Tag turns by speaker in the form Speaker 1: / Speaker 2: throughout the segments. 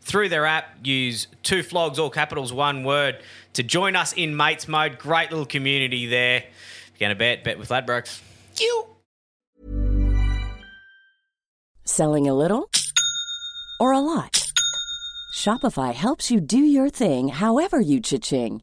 Speaker 1: through their app. Use two flogs, all capitals, one word, to join us in Mates Mode. Great little community there. If you're going to bet, bet with Ladbrokes. You.
Speaker 2: Selling a little or a lot? Shopify helps you do your thing however you cha-ching.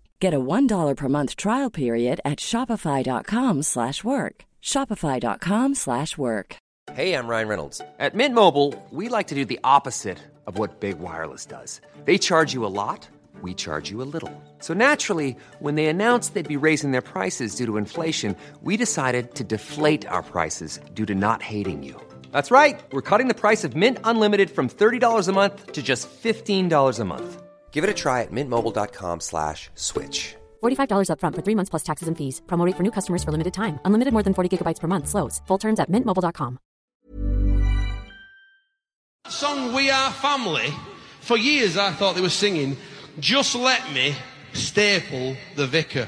Speaker 2: Get a $1 per month trial period at shopify.com/work. shopify.com/work.
Speaker 3: Hey, I'm Ryan Reynolds. At Mint Mobile, we like to do the opposite of what Big Wireless does. They charge you a lot, we charge you a little. So naturally, when they announced they'd be raising their prices due to inflation, we decided to deflate our prices due to not hating you. That's right. We're cutting the price of Mint Unlimited from $30 a month to just $15 a month. Give it a try at mintmobile.com slash switch.
Speaker 4: $45 upfront for three months plus taxes and fees. Promo rate for new customers for limited time. Unlimited more than 40 gigabytes per month. Slows. Full terms at mintmobile.com.
Speaker 5: Song We Are Family, for years I thought they were singing, Just Let Me Staple the Vicar.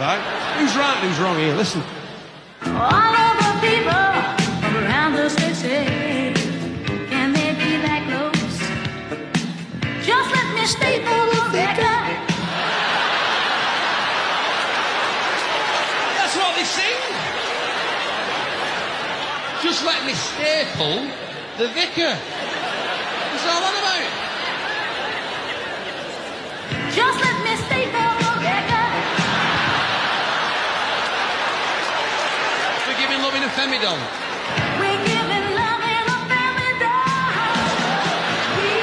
Speaker 5: right? Who's right and who's wrong here? Listen.
Speaker 6: All of the people around the city, can they be that close? Just let me staple the vicar.
Speaker 5: That's what they sing. Just let me staple the vicar. That's all that about.
Speaker 6: Just let me staple the vicar.
Speaker 5: We're giving love in a femidon.
Speaker 6: We're giving love in a family dance.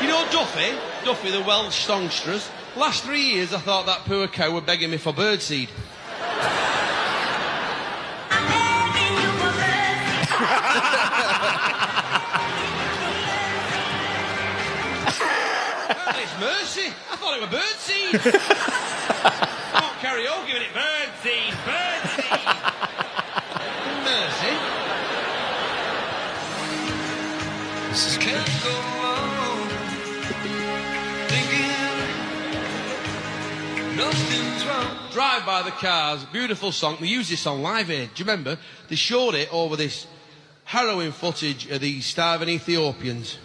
Speaker 5: You know Duffy? Duffy, the Welsh songstress. Last three years I thought that poor cow were begging me for birdseed.
Speaker 6: I'm begging you for mercy.
Speaker 5: Apparently it's mercy. I thought it were birdseed. Not karaoke, but it birdseed, birdseed. mercy. Drive by the cars, beautiful song. They used this on Live Aid. Do you remember? They showed it over this harrowing footage of these starving Ethiopians.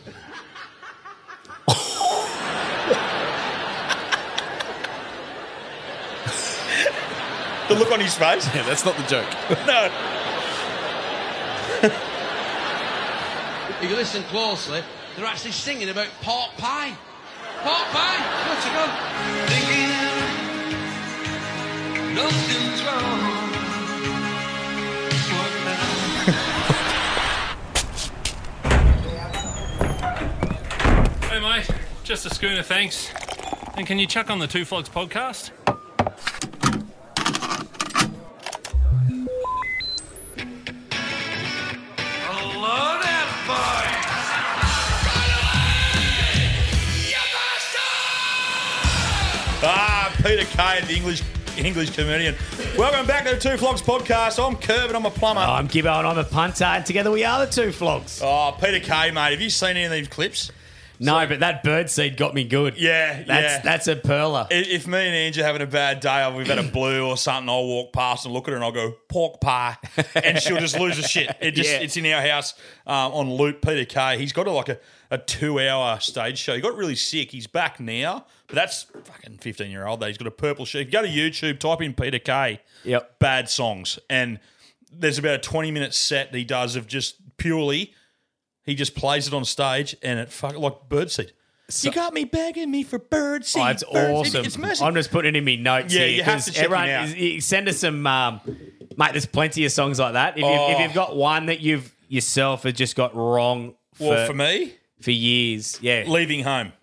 Speaker 7: The look on his face.
Speaker 8: Yeah, that's not the joke.
Speaker 7: No.
Speaker 5: If you listen closely, they're actually singing about pork pie. Pork pie. Good to go. nothing's wrong.
Speaker 9: Hey mate, just a schooner, thanks. And can you chuck on the Two Flogs podcast?
Speaker 5: Hello there, boys.
Speaker 7: Ah, Peter Kay, the English English comedian. Welcome back to the Two Flogs podcast. I'm Kirby, I'm a plumber.
Speaker 1: Oh, I'm Gibbo and I'm a punter, and together we are the two flogs.
Speaker 7: Ah, Oh, Peter Kay, mate, have you seen any of these clips?
Speaker 1: No, but that bird seed got me good.
Speaker 7: Yeah,
Speaker 1: that's
Speaker 7: yeah.
Speaker 1: that's a perler.
Speaker 7: I- If me and Angie are having a bad day, or we've had a blue or something, I'll walk past and look at her and I'll go pork pie, and she'll just lose her shit. It just
Speaker 1: Yeah.
Speaker 7: it's in our house um, on loop. Peter Kay, he's got a, like a, a two hour stage show. He got really sick. He's back now, but that's fucking fifteen year old. Though he's got a purple sheet. Go to YouTube, type in Peter Kay.
Speaker 1: Yep.
Speaker 7: bad songs, and there's about a twenty minute set that he does of just purely. He just plays it on stage, and it fuck like birdseed. you got me begging me for birdseed.
Speaker 1: Oh, it's
Speaker 7: birdseed.
Speaker 1: awesome.
Speaker 7: It's massive.
Speaker 1: I'm just putting it in my notes
Speaker 7: Yeah,
Speaker 1: here
Speaker 7: you have
Speaker 1: 'cause
Speaker 7: to check him
Speaker 1: everyone
Speaker 7: out.
Speaker 1: is- you- send us some. Um, mate, there's plenty of songs like that. If, you've, if
Speaker 7: Oh.
Speaker 1: you've got one that you've yourself has just got wrong for
Speaker 7: Well, for me,
Speaker 1: for years, yeah.
Speaker 7: leaving home.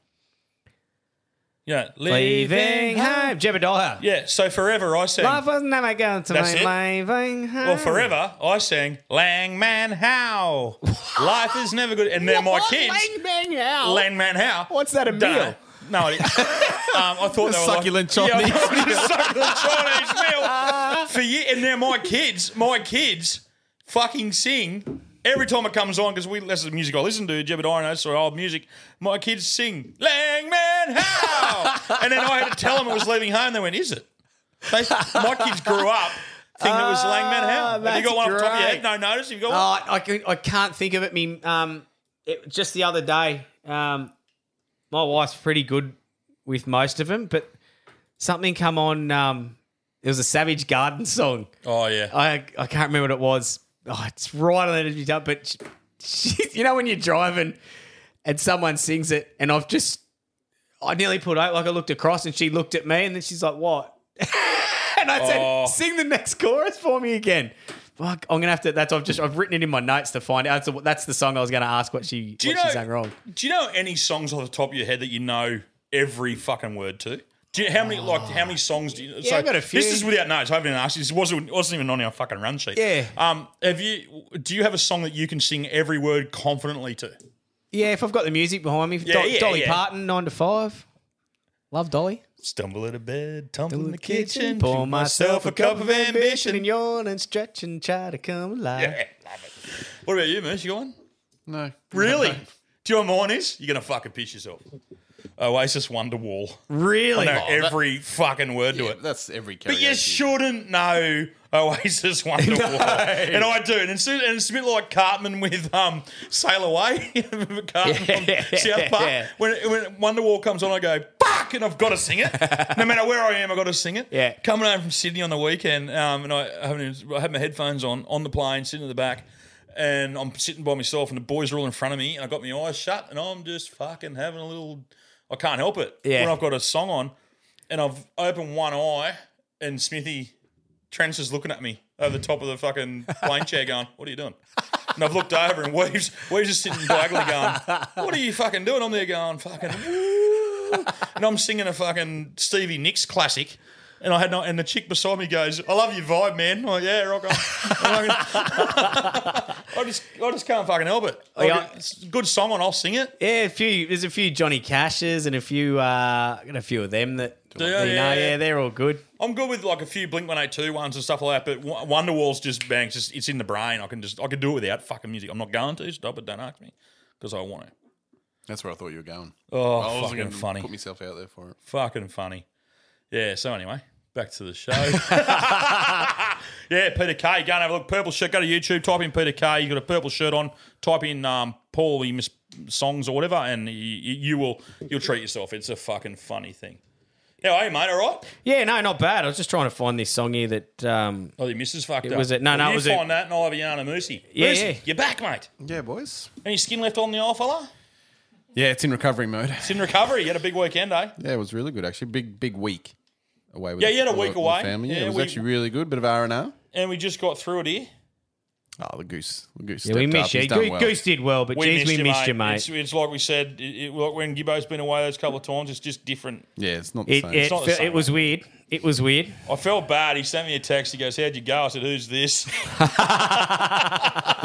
Speaker 7: Yeah,
Speaker 1: Leaving home, Jebediah.
Speaker 7: Yeah, so forever I sang.
Speaker 1: Life wasn't that my girl to
Speaker 7: That's
Speaker 1: my leaving home.
Speaker 7: Well, forever I sang Lang Man How. Life is never good, and they're my kids.
Speaker 1: Bang out.
Speaker 7: Lang Man How.
Speaker 1: What's that, a
Speaker 7: Dunno.
Speaker 1: meal?
Speaker 7: No, it, um, I thought they were
Speaker 10: succulent
Speaker 7: like,
Speaker 10: Chinese
Speaker 7: yeah, I thought it was succulent Chinese meal for you. And they're my kids. My kids fucking sing every time it comes on because we that's the music I listen to. Jebediah knows or old music. My kids sing Langman How, and then I had to tell them it was leaving home. They went, "Is it?" They, my kids grew up. thinking it was Langman How. Have you
Speaker 1: Ah, that's
Speaker 7: got one off the top of your head?
Speaker 1: great.
Speaker 7: No notice? Have you got one?
Speaker 1: Oh, I, can, I can't think of it. Me, um, it, just the other day, um, my wife's pretty good with most of them, but something come on. Um, it was a Savage Garden song.
Speaker 7: Oh, yeah.
Speaker 1: I I can't remember what it was. Oh, it's right on the edge of your tongue, but she, she- you know when you're driving and someone sings it, and I've just I nearly pulled out. Like I looked across, and she looked at me, and then she's like, "What?" and I said,
Speaker 7: Oh.
Speaker 1: "Sing the next chorus for me again." Fuck, I'm gonna have to. That's I've just I've written it in my notes to find out. That's the, that's the song I was gonna ask what she
Speaker 7: you
Speaker 1: what she
Speaker 7: know-
Speaker 1: sang wrong.
Speaker 7: Do you know any songs off the top of your head that you know every fucking word to? Do you, how many like how many songs do you? Yeah,
Speaker 1: I've got a few.
Speaker 7: This is without notes. I haven't even asked. you. This wasn't wasn't even on our fucking run sheet.
Speaker 1: Yeah.
Speaker 7: Um. Have you? Do you have a song that you can sing every word confidently to?
Speaker 1: Yeah, if I've got the music behind me, Do-
Speaker 7: yeah,
Speaker 1: Dolly
Speaker 7: yeah.
Speaker 1: Parton, Nine to Five. Love Dolly.
Speaker 7: Stumble out of bed, tumble in the kitchen,
Speaker 1: pour
Speaker 7: drink
Speaker 1: myself a cup of ambition, and yawn and stretch and try to come alive.
Speaker 7: Yeah, love it. What about you, Moose? You got one?
Speaker 10: No.
Speaker 7: Really? Do you know what mine is? You're gonna fucking piss yourself. Oasis Wonderwall.
Speaker 1: Really?
Speaker 7: I know every fucking word to
Speaker 10: Oh, Yeah,
Speaker 7: it.
Speaker 10: that's every karaoke.
Speaker 7: But Oh, you shouldn't know Oasis Wonderwall. And I do. And it's, and it's a bit like Cartman with um, Sail Away. Remember Cartman from South Park.
Speaker 1: Yeah.
Speaker 7: When, when Wonderwall comes on, I go, fuck, and I've got to sing it. no matter where I am, I've got to sing it.
Speaker 1: Yeah.
Speaker 7: Coming home from Sydney on the weekend, um, and I, haven't even, I had my headphones on, on the plane, sitting in the back. And I'm sitting by myself, and the boys are all in front of me, and I got my eyes shut, and I'm just fucking having a little. I can't help it
Speaker 1: Yeah.
Speaker 7: when I've got a song on, and I've opened one eye, and Smithy Trent's is looking at me over the top of the fucking plane chair, going, "What are you doing?" And I've looked over, and Weaves, Weaves is sitting diagonally, going, "What are you fucking doing?" I'm there going, "Fucking," woo." and I'm singing a fucking Stevie Nicks classic. And I had no, and the chick beside me goes, "I love your vibe, man." I'm like, yeah, rock on. I'm like, I just, I just can't fucking help it. Like,
Speaker 1: Oh, Yeah.
Speaker 7: it's a good song, and I'll sing it.
Speaker 1: Yeah, a few. There's a few Johnny Cashes and a few, uh, got a few of them that you
Speaker 7: yeah,
Speaker 1: know, yeah,
Speaker 7: yeah.
Speaker 1: they're all good.
Speaker 7: I'm good with like a few Blink 182 ones and stuff like that, but Wo- Wonderwall's just bangs. Just, it's in the brain. I can just I can do it without fucking music. I'm not going to stop it. Don't ask me because I want to.
Speaker 10: That's where I thought you were going.
Speaker 7: Oh,
Speaker 10: I wasn't
Speaker 7: fucking
Speaker 10: gonna
Speaker 7: funny,
Speaker 10: Put myself out there for it.
Speaker 7: fucking funny. Yeah. So anyway, back to the show. yeah, Peter Kay. Go and have a look. Purple shirt. Go to YouTube. Type in Peter Kay. You got a purple shirt on. Type in um, Paulie Miss songs or whatever, and you, you will you'll treat yourself. It's a fucking funny thing. How are you, mate? All right.
Speaker 1: Yeah, no, not bad. I was just trying to find this song here that. Um,
Speaker 7: Oh, your missus fucked
Speaker 1: It
Speaker 7: up.
Speaker 1: was a- no,
Speaker 7: Well,
Speaker 1: no, it
Speaker 7: You
Speaker 1: was a-
Speaker 7: find that, and I'll have a yarn of Moosey.
Speaker 1: Yeah,
Speaker 7: Moosey,
Speaker 1: yeah.
Speaker 7: you're back, mate.
Speaker 10: Yeah, boys.
Speaker 7: Any skin left on the old fella?
Speaker 10: Yeah, it's in recovery mode.
Speaker 7: It's in recovery. You had a big weekend, eh?
Speaker 10: Yeah, it was really good actually. Big big week away with
Speaker 7: Yeah,
Speaker 10: the-
Speaker 7: you had a
Speaker 10: with
Speaker 7: week
Speaker 10: the
Speaker 7: away.
Speaker 10: family. Yeah,
Speaker 7: Yeah,
Speaker 10: it was
Speaker 7: we-
Speaker 10: actually really good. Bit of R and R.
Speaker 7: And we just got through it here.
Speaker 10: Oh, the goose. The goose.
Speaker 1: yeah, we
Speaker 10: stepped
Speaker 1: missed
Speaker 10: up.
Speaker 1: you.
Speaker 10: He's done
Speaker 1: Goose,
Speaker 10: well.
Speaker 1: Goose did well, but geez, we missed you,
Speaker 7: It's,
Speaker 1: mate.
Speaker 7: it's like we said, it, it, like when Gibbo's been away those couple of times, it's just different.
Speaker 10: Yeah, it's not the
Speaker 1: It,
Speaker 10: same.
Speaker 1: it,
Speaker 7: not the
Speaker 1: fe-
Speaker 7: same.
Speaker 1: it was weird. It was weird.
Speaker 7: I felt bad. He sent me a text. He goes, "How'd you go?" I said, "Who's this?"
Speaker 10: the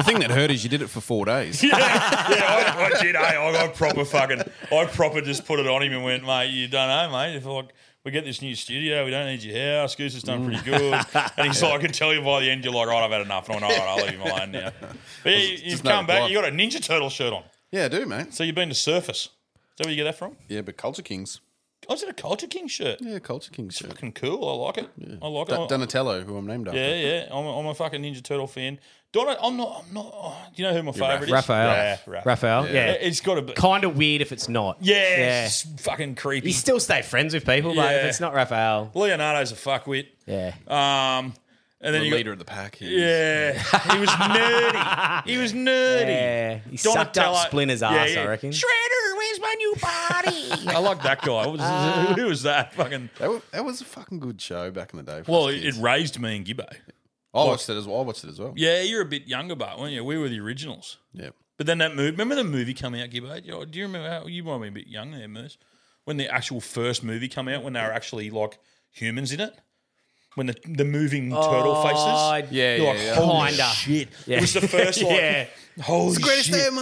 Speaker 10: thing that hurt is you did it for four days.
Speaker 7: yeah, I, I did. eh? I, I proper fucking, I proper just put it on him and went, mate, you don't know, mate. If like we get this new studio, we don't need your house. Goose has done pretty good. And he's like, I can tell you by the end, you're like, right, I've had enough. And I'm like, all right, I'll leave him alone now. But you, you've
Speaker 10: no
Speaker 7: come back.
Speaker 10: reply.
Speaker 7: You got a Ninja Turtle shirt on,
Speaker 10: yeah, I do, mate.
Speaker 7: so you've been to Surface. that where you get that from?
Speaker 10: Yeah, but Culture Kings.
Speaker 7: Oh, is it a Culture King shirt?
Speaker 10: Yeah, Culture Kings shirt.
Speaker 7: Fucking cool. I like it. I like it.
Speaker 10: D- Donatello, who I'm named after.
Speaker 7: Yeah, yeah. I'm a, I'm a fucking Ninja Turtle fan. Donna, I'm not. I'm not. Oh, do you know who my
Speaker 10: Raph.
Speaker 7: favorite is?
Speaker 1: Raphael.
Speaker 7: Yeah, Raph.
Speaker 1: Raphael.
Speaker 7: Yeah,
Speaker 1: Yeah.
Speaker 7: It's got to be.
Speaker 1: Kind of weird if it's not.
Speaker 7: Yeah, it's fucking creepy.
Speaker 1: You still stay friends with people, but if
Speaker 7: Yeah.
Speaker 1: it's not Raphael,
Speaker 7: Leonardo's a fuckwit.
Speaker 1: yeah.
Speaker 7: Um, and then
Speaker 10: The
Speaker 7: you got-
Speaker 10: leader of the pack. he is.
Speaker 7: Yeah, he was nerdy. He was nerdy.
Speaker 1: Yeah, he sucked up
Speaker 7: Donatello-
Speaker 1: Splinter's ass, I reckon.
Speaker 7: Shredder, where's my new body? I like that guy. What
Speaker 1: Uh,
Speaker 7: was- who was that? Fucking.
Speaker 10: That was, that was a fucking good show back in the day. for
Speaker 7: Well,
Speaker 10: us
Speaker 7: it, it
Speaker 10: kids.
Speaker 7: raised me and Gibbo.
Speaker 10: I watched it as well. I watched it as well.
Speaker 7: Yeah, you're a bit younger, but weren't you? We were the originals.
Speaker 10: Yeah.
Speaker 7: But then that movie, remember the movie come out, Gibbo? You know, Do you remember how you might be a bit young there, Moose? When the actual first movie come out, when they were actually like humans in it, when the the moving turtle faces,
Speaker 10: Yeah,
Speaker 7: you're
Speaker 10: yeah,
Speaker 7: like,
Speaker 10: yeah.
Speaker 7: holy
Speaker 1: Oh, Kinda.
Speaker 7: shit! It was the first like,
Speaker 1: Yeah.
Speaker 7: holy shit.
Speaker 10: of my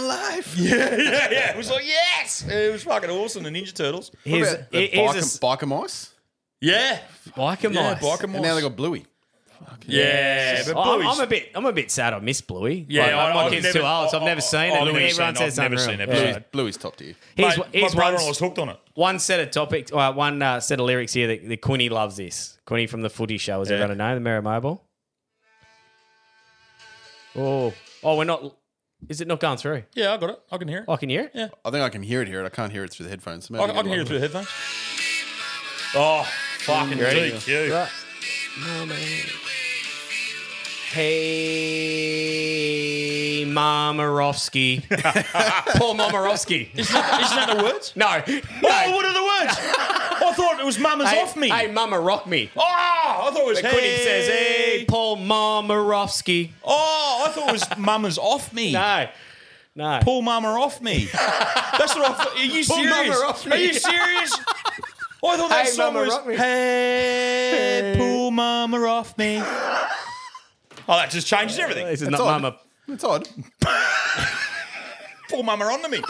Speaker 10: life.
Speaker 7: yeah, yeah, yeah. It was like yes, it was fucking awesome. The Ninja Turtles,
Speaker 1: Here's,
Speaker 10: What about the
Speaker 1: here's
Speaker 10: Biker-
Speaker 1: a s-
Speaker 10: Biker Mice?
Speaker 7: yeah,
Speaker 1: biker
Speaker 7: yeah,
Speaker 1: mice.
Speaker 7: Biker
Speaker 10: And now they
Speaker 7: Mice.
Speaker 10: got Bluey.
Speaker 7: yeah, but
Speaker 1: Oh, I'm,
Speaker 7: Bluey's-
Speaker 1: I'm a bit, I'm a bit sad. I miss Bluey.
Speaker 7: Yeah,
Speaker 1: Like, my
Speaker 7: I- I've
Speaker 1: kid's
Speaker 7: never-
Speaker 1: too old, so I've
Speaker 7: I-
Speaker 1: never
Speaker 7: I-
Speaker 1: seen
Speaker 7: I've
Speaker 1: it. and
Speaker 7: never
Speaker 1: everyone
Speaker 7: seen it.
Speaker 1: says
Speaker 7: I've never
Speaker 1: unreal.
Speaker 7: seen it,
Speaker 1: Yeah.
Speaker 7: but-
Speaker 10: Bluey- Bluey's top tier.
Speaker 1: Here's,
Speaker 7: Mate,
Speaker 1: here's
Speaker 7: my brother
Speaker 1: one,
Speaker 7: was hooked on it.
Speaker 1: one set of topics, uh, one uh, set of lyrics here that, that Quinny loves this. Quinny from the Footy Show, as
Speaker 7: Yeah.
Speaker 1: everyone know, the Mirror Mobile. Oh, oh, we're not. Is it not going through?
Speaker 7: Yeah, I got it. I can hear it.
Speaker 1: I can hear it.
Speaker 10: I think I can hear it here. I can't hear it through the headphones. So maybe
Speaker 7: I, I can hear it through the headphones. Oh, fucking
Speaker 1: ready?
Speaker 7: DQ.
Speaker 1: Right. Mama. Hey, Mamarovsky. Paul Mamarovsky.
Speaker 7: Isn't, that, isn't that the words?
Speaker 1: No.
Speaker 7: Oh, what are the words? I thought it was Mama's
Speaker 1: hey,
Speaker 7: off me.
Speaker 1: Hey, Mama Rock Me.
Speaker 7: oh, I thought it was
Speaker 1: But
Speaker 7: hey.
Speaker 1: Quinny says, hey, Paul Mamarovsky.
Speaker 7: Oh, I thought it was Mama's off me.
Speaker 1: No. No.
Speaker 7: Pull Mama off me. That's what I thought. Are you
Speaker 1: Pull
Speaker 7: serious?
Speaker 1: Mama off me.
Speaker 7: Are you serious? Oh, I thought that
Speaker 1: Hey,
Speaker 7: song
Speaker 1: Mama,
Speaker 7: was
Speaker 1: rock me.
Speaker 7: Hey, pull Mama off me. Oh, that just changes everything.
Speaker 1: This is
Speaker 10: It's
Speaker 1: not
Speaker 10: odd.
Speaker 1: Mama.
Speaker 10: It's odd.
Speaker 7: Pull Mama onto me.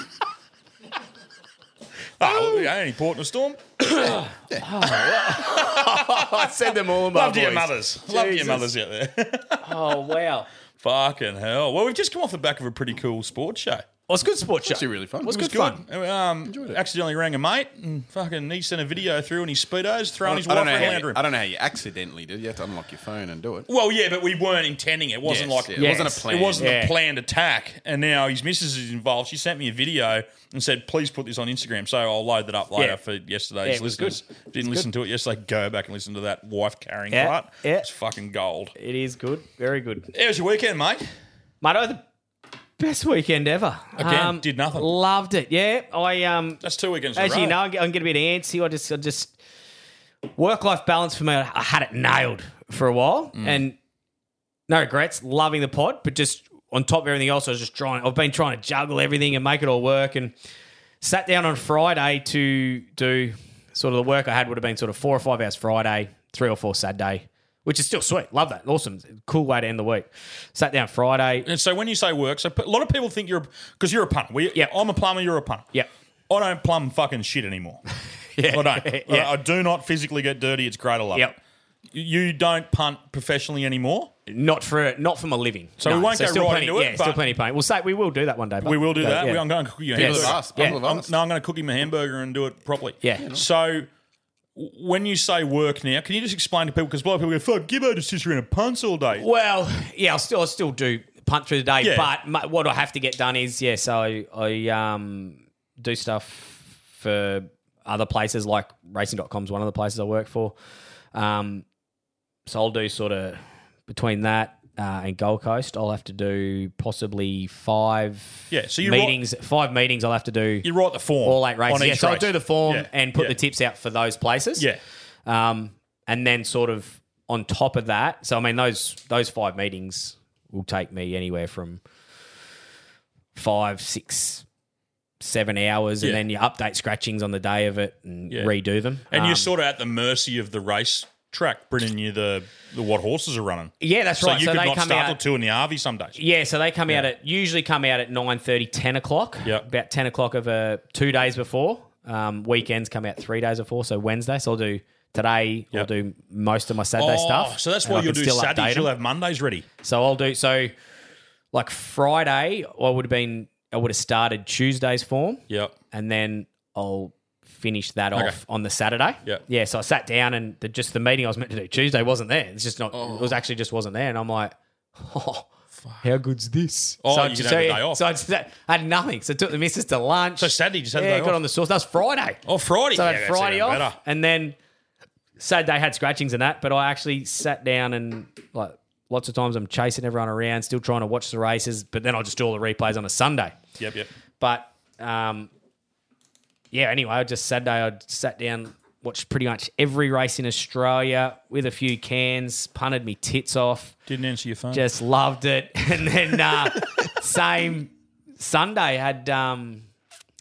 Speaker 7: Oh, well, only port in a storm.
Speaker 1: I said them all, my
Speaker 7: Love to your
Speaker 1: Oh, boys.
Speaker 7: mothers. Love to your
Speaker 1: Jesus.
Speaker 7: mothers out there.
Speaker 1: Oh, wow.
Speaker 7: Fucking hell. Well, we've just come off the back of a pretty cool sports show.
Speaker 1: Well, Oh, it's a good sports show.
Speaker 10: Actually, really fun.
Speaker 1: What's
Speaker 10: It was
Speaker 1: good fun?
Speaker 7: And we, Um, Accidentally rang a mate and fucking he sent a video through in his speedos throwing his
Speaker 10: I
Speaker 7: wife
Speaker 10: don't,
Speaker 7: around the
Speaker 10: know how
Speaker 7: lounge
Speaker 10: you,
Speaker 7: room.
Speaker 10: I don't know how you accidentally do. it. You have to unlock your phone and do it.
Speaker 7: Well, yeah, but we weren't intending it. It wasn't
Speaker 10: Yes,
Speaker 7: like
Speaker 10: it wasn't a
Speaker 1: Yes.
Speaker 10: plan.
Speaker 7: It wasn't
Speaker 1: Yeah.
Speaker 7: a planned attack. And now his missus is involved. She sent me a video and said, "Please put this on Instagram." So I'll load that up later
Speaker 1: Yeah.
Speaker 7: for
Speaker 1: Yeah,
Speaker 7: yesterday's
Speaker 1: it was
Speaker 7: listeners. If you didn't listen to it yesterday, go back and listen to that wife carrying
Speaker 1: Yeah,
Speaker 7: part.
Speaker 1: yeah.
Speaker 7: It's fucking gold.
Speaker 1: It is good. Very good.
Speaker 7: How was your weekend, mate?
Speaker 1: Mate, I had the best weekend ever. Um,
Speaker 7: Again, did nothing.
Speaker 1: Loved it. Yeah, I um,
Speaker 7: That's two weekends. in a
Speaker 1: as
Speaker 7: row.
Speaker 1: you know, I get, I get a bit antsy. I just, I just work life balance for me. I I had it nailed for a while,
Speaker 7: Mm.
Speaker 1: and no regrets. Loving the pod, but just on top of everything else, I was just trying. I've been trying to juggle everything and make it all work, and sat down on Friday to do sort of the work I had would have been sort of four or five hours Friday, three or four Saturday. Which is still sweet. Love that. Awesome. Cool way to end the week. Sat down Friday.
Speaker 7: And so when you say work, so p- a lot of people think you're because you're a punter. We,
Speaker 1: Yeah.
Speaker 7: I'm a plumber. You're a punter.
Speaker 1: Yep.
Speaker 7: I don't plumb fucking shit anymore.
Speaker 1: Yeah.
Speaker 7: I don't.
Speaker 1: Yeah.
Speaker 7: I, I do not physically get dirty. It's great. I love
Speaker 1: Yep.
Speaker 7: it. You don't punt professionally anymore.
Speaker 1: Not for not from a living.
Speaker 7: So we won't go
Speaker 1: still
Speaker 7: right
Speaker 1: plenty,
Speaker 7: into it,
Speaker 1: Yeah, still
Speaker 7: but-
Speaker 1: plenty of pain. We'll say we will do that one day. but-
Speaker 7: We will do
Speaker 1: but,
Speaker 7: that.
Speaker 1: yeah.
Speaker 7: We, I'm going to cook you a
Speaker 10: People
Speaker 7: hamburger.
Speaker 10: have asked.
Speaker 1: Yeah.
Speaker 10: People have
Speaker 7: I'm-
Speaker 10: asked.
Speaker 7: no, I'm going to cook him a hamburger and do it properly.
Speaker 1: Yeah. Yeah, nice.
Speaker 7: So w- when you say work now, can you just explain to people? Because a lot of people go, "Fuck, Gibbo just sits around and punts all day."
Speaker 1: Well, yeah, I still I still do punt through the day,
Speaker 7: Yeah.
Speaker 1: but my, what I have to get done is yeah. So I, I um do stuff for other places like racing.com's one of the places I work for. Um, so I'll do sort of between that. Uh, and Gold Coast, I'll have to do possibly five
Speaker 7: Yeah, so you write-
Speaker 1: meetings. five meetings I'll have to do.
Speaker 7: You write the form.
Speaker 1: all eight races.
Speaker 7: on
Speaker 1: Yeah,
Speaker 7: each
Speaker 1: so I'll
Speaker 7: race.
Speaker 1: do the form
Speaker 7: Yeah.
Speaker 1: and put
Speaker 7: Yeah.
Speaker 1: the tips out for those places.
Speaker 7: Yeah.
Speaker 1: Um, and then sort of on top of that, so I mean those those five meetings will take me anywhere from five, six, seven hours, and
Speaker 7: Yeah.
Speaker 1: then you update scratchings on the day of it and
Speaker 7: Yeah.
Speaker 1: redo them.
Speaker 7: And
Speaker 1: Um,
Speaker 7: you're sort of at the mercy of the race track, bringing you the, the what horses are running.
Speaker 1: yeah, that's
Speaker 7: So
Speaker 1: right.
Speaker 7: you
Speaker 1: so
Speaker 7: could
Speaker 1: they
Speaker 7: not
Speaker 1: come
Speaker 7: start
Speaker 1: out
Speaker 7: till two in the RV some days.
Speaker 1: Yeah, so they come out at usually come out at 9.30, 10 o'clock.
Speaker 7: Yep.
Speaker 1: About ten o'clock of uh, two days before. Um, weekends come out three days before, so Wednesday. So I'll do today.
Speaker 7: Yep. Oh,
Speaker 1: I'll do most of my Saturday stuff.
Speaker 7: So that's
Speaker 1: and
Speaker 7: why
Speaker 1: I
Speaker 7: you'll
Speaker 1: can
Speaker 7: do
Speaker 1: still
Speaker 7: Saturdays.
Speaker 1: update 'em.
Speaker 7: You'll have Mondays ready.
Speaker 1: So I'll do so. Like Friday, I would have been. I would have started Tuesday's form,
Speaker 7: Yep.
Speaker 1: and then I I'll finish that
Speaker 11: Okay.
Speaker 1: off on the Saturday.
Speaker 11: Yeah.
Speaker 1: Yeah. So I sat down and the, just the meeting I was meant to do Tuesday wasn't there. It's just not.
Speaker 7: Oh.
Speaker 1: It was actually just wasn't there, and I'm like, oh. How good's this?
Speaker 11: Oh,
Speaker 1: I
Speaker 11: you
Speaker 1: just-
Speaker 11: can have the
Speaker 1: yeah,
Speaker 11: day off.
Speaker 1: So I, just, I had nothing. So I took the missus to lunch.
Speaker 11: So Saturday you just had the
Speaker 1: yeah,
Speaker 11: day
Speaker 1: got
Speaker 11: off.
Speaker 1: on the source. That was Friday.
Speaker 11: Oh, Friday.
Speaker 1: So I
Speaker 11: Yeah,
Speaker 1: had
Speaker 11: that's
Speaker 1: Friday
Speaker 11: even
Speaker 1: off,
Speaker 11: better.
Speaker 1: and then Saturday had scratchings and that. But I actually sat down and like lots of times I'm chasing everyone around, still trying to watch the races. But then I'll just do all the replays on a Sunday.
Speaker 7: Yep, yep.
Speaker 1: But um, yeah, anyway, I just Saturday I sat down, watched pretty much every race in Australia with a few cans, punted me tits off,
Speaker 7: Didn't answer your phone.
Speaker 1: just loved it, and then uh, same Sunday had. Um,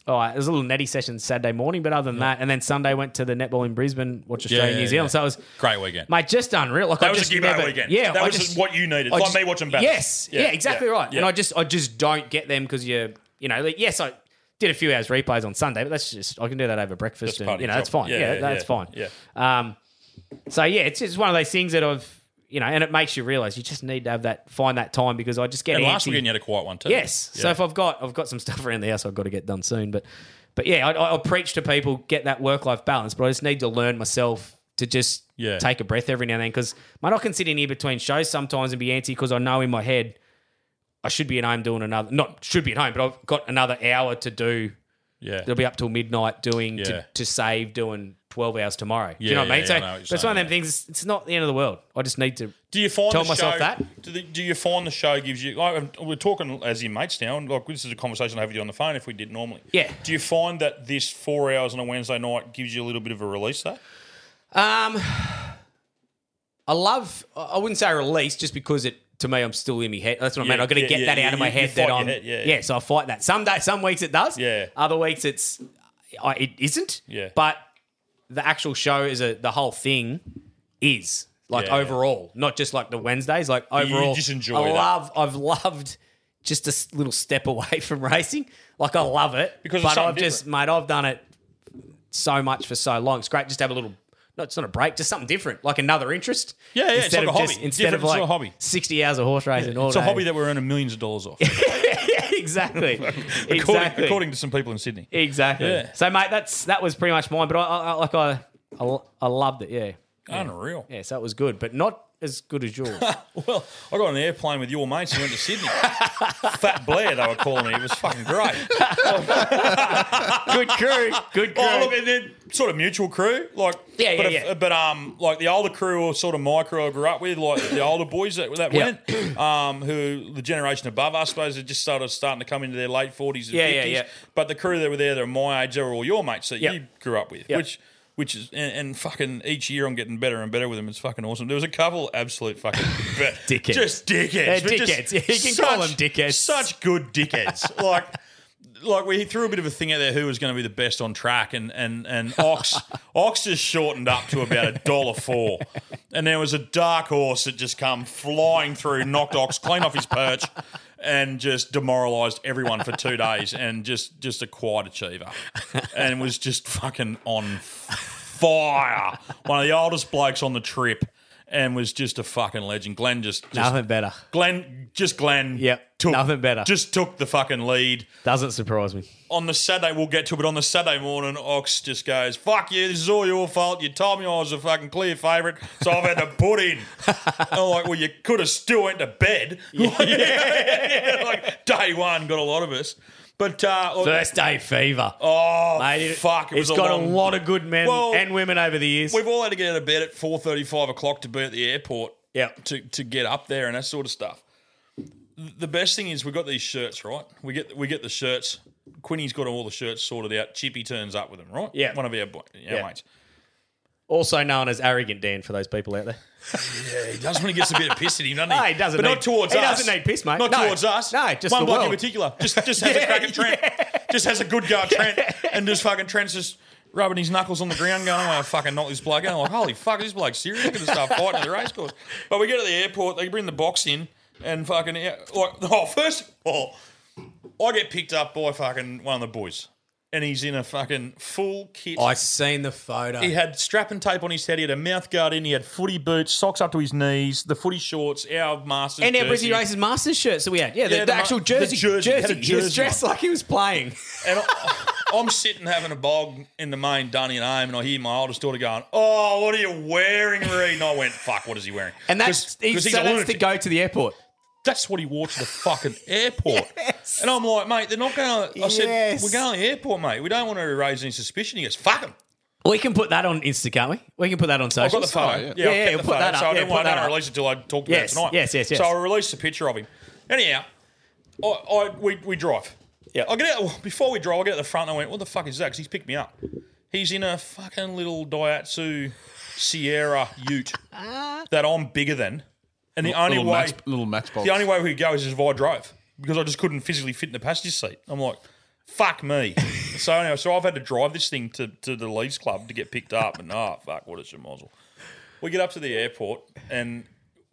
Speaker 1: Oh, it was a little netty session Saturday morning, but other than that, and then Sunday went to the netball in Brisbane, watch Australia,
Speaker 11: yeah,
Speaker 1: New Zealand.
Speaker 11: yeah.
Speaker 1: So it was
Speaker 11: Great weekend.
Speaker 1: mate, just unreal. Like
Speaker 7: That
Speaker 1: I
Speaker 7: was a
Speaker 1: just
Speaker 7: giveaway
Speaker 1: never,
Speaker 7: weekend.
Speaker 1: Yeah,
Speaker 7: That
Speaker 1: I
Speaker 7: was
Speaker 1: just-
Speaker 7: what you needed.
Speaker 1: I
Speaker 7: Like
Speaker 1: just-
Speaker 7: me watching Batters.
Speaker 1: Yes, yeah,
Speaker 7: Yeah,
Speaker 1: exactly
Speaker 7: yeah,
Speaker 1: right.
Speaker 7: yeah.
Speaker 1: And I just, I just don't get them because you, you know, like, yes, I did a few hours replays on Sunday, but that's just I can do that over breakfast,
Speaker 7: That's part of
Speaker 1: and you know,
Speaker 7: your
Speaker 1: that's
Speaker 7: job.
Speaker 1: fine.
Speaker 7: Yeah,
Speaker 1: Yeah,
Speaker 7: yeah,
Speaker 1: that's
Speaker 7: yeah.
Speaker 1: fine. Yeah. Um, so yeah, it's just one of those things that I've, you know, and it makes you realize you just need to have that find that time because I just get
Speaker 7: and last
Speaker 1: antsy.
Speaker 7: weekend you had a quiet one too.
Speaker 1: Yes. So
Speaker 7: Yeah.
Speaker 1: if I've got I've got some stuff around the house I've got to get done soon, but but yeah, I, I'll preach to people get that work life balance, but I just need to learn myself to just
Speaker 7: Yeah.
Speaker 1: take a breath every now and then because mate, I can sit in here between shows sometimes and be antsy because I know in my head I should be at home doing another not should be at home, but I've got another hour to do.
Speaker 7: yeah,
Speaker 1: It'll be up till midnight doing
Speaker 7: Yeah.
Speaker 1: to, to save doing twelve hours tomorrow. do you
Speaker 7: Yeah,
Speaker 1: know what I
Speaker 7: yeah,
Speaker 1: mean?
Speaker 7: yeah,
Speaker 1: so
Speaker 7: I know what you're
Speaker 1: but it's one of them things. It's, it's not the end of the world. I just need to.
Speaker 7: Do you find
Speaker 1: Tell
Speaker 7: the
Speaker 1: myself
Speaker 7: show,
Speaker 1: that.
Speaker 7: Do, the, do you find the show gives you? Like, I'm- we're talking as your mates now, and like this is a conversation I have with you on the phone if we did normally.
Speaker 1: Yeah.
Speaker 7: Do you find that this four hours on a Wednesday night gives you a little bit of a release though?
Speaker 1: Um, I love. I I wouldn't say release, just because it to me, I'm still in my head. That's what
Speaker 7: Yeah,
Speaker 1: I mean. I got to
Speaker 7: yeah,
Speaker 1: get
Speaker 7: yeah,
Speaker 1: that
Speaker 7: yeah,
Speaker 1: out of my
Speaker 7: you- you
Speaker 1: head
Speaker 7: fight
Speaker 1: that
Speaker 7: your
Speaker 1: I'm.
Speaker 7: head, yeah,
Speaker 1: yeah,
Speaker 7: yeah.
Speaker 1: so I fight that. Some days, some weeks it does.
Speaker 7: Yeah.
Speaker 1: Other weeks it's, I, it isn't.
Speaker 7: Yeah.
Speaker 1: But the actual show is a the whole thing is like
Speaker 7: Yeah.
Speaker 1: overall, not just like the Wednesdays. Like overall,
Speaker 7: just enjoy
Speaker 1: I
Speaker 7: that.
Speaker 1: love. I've loved. Just a s- little step away from racing, like I love it.
Speaker 7: Because it's
Speaker 1: but
Speaker 7: something
Speaker 1: I've just, mate, I've done it so much for so long. It's great just to have a little. No, it's not a break, just something different, like another interest.
Speaker 7: Yeah, yeah, it's
Speaker 1: Instead
Speaker 7: like
Speaker 1: of
Speaker 7: a
Speaker 1: just,
Speaker 7: hobby.
Speaker 1: Instead
Speaker 7: Different
Speaker 1: of like
Speaker 7: sort of hobby.
Speaker 1: sixty hours of horse racing. all
Speaker 7: It's a
Speaker 1: day.
Speaker 7: hobby that we're earning millions of dollars off,
Speaker 1: exactly.
Speaker 7: according,
Speaker 1: exactly.
Speaker 7: according to some people in Sydney.
Speaker 1: exactly.
Speaker 7: Yeah.
Speaker 1: So, mate, that's that was pretty much mine. But I, I I- like I, I, I loved it. Yeah,
Speaker 7: Unreal.
Speaker 1: yeah. So it was good, but not as good as yours.
Speaker 7: Well, I got on an airplane with your mates and went to Sydney. Fat Blair, they were calling me. It was fucking great.
Speaker 1: good crew. Good crew.
Speaker 7: Oh, look, and then sort of mutual crew, like
Speaker 1: Yeah,
Speaker 7: but
Speaker 1: yeah,
Speaker 7: if-
Speaker 1: yeah.
Speaker 7: But um, like the older crew or sort of my crew I grew up with, like the older boys that that
Speaker 1: Yeah.
Speaker 7: went, um, who the generation above, I suppose, are just started starting to come into their late forties and
Speaker 1: Yeah, yeah,
Speaker 7: fifties.
Speaker 1: yeah.
Speaker 7: But the crew that were there, they're my age, they were all your mates that
Speaker 1: Yep.
Speaker 7: you grew up with,
Speaker 1: Yep.
Speaker 7: which. Which is and, and fucking each year I'm getting better and better with them. It's fucking awesome. There was a couple absolute fucking but
Speaker 1: Dickheads.
Speaker 7: just dickheads,
Speaker 1: They're
Speaker 7: but just
Speaker 1: dickheads. Yeah, you can call them dickheads.
Speaker 7: Such good dickheads. like like we threw a bit of a thing out there who was going to be the best on track and and and ox ox is shortened up to about a dollar four and there was a dark horse that just come flying through knocked ox clean off his perch and just demoralized everyone for two days and just just a quiet achiever and was just fucking on fire one of the oldest blokes on the trip and was just a fucking legend glenn just, just
Speaker 1: Nothing better.
Speaker 7: Glenn, just Glenn.
Speaker 1: Yep,
Speaker 7: took,
Speaker 1: nothing better.
Speaker 7: Just took the fucking lead
Speaker 1: Doesn't surprise me.
Speaker 7: on the Saturday. We'll get to it, but on the Saturday morning, Ox just goes, "Fuck you! This is all your fault. You told me I was a fucking clear favourite, so I've had to put in." I'm like, "Well, you could have still went to bed." like day one got a lot of us, but uh, look,
Speaker 1: First day fever.
Speaker 7: oh
Speaker 1: Mate, it-
Speaker 7: fuck, it was
Speaker 1: it's got
Speaker 7: long-
Speaker 1: a lot of good men
Speaker 7: Well,
Speaker 1: and women over the years.
Speaker 7: We've all had to get out of bed at four thirty-five o'clock to be at the airport.
Speaker 1: Yep.
Speaker 7: To to get up there and that sort of stuff. The best thing is we got these shirts, right? We get we get the shirts. Quinny's got all the shirts sorted out. Chippy turns up with them, right?
Speaker 1: Yeah.
Speaker 7: One of our, bo- our
Speaker 1: Yeah.
Speaker 7: mates.
Speaker 1: Also known as arrogant Dan for those people out there.
Speaker 7: He does when he gets a bit of piss in him, doesn't he?
Speaker 1: No, he doesn't
Speaker 7: But
Speaker 1: need-
Speaker 7: not towards
Speaker 1: he
Speaker 7: us.
Speaker 1: doesn't need piss, mate.
Speaker 7: Not
Speaker 1: No.
Speaker 7: towards us.
Speaker 1: No, just
Speaker 7: one
Speaker 1: the
Speaker 7: bloke in
Speaker 1: world.
Speaker 7: particular. Just just has a crack at Trent. Just has a good go at Trent, and just fucking Trent's just rubbing his knuckles on the ground, going, "I'm gonna fucking knock this bloke out." I'm like, "Holy fuck, this bloke's serious. He's gonna start fighting at the race course." But we get to the airport. They bring the box in, and fucking yeah, like, oh, first, oh, I get picked up by fucking one of the boys, and he's in a fucking full kit.
Speaker 1: seen the photo.
Speaker 7: He had strap and tape on his head. He had a mouth guard in. He had footy boots, socks up to his knees, the footy shorts, our masters.
Speaker 1: and our
Speaker 7: jersey.
Speaker 1: Brizzy Races Masters shirts that we had. Yeah, the,
Speaker 7: Yeah,
Speaker 1: the
Speaker 7: the ma-
Speaker 1: actual
Speaker 7: the
Speaker 1: jersey.
Speaker 7: jersey. He had a
Speaker 1: He was
Speaker 7: jersey
Speaker 1: dressed
Speaker 7: on.
Speaker 1: like he was playing.
Speaker 7: And I, I'm sitting having a bog in the main dunny and home, and I hear my oldest daughter going, "Oh, what are you wearing, Reed?" And I went, "Fuck, what is he wearing?"
Speaker 6: And that's
Speaker 7: 'Cause-
Speaker 6: he's,
Speaker 7: 'cause
Speaker 6: so
Speaker 7: a
Speaker 6: that's to
Speaker 7: lunatic.
Speaker 6: go to the airport.
Speaker 7: That's what he wore to the fucking airport. And I'm like, mate, they're not going to. I said,
Speaker 6: Yes.
Speaker 7: we're going to the airport, mate. We don't want to raise any suspicion. He goes, fuck him.
Speaker 6: We can put that on Insta, can't we? We can put that on
Speaker 7: I've got
Speaker 6: social.
Speaker 7: the photo. Yeah,
Speaker 6: yeah,
Speaker 7: I've
Speaker 6: yeah,
Speaker 7: kept the
Speaker 6: put
Speaker 7: photo.
Speaker 6: that up.
Speaker 7: So I
Speaker 6: yeah,
Speaker 7: didn't
Speaker 6: put
Speaker 7: want
Speaker 6: that
Speaker 7: to
Speaker 6: up.
Speaker 7: release it till I talked about
Speaker 6: Yes,
Speaker 7: it tonight.
Speaker 6: yes, yes, yes.
Speaker 7: So I released a picture of him. Anyhow, I, I we, we drive. Yeah. I get out before we drive. I get out the front. and I went, "What the fuck is that?" 'Cause he's picked me up. He's in a fucking little Daihatsu Sierra Ute
Speaker 6: Ah.
Speaker 7: that I'm bigger than, and the only
Speaker 10: little
Speaker 7: way
Speaker 10: match, little matchbox.
Speaker 7: the only way we could go is if I drove because I just couldn't physically fit in the passenger seat. I'm like, fuck me. so anyway, so I've had to drive this thing to, to the Leeds Club to get picked up, and ah, fuck, what a schmozzle. We get up to the airport, and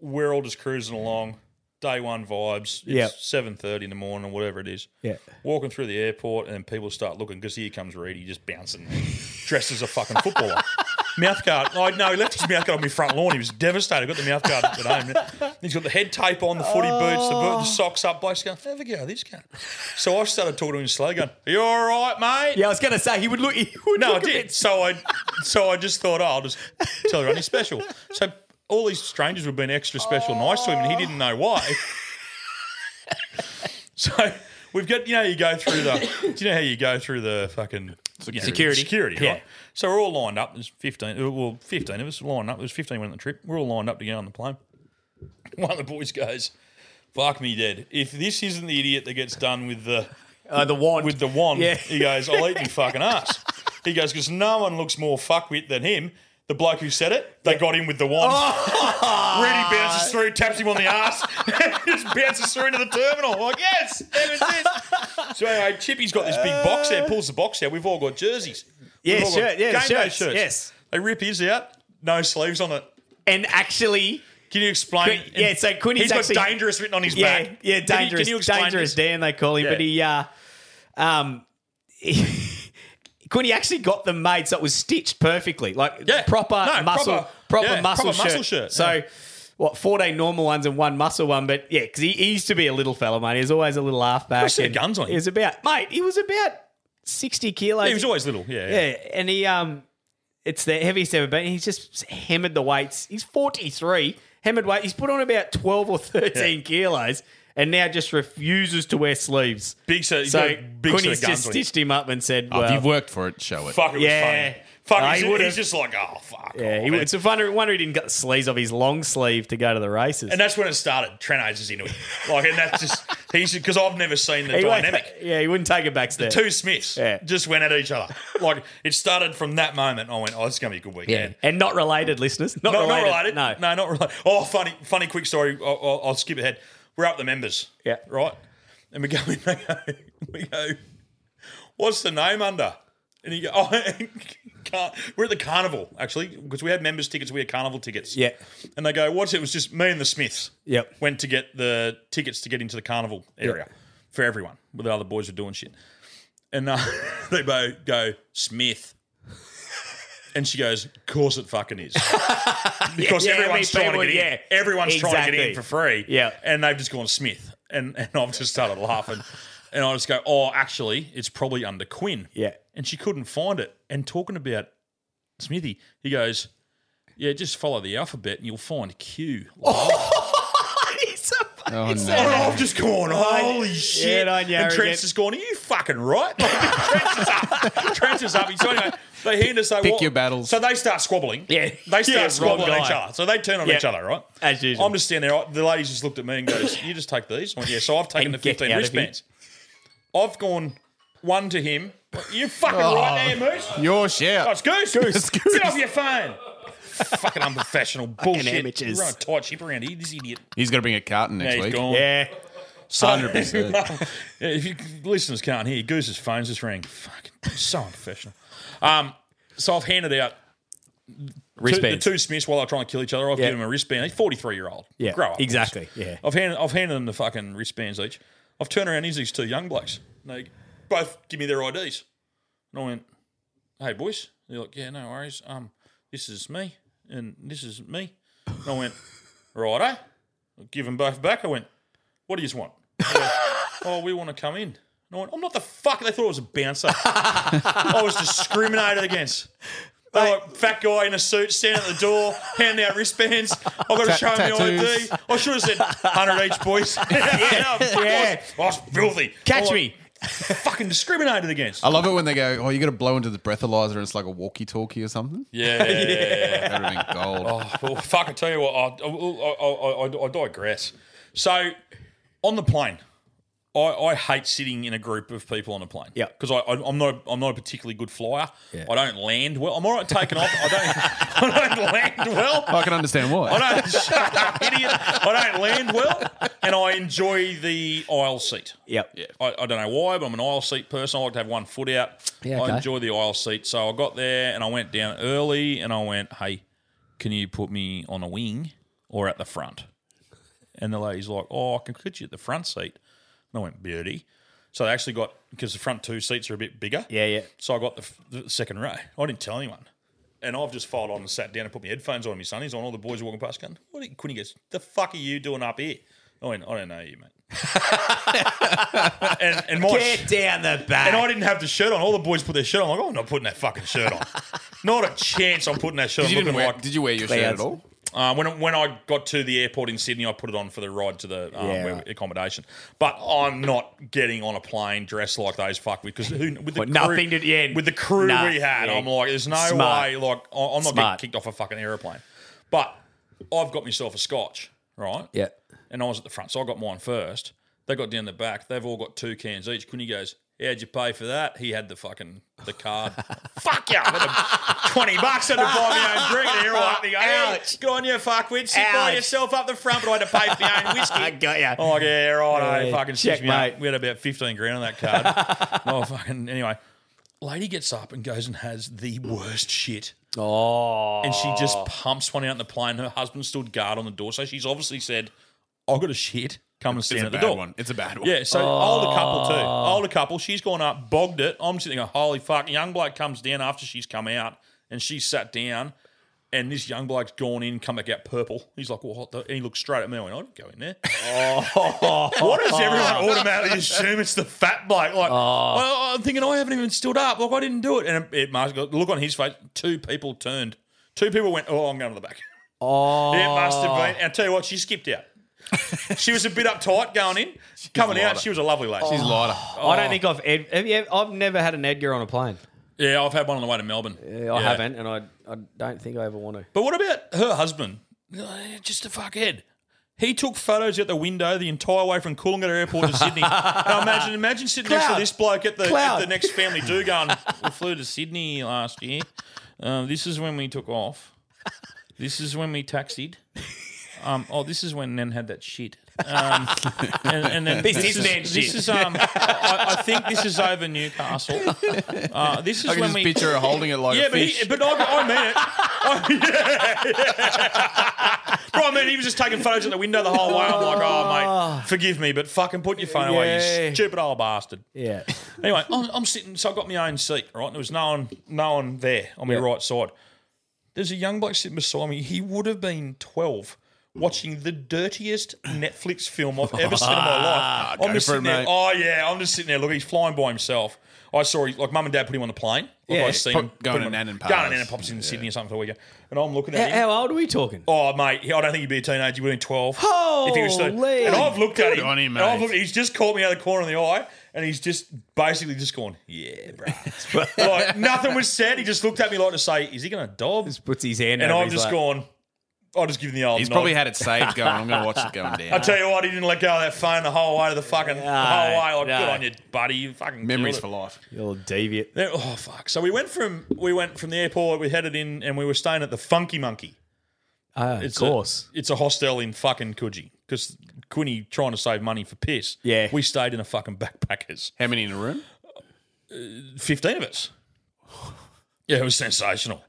Speaker 7: we're all just cruising along. Day one vibes. It's
Speaker 6: Yep.
Speaker 7: seven thirty in the morning, or whatever it is.
Speaker 6: Yeah.
Speaker 7: Walking through the airport, and people start looking because here comes Reedy just bouncing, dressed as a fucking footballer. mouth guard. I no, he left his mouth guard on my front lawn. He was devastated. Got the mouth guard at home. He's got the head tape on, the footy boots, the,
Speaker 1: Oh.
Speaker 7: boot, the socks up. Bloke's going, have a go at this guy. So I started talking to him slow, going, "Are you all right, mate?"
Speaker 6: Yeah, I was going to say he would look. He would
Speaker 7: No, I
Speaker 6: look a
Speaker 7: did.
Speaker 6: bit-
Speaker 7: So I, so I just thought, oh, I'll just tell everyone he's special. So all these strangers were being extra special, nice to him, and he didn't know why. so we've got, you know, you go through the, do you know how you go through the fucking you know,
Speaker 12: Security.
Speaker 7: security,
Speaker 12: Yeah.
Speaker 7: right? So we're all lined up. There's fifteen, uh, well, fifteen of us lined up. There's fifteen went on the trip. We're all lined up to get on the plane. One of the boys goes, "Fuck me dead! If this isn't the idiot that gets done with the."
Speaker 6: Uh, the wand
Speaker 7: with the wand.
Speaker 6: Yeah.
Speaker 7: He goes, I'll eat me fucking ass. He goes, because no one looks more fuckwit than him. The bloke who said it, they got him with the wand.
Speaker 6: Oh.
Speaker 7: Really bounces through, taps him on the ass, just bounces through into the terminal. Like, yes, there was this. So anyway, Chippy's got this big box there, pulls the box out. We've all got jerseys.
Speaker 6: Yeah,
Speaker 7: We've all got
Speaker 6: shirt, yeah,
Speaker 7: game day
Speaker 6: shirts, yes.
Speaker 7: They rip his out, no sleeves on it.
Speaker 6: and actually,
Speaker 7: Can you explain?
Speaker 6: Quin- yeah, so Quinny's
Speaker 7: He's got
Speaker 6: actually-
Speaker 7: dangerous written on his
Speaker 6: yeah,
Speaker 7: back.
Speaker 6: yeah,
Speaker 7: Can you-
Speaker 6: dangerous,
Speaker 7: Can you, explain
Speaker 6: dangerous
Speaker 7: this?
Speaker 6: Dan they call him.
Speaker 7: Yeah.
Speaker 6: But he, uh, um, Quinny actually got the made so it was stitched perfectly, like
Speaker 7: Yeah.
Speaker 6: proper
Speaker 7: No,
Speaker 6: muscle,
Speaker 7: proper-
Speaker 6: proper,
Speaker 7: yeah,
Speaker 6: muscle,
Speaker 7: proper
Speaker 6: shirt.
Speaker 7: muscle shirt,
Speaker 6: So.
Speaker 7: yeah.
Speaker 6: What, 14 normal ones and one muscle one, but yeah, because he, he used to be a little fella, mate. He was always a little half back.
Speaker 7: I see the
Speaker 6: and
Speaker 7: guns on him.
Speaker 6: He was about, mate, he was about 60 kilos.
Speaker 7: He was always little, yeah.
Speaker 6: Yeah, and he um, it's the heaviest ever been. He's just hammered the weights. He's forty three, hammered weight. He's put on about twelve or thirteen kilos, and now just refuses to wear sleeves.
Speaker 7: Big set, he's
Speaker 6: so
Speaker 7: got a big set
Speaker 6: Quinny's
Speaker 7: of guns
Speaker 6: just
Speaker 7: on him.
Speaker 6: stitched him up and said,
Speaker 10: Oh, if
Speaker 6: "Well,
Speaker 10: you've worked for it, show it.
Speaker 7: Fuck, it
Speaker 6: Yeah.
Speaker 7: was funny. Fuck,
Speaker 6: No,
Speaker 7: he's,
Speaker 6: he
Speaker 7: he's
Speaker 6: would've-
Speaker 7: just like, oh, fuck.
Speaker 6: yeah,
Speaker 7: off,
Speaker 6: he,
Speaker 7: man."
Speaker 6: it's a wonder, wonder he didn't get the sleeves off his long sleeve to go to the races."
Speaker 7: and that's when it started. Trenage is into it. Like, and that's just, he's, because I've never seen the
Speaker 6: he won't-
Speaker 7: dynamic.
Speaker 6: yeah, he wouldn't take it back step.
Speaker 7: Two Smiths
Speaker 6: Yeah.
Speaker 7: just went at each other. Like, it started from that moment. I went, oh, it's going to be a good weekend.
Speaker 6: and not related, listeners. Not,
Speaker 7: Not,
Speaker 6: related. No,
Speaker 7: Not related. No, not related. Oh, funny, funny quick story. I'll, I'll, I'll skip ahead. We're up the members.
Speaker 6: Yeah.
Speaker 7: Right? And we go in, they go, we go, what's the name under? And he go, oh, car- we're at the carnival, actually, because we had members tickets, we had carnival tickets.
Speaker 6: Yeah.
Speaker 7: And they go, what's it? It was just me and the Smiths.
Speaker 6: Yep.
Speaker 7: Went to get the tickets to get into the carnival area for everyone, where the other boys were doing shit. And uh, they both go, Smith. And she goes, of course it fucking is. because
Speaker 6: yeah,
Speaker 7: everyone's
Speaker 6: I mean,
Speaker 7: trying to get
Speaker 6: people-
Speaker 7: in.
Speaker 6: yeah.
Speaker 7: Everyone's trying to get in
Speaker 6: Exactly.
Speaker 7: for free.
Speaker 6: Yeah.
Speaker 7: And they've just gone Smith. And and I've just started laughing. And I just go, oh, actually, it's probably under Quinn.
Speaker 6: Yeah.
Speaker 7: And she couldn't find it. And talking about Smithy, he goes, yeah, just follow the alphabet and you'll find Q.
Speaker 6: He's a-
Speaker 10: Oh,
Speaker 6: he's
Speaker 10: no.
Speaker 6: a-
Speaker 7: And I've just gone, holy
Speaker 6: Yeah,
Speaker 7: shit.
Speaker 6: no, yeah,
Speaker 7: and Trent's
Speaker 6: arrogant.
Speaker 7: just gone, are you fucking right? Like, Trent's is up. Trent's is up. So anyway, they hand us, they
Speaker 10: Pick
Speaker 7: wa-
Speaker 10: your battles.
Speaker 7: So they start squabbling.
Speaker 6: Yeah.
Speaker 7: They start
Speaker 6: Yeah, wrong
Speaker 7: squabbling at
Speaker 6: guy.
Speaker 7: each other. So they turn on
Speaker 6: Yeah.
Speaker 7: each other, right?
Speaker 6: As usual.
Speaker 7: I'm just standing there. The ladies just looked at me and goes, you just take these? I went, yeah, so I've taken
Speaker 6: And
Speaker 7: the
Speaker 6: get
Speaker 7: 15
Speaker 6: out of here.
Speaker 7: wristbands. I've gone one to him. You fucking right there, Moose.
Speaker 10: Your
Speaker 7: Oh,
Speaker 10: shout.
Speaker 7: it's Goose.
Speaker 10: Goose. Goose.
Speaker 7: Get off your phone. Fucking unprofessional bullshit.
Speaker 6: amateurs.
Speaker 7: Run a tight ship around here, this idiot.
Speaker 10: He's going to bring a carton
Speaker 7: Yeah,
Speaker 10: next
Speaker 7: he's
Speaker 10: week.
Speaker 7: gone.
Speaker 6: yeah.
Speaker 7: So-
Speaker 10: 100%.
Speaker 7: Yeah, if you listeners can't hear, Goose's phone's just rang. Fucking so unprofessional. Um, so I've handed out two, the
Speaker 6: Wristbands.
Speaker 7: two Smiths while they're trying to kill each other. I've
Speaker 6: Yeah.
Speaker 7: given him a wristband. He's forty three year old.
Speaker 6: Yeah,
Speaker 7: grow up.
Speaker 6: exactly, yeah.
Speaker 7: I've handed I've handed them the fucking wristbands each. I've turned around. Here's these two young blokes. And they both give me their IDs, and I went, "Hey boys." They're like, "Yeah, no worries. Um, this is me, and this is me." And I went, eh?" "Righto." I give them both back. I went, "What do you want?" They went, oh, we want to come in. And I went, I'm not the fuck. They thought it was a bouncer. I was discriminated against. They were like, fat guy in a suit standing at the door, handing out wristbands. I've got to
Speaker 10: Ta-
Speaker 7: show him
Speaker 10: tattoos.
Speaker 7: the ID. I should have said 100 each, boys. yeah,
Speaker 6: Yeah.
Speaker 7: no, I, was, I was filthy.
Speaker 6: Catch
Speaker 7: I was
Speaker 6: me.
Speaker 7: Fucking discriminated against.
Speaker 10: I love it when they go, oh, you got to blow into the breathalyzer and it's like a walkie-talkie or something.
Speaker 7: Yeah. Oh,
Speaker 10: That would have been gold.
Speaker 7: well, fuck, I tell you what, I, I, I, I, I digress. So, on the plane, I, I hate sitting in a group of people on a plane.
Speaker 6: Yeah.
Speaker 7: because I, I, I'm not, I'm not a particularly good flyer. I don't land well. I'm all right taking off. I don't, I don't land well.
Speaker 10: I can understand why.
Speaker 7: I don't, shut up, idiot. I don't land well, and I enjoy the aisle seat.
Speaker 6: Yep.
Speaker 7: I, I don't know why, but I'm an aisle seat person. I like to have one foot out.
Speaker 6: Yeah, okay.
Speaker 7: I enjoy the aisle seat. So I got there and I went down early and I went, hey, can you put me on a wing or at the front? And the lady's like, oh, I can put you at the front seat. And I went, beauty. So they actually got, because the front two seats are a bit bigger.
Speaker 6: Yeah, yeah.
Speaker 7: So I got the, f- the second row. I didn't tell anyone. And I've just filed on and sat down and put my headphones on, my sunnies on. All the boys are walking past going, what are you, Quinny goes, the fuck are you doing up here? I went, I don't know you, mate. and, and my,
Speaker 6: Get down the back.
Speaker 7: and I didn't have the shirt on. All the boys put their shirt on. I'm like, I'm not putting that fucking shirt on. not a chance I'm putting that shirt
Speaker 10: Did you,
Speaker 7: on.
Speaker 10: didn't
Speaker 7: Looking
Speaker 10: wear,
Speaker 7: like,
Speaker 10: did you wear your shirt at all?
Speaker 7: uh, when, when I got to the airport in Sydney, I put it on for the ride to the um,
Speaker 6: Yeah,
Speaker 7: where-
Speaker 6: right.
Speaker 7: accommodation. But I'm not getting on a plane dressed like those fuck because who, with the
Speaker 6: Well,
Speaker 7: crew,
Speaker 6: nothing to- yeah,
Speaker 7: with the crew
Speaker 6: nah,
Speaker 7: we had,
Speaker 6: yeah.
Speaker 7: I'm like, there's no
Speaker 6: Smart.
Speaker 7: way. Like I- I'm not
Speaker 6: Smart.
Speaker 7: getting kicked off a fucking aeroplane. But I've got myself a scotch, right?
Speaker 6: Yeah.
Speaker 7: And I was at the front, so I got mine first. They got down the back. They've all got two cans each. Quinny goes, "How'd you pay for that?" He had the fucking the card. Fuck yeah, I had a- twenty bucks. I had to buy my own drink. And they're all up there going,
Speaker 6: Ouch.
Speaker 7: "Ouch, good on you, fuckwit. Sit by
Speaker 6: Ouch.
Speaker 7: yourself up the front, but I had to pay for my own
Speaker 6: I
Speaker 7: whiskey."
Speaker 6: got ya.
Speaker 7: Oh yeah, right.
Speaker 6: Yeah,
Speaker 7: fucking stitched me
Speaker 6: checkmate.
Speaker 7: up. We had about fifteen grand on that card. oh fucking anyway. Lady gets up and goes and has the worst shit
Speaker 6: Oh.
Speaker 7: and she just pumps one out in the plane. Her husband stood guard on the door, so she's obviously said, "I've got a shit. Come and stand
Speaker 10: It's a
Speaker 7: at the
Speaker 10: bad
Speaker 7: door."
Speaker 10: one. It's a bad one. Oh.
Speaker 7: Yeah, so older couple too. Older couple. She's gone up, bogged it. I'm sitting there, holy fuck. Young bloke comes down after she's come out, and she's sat down, and this young bloke's gone in, come back out purple. He's like, "What?" the-" And he looks straight at me. I went, "I didn't go in there."
Speaker 10: Oh.
Speaker 7: Why does everyone automatically assume it's the fat bloke? Like,
Speaker 10: Oh.
Speaker 7: well, I'm thinking "Oh, I haven't even stood up. Like, I didn't do it. And it, it must look on his face. Two people turned. Two people went, "Oh, I'm going to the back." Oh, it must have been. And I tell you what, she skipped out. she was a bit uptight going in, coming out.
Speaker 10: lighter.
Speaker 7: She was a lovely lady. Oh.
Speaker 10: She's lighter.
Speaker 12: Oh.
Speaker 10: Oh.
Speaker 12: I don't think I've. Ed, have you, I've never had an Edgar on a plane.
Speaker 7: Yeah, I've had one on the way to Melbourne.
Speaker 12: I haven't, and I, I don't think I ever want to.
Speaker 7: But what about her husband? Uh, Just a fuckhead. He took photos at the window the entire way from Coolangatta Airport to Sydney. now imagine, imagine sitting next
Speaker 6: Cloud.
Speaker 7: to this bloke at the, at
Speaker 6: Cloud.
Speaker 7: the next family do going. We flew to Sydney last year. Uh, this is when we took off. This is when we taxied. Um, oh, this is when Nen had that shit. Um, and, and then
Speaker 6: This is Nen's
Speaker 7: This
Speaker 6: shit.
Speaker 7: is um, I, I think this is over Newcastle. Uh, this is
Speaker 10: I can
Speaker 7: when
Speaker 10: just
Speaker 7: we
Speaker 10: picture her holding it like
Speaker 7: yeah,
Speaker 10: a fish.
Speaker 7: but he, but I, I mean it. I, yeah, yeah. Bro, I mean, he was just taking photos at the window the whole way. I'm like,
Speaker 10: Ah.
Speaker 7: oh, mate, forgive me, but fucking put your phone away,
Speaker 6: Yeah.
Speaker 7: you stupid old bastard.
Speaker 6: Yeah.
Speaker 7: Anyway, I'm, I'm sitting, so I got my own seat, right? And there was no one, no one there on my right side. There's a young bloke sitting beside me. He would have been 12. Watching the dirtiest Netflix film I've ever seen in my life. I'm
Speaker 10: Ah,
Speaker 7: just
Speaker 10: go for it,
Speaker 7: sitting there.
Speaker 10: mate.
Speaker 7: Oh yeah, I'm just sitting there. Look, he's flying by himself. I saw he, like mum and dad put him on the plane. Like,
Speaker 6: Yeah.
Speaker 7: I seen
Speaker 10: Pop-
Speaker 7: him put
Speaker 10: going
Speaker 7: him
Speaker 10: to
Speaker 7: on-
Speaker 10: Nan and
Speaker 7: Going to
Speaker 10: Pa's.
Speaker 7: Nan and Pops in Sydney or something for a weekend. And I'm looking at
Speaker 12: How,
Speaker 7: him.
Speaker 12: how old are we talking?
Speaker 7: Oh mate, I don't think he'd be a teenager. We're in twelve. if he was still,
Speaker 12: Holy.
Speaker 7: and I've looked at
Speaker 10: Good
Speaker 7: him.
Speaker 10: on him,
Speaker 7: and I've
Speaker 10: mate.
Speaker 7: looked- he's just caught me out of the corner of the eye, and he's just basically just gone, yeah, bro. like nothing was said. He just looked at me like to say, "Is he going to dob?"
Speaker 6: Just puts his hand
Speaker 7: And
Speaker 6: over
Speaker 7: I've
Speaker 6: his
Speaker 7: just
Speaker 6: lap.
Speaker 7: gone. I just give him the old.
Speaker 10: He's
Speaker 7: nod.
Speaker 10: probably had it saved going, I'm going to watch it going
Speaker 7: I
Speaker 10: down.
Speaker 7: tell you what, he didn't let go of that phone the whole way to the fucking the whole way. Like,
Speaker 6: no.
Speaker 7: good on you, buddy. You fucking
Speaker 10: Memories
Speaker 7: killed it.
Speaker 10: for life.
Speaker 6: You little deviant.
Speaker 7: Then- oh fuck! So we went from we went from the airport. We headed in, and we were staying at the Funky Monkey.
Speaker 12: Ah,
Speaker 6: Oh, of
Speaker 7: It's
Speaker 6: course.
Speaker 7: a, it's a hostel in fucking Coogee because Quinny trying to save money for piss.
Speaker 6: Yeah.
Speaker 7: we stayed in a fucking backpackers. Uh,
Speaker 10: How many in a room?
Speaker 7: Fifteen of us. Yeah, it was sensational.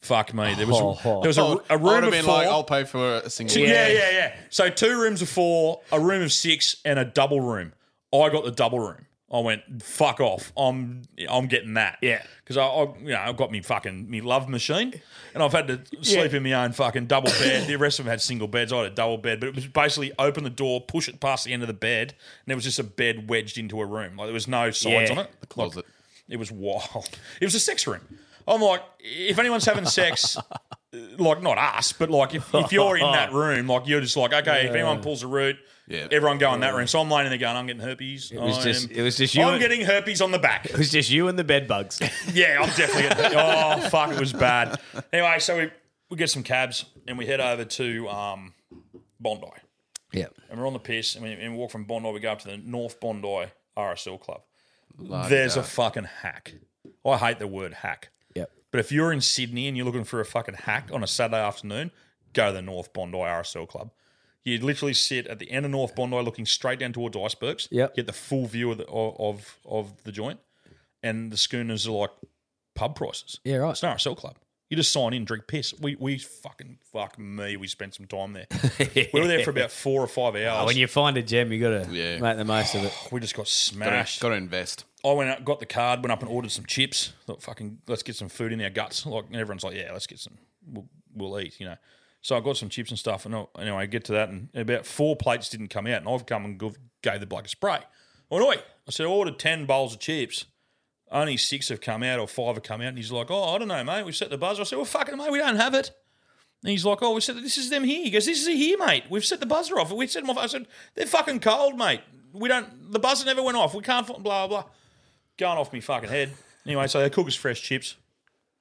Speaker 7: Fuck me. There was
Speaker 6: Oh,
Speaker 7: a, there was a, a
Speaker 10: Oh, I
Speaker 7: room
Speaker 10: would've
Speaker 7: of
Speaker 10: been
Speaker 7: four.
Speaker 10: like, I'll pay for a single.
Speaker 7: Two- yeah. yeah, yeah, So two rooms of four, a room of six, and a double room. I got the double room. I went fuck off. I'm I'm getting that.
Speaker 6: Yeah.
Speaker 7: because I, I you know I've got me fucking me love machine, and I've had to sleep in my own fucking double bed. the rest of them had single beds. I had a double bed, but it was basically open the door, push it past the end of the bed, and there was just a bed wedged into a room. Like there was no sides
Speaker 12: Yeah.
Speaker 7: on it.
Speaker 10: The closet.
Speaker 7: It was wild. It was a sex room. I'm like, if anyone's having sex, like not us, but like if, if you're in that room, like you're just like, okay, if anyone pulls a root,
Speaker 10: Yeah.
Speaker 7: everyone go in that room. So I'm laying in there going, I'm getting herpes. It
Speaker 6: was
Speaker 7: I
Speaker 6: just-
Speaker 7: am-
Speaker 6: it was just you
Speaker 7: I'm
Speaker 6: and-
Speaker 7: getting herpes on the back.
Speaker 6: It was just you and the bed bugs.
Speaker 7: Yeah, I'm definitely. Gonna, oh fuck, it was bad. Anyway, so we we get some cabs and we head over to um, Bondi,
Speaker 10: Yeah.
Speaker 7: and we're on the piss, and we, and we walk from Bondi. We go up to the North Bondi RSL Club. There's a fucking hack. I hate the word hack,
Speaker 10: Yep.
Speaker 7: but if you're in Sydney and you're looking for a fucking hack on a Saturday afternoon, go to the North Bondi RSL Club. You literally sit at the end of North Bondi, looking straight down towards icebergs.
Speaker 10: Yep.
Speaker 7: Get the full view of the, of of the joint, and the schooners are like pub prices.
Speaker 10: Yeah, right.
Speaker 7: It's an RSL club. You just sign in, drink piss. We we fucking fuck me. We spent some time there. we were there for about four or five hours.
Speaker 12: Oh,
Speaker 10: Oh,
Speaker 12: When you find a gem, you got to
Speaker 10: Yeah.
Speaker 12: make the most of it.
Speaker 7: we just got
Speaker 10: Got
Speaker 7: smashed.
Speaker 10: to invest.
Speaker 7: I went out, got the card, went up and ordered some chips. Thought, fucking, let's get some food in our guts. Like and everyone's like, yeah, let's get some. We'll, we'll eat, you know. So I got some chips and stuff, and I, anyway, I get to that, and about four plates didn't come out, and I've come and gov- gave the bloke a spray. I went, oi, I said, I ordered ten bowls of chips. Only six have come out, or five have come out, and he's like, oh, I don't know, mate. We set the buzzer. I said, well, fuck it, mate, we don't have it. And he's like, oh, we said this is them here. He goes, this is it here, mate. We've set the buzzer off. We set them off. I said, they're fucking cold, mate. We don't. The buzzer never went off. We can't. fi- Blah blah. blah." Going off me fucking head. Anyway, so they cook us fresh chips.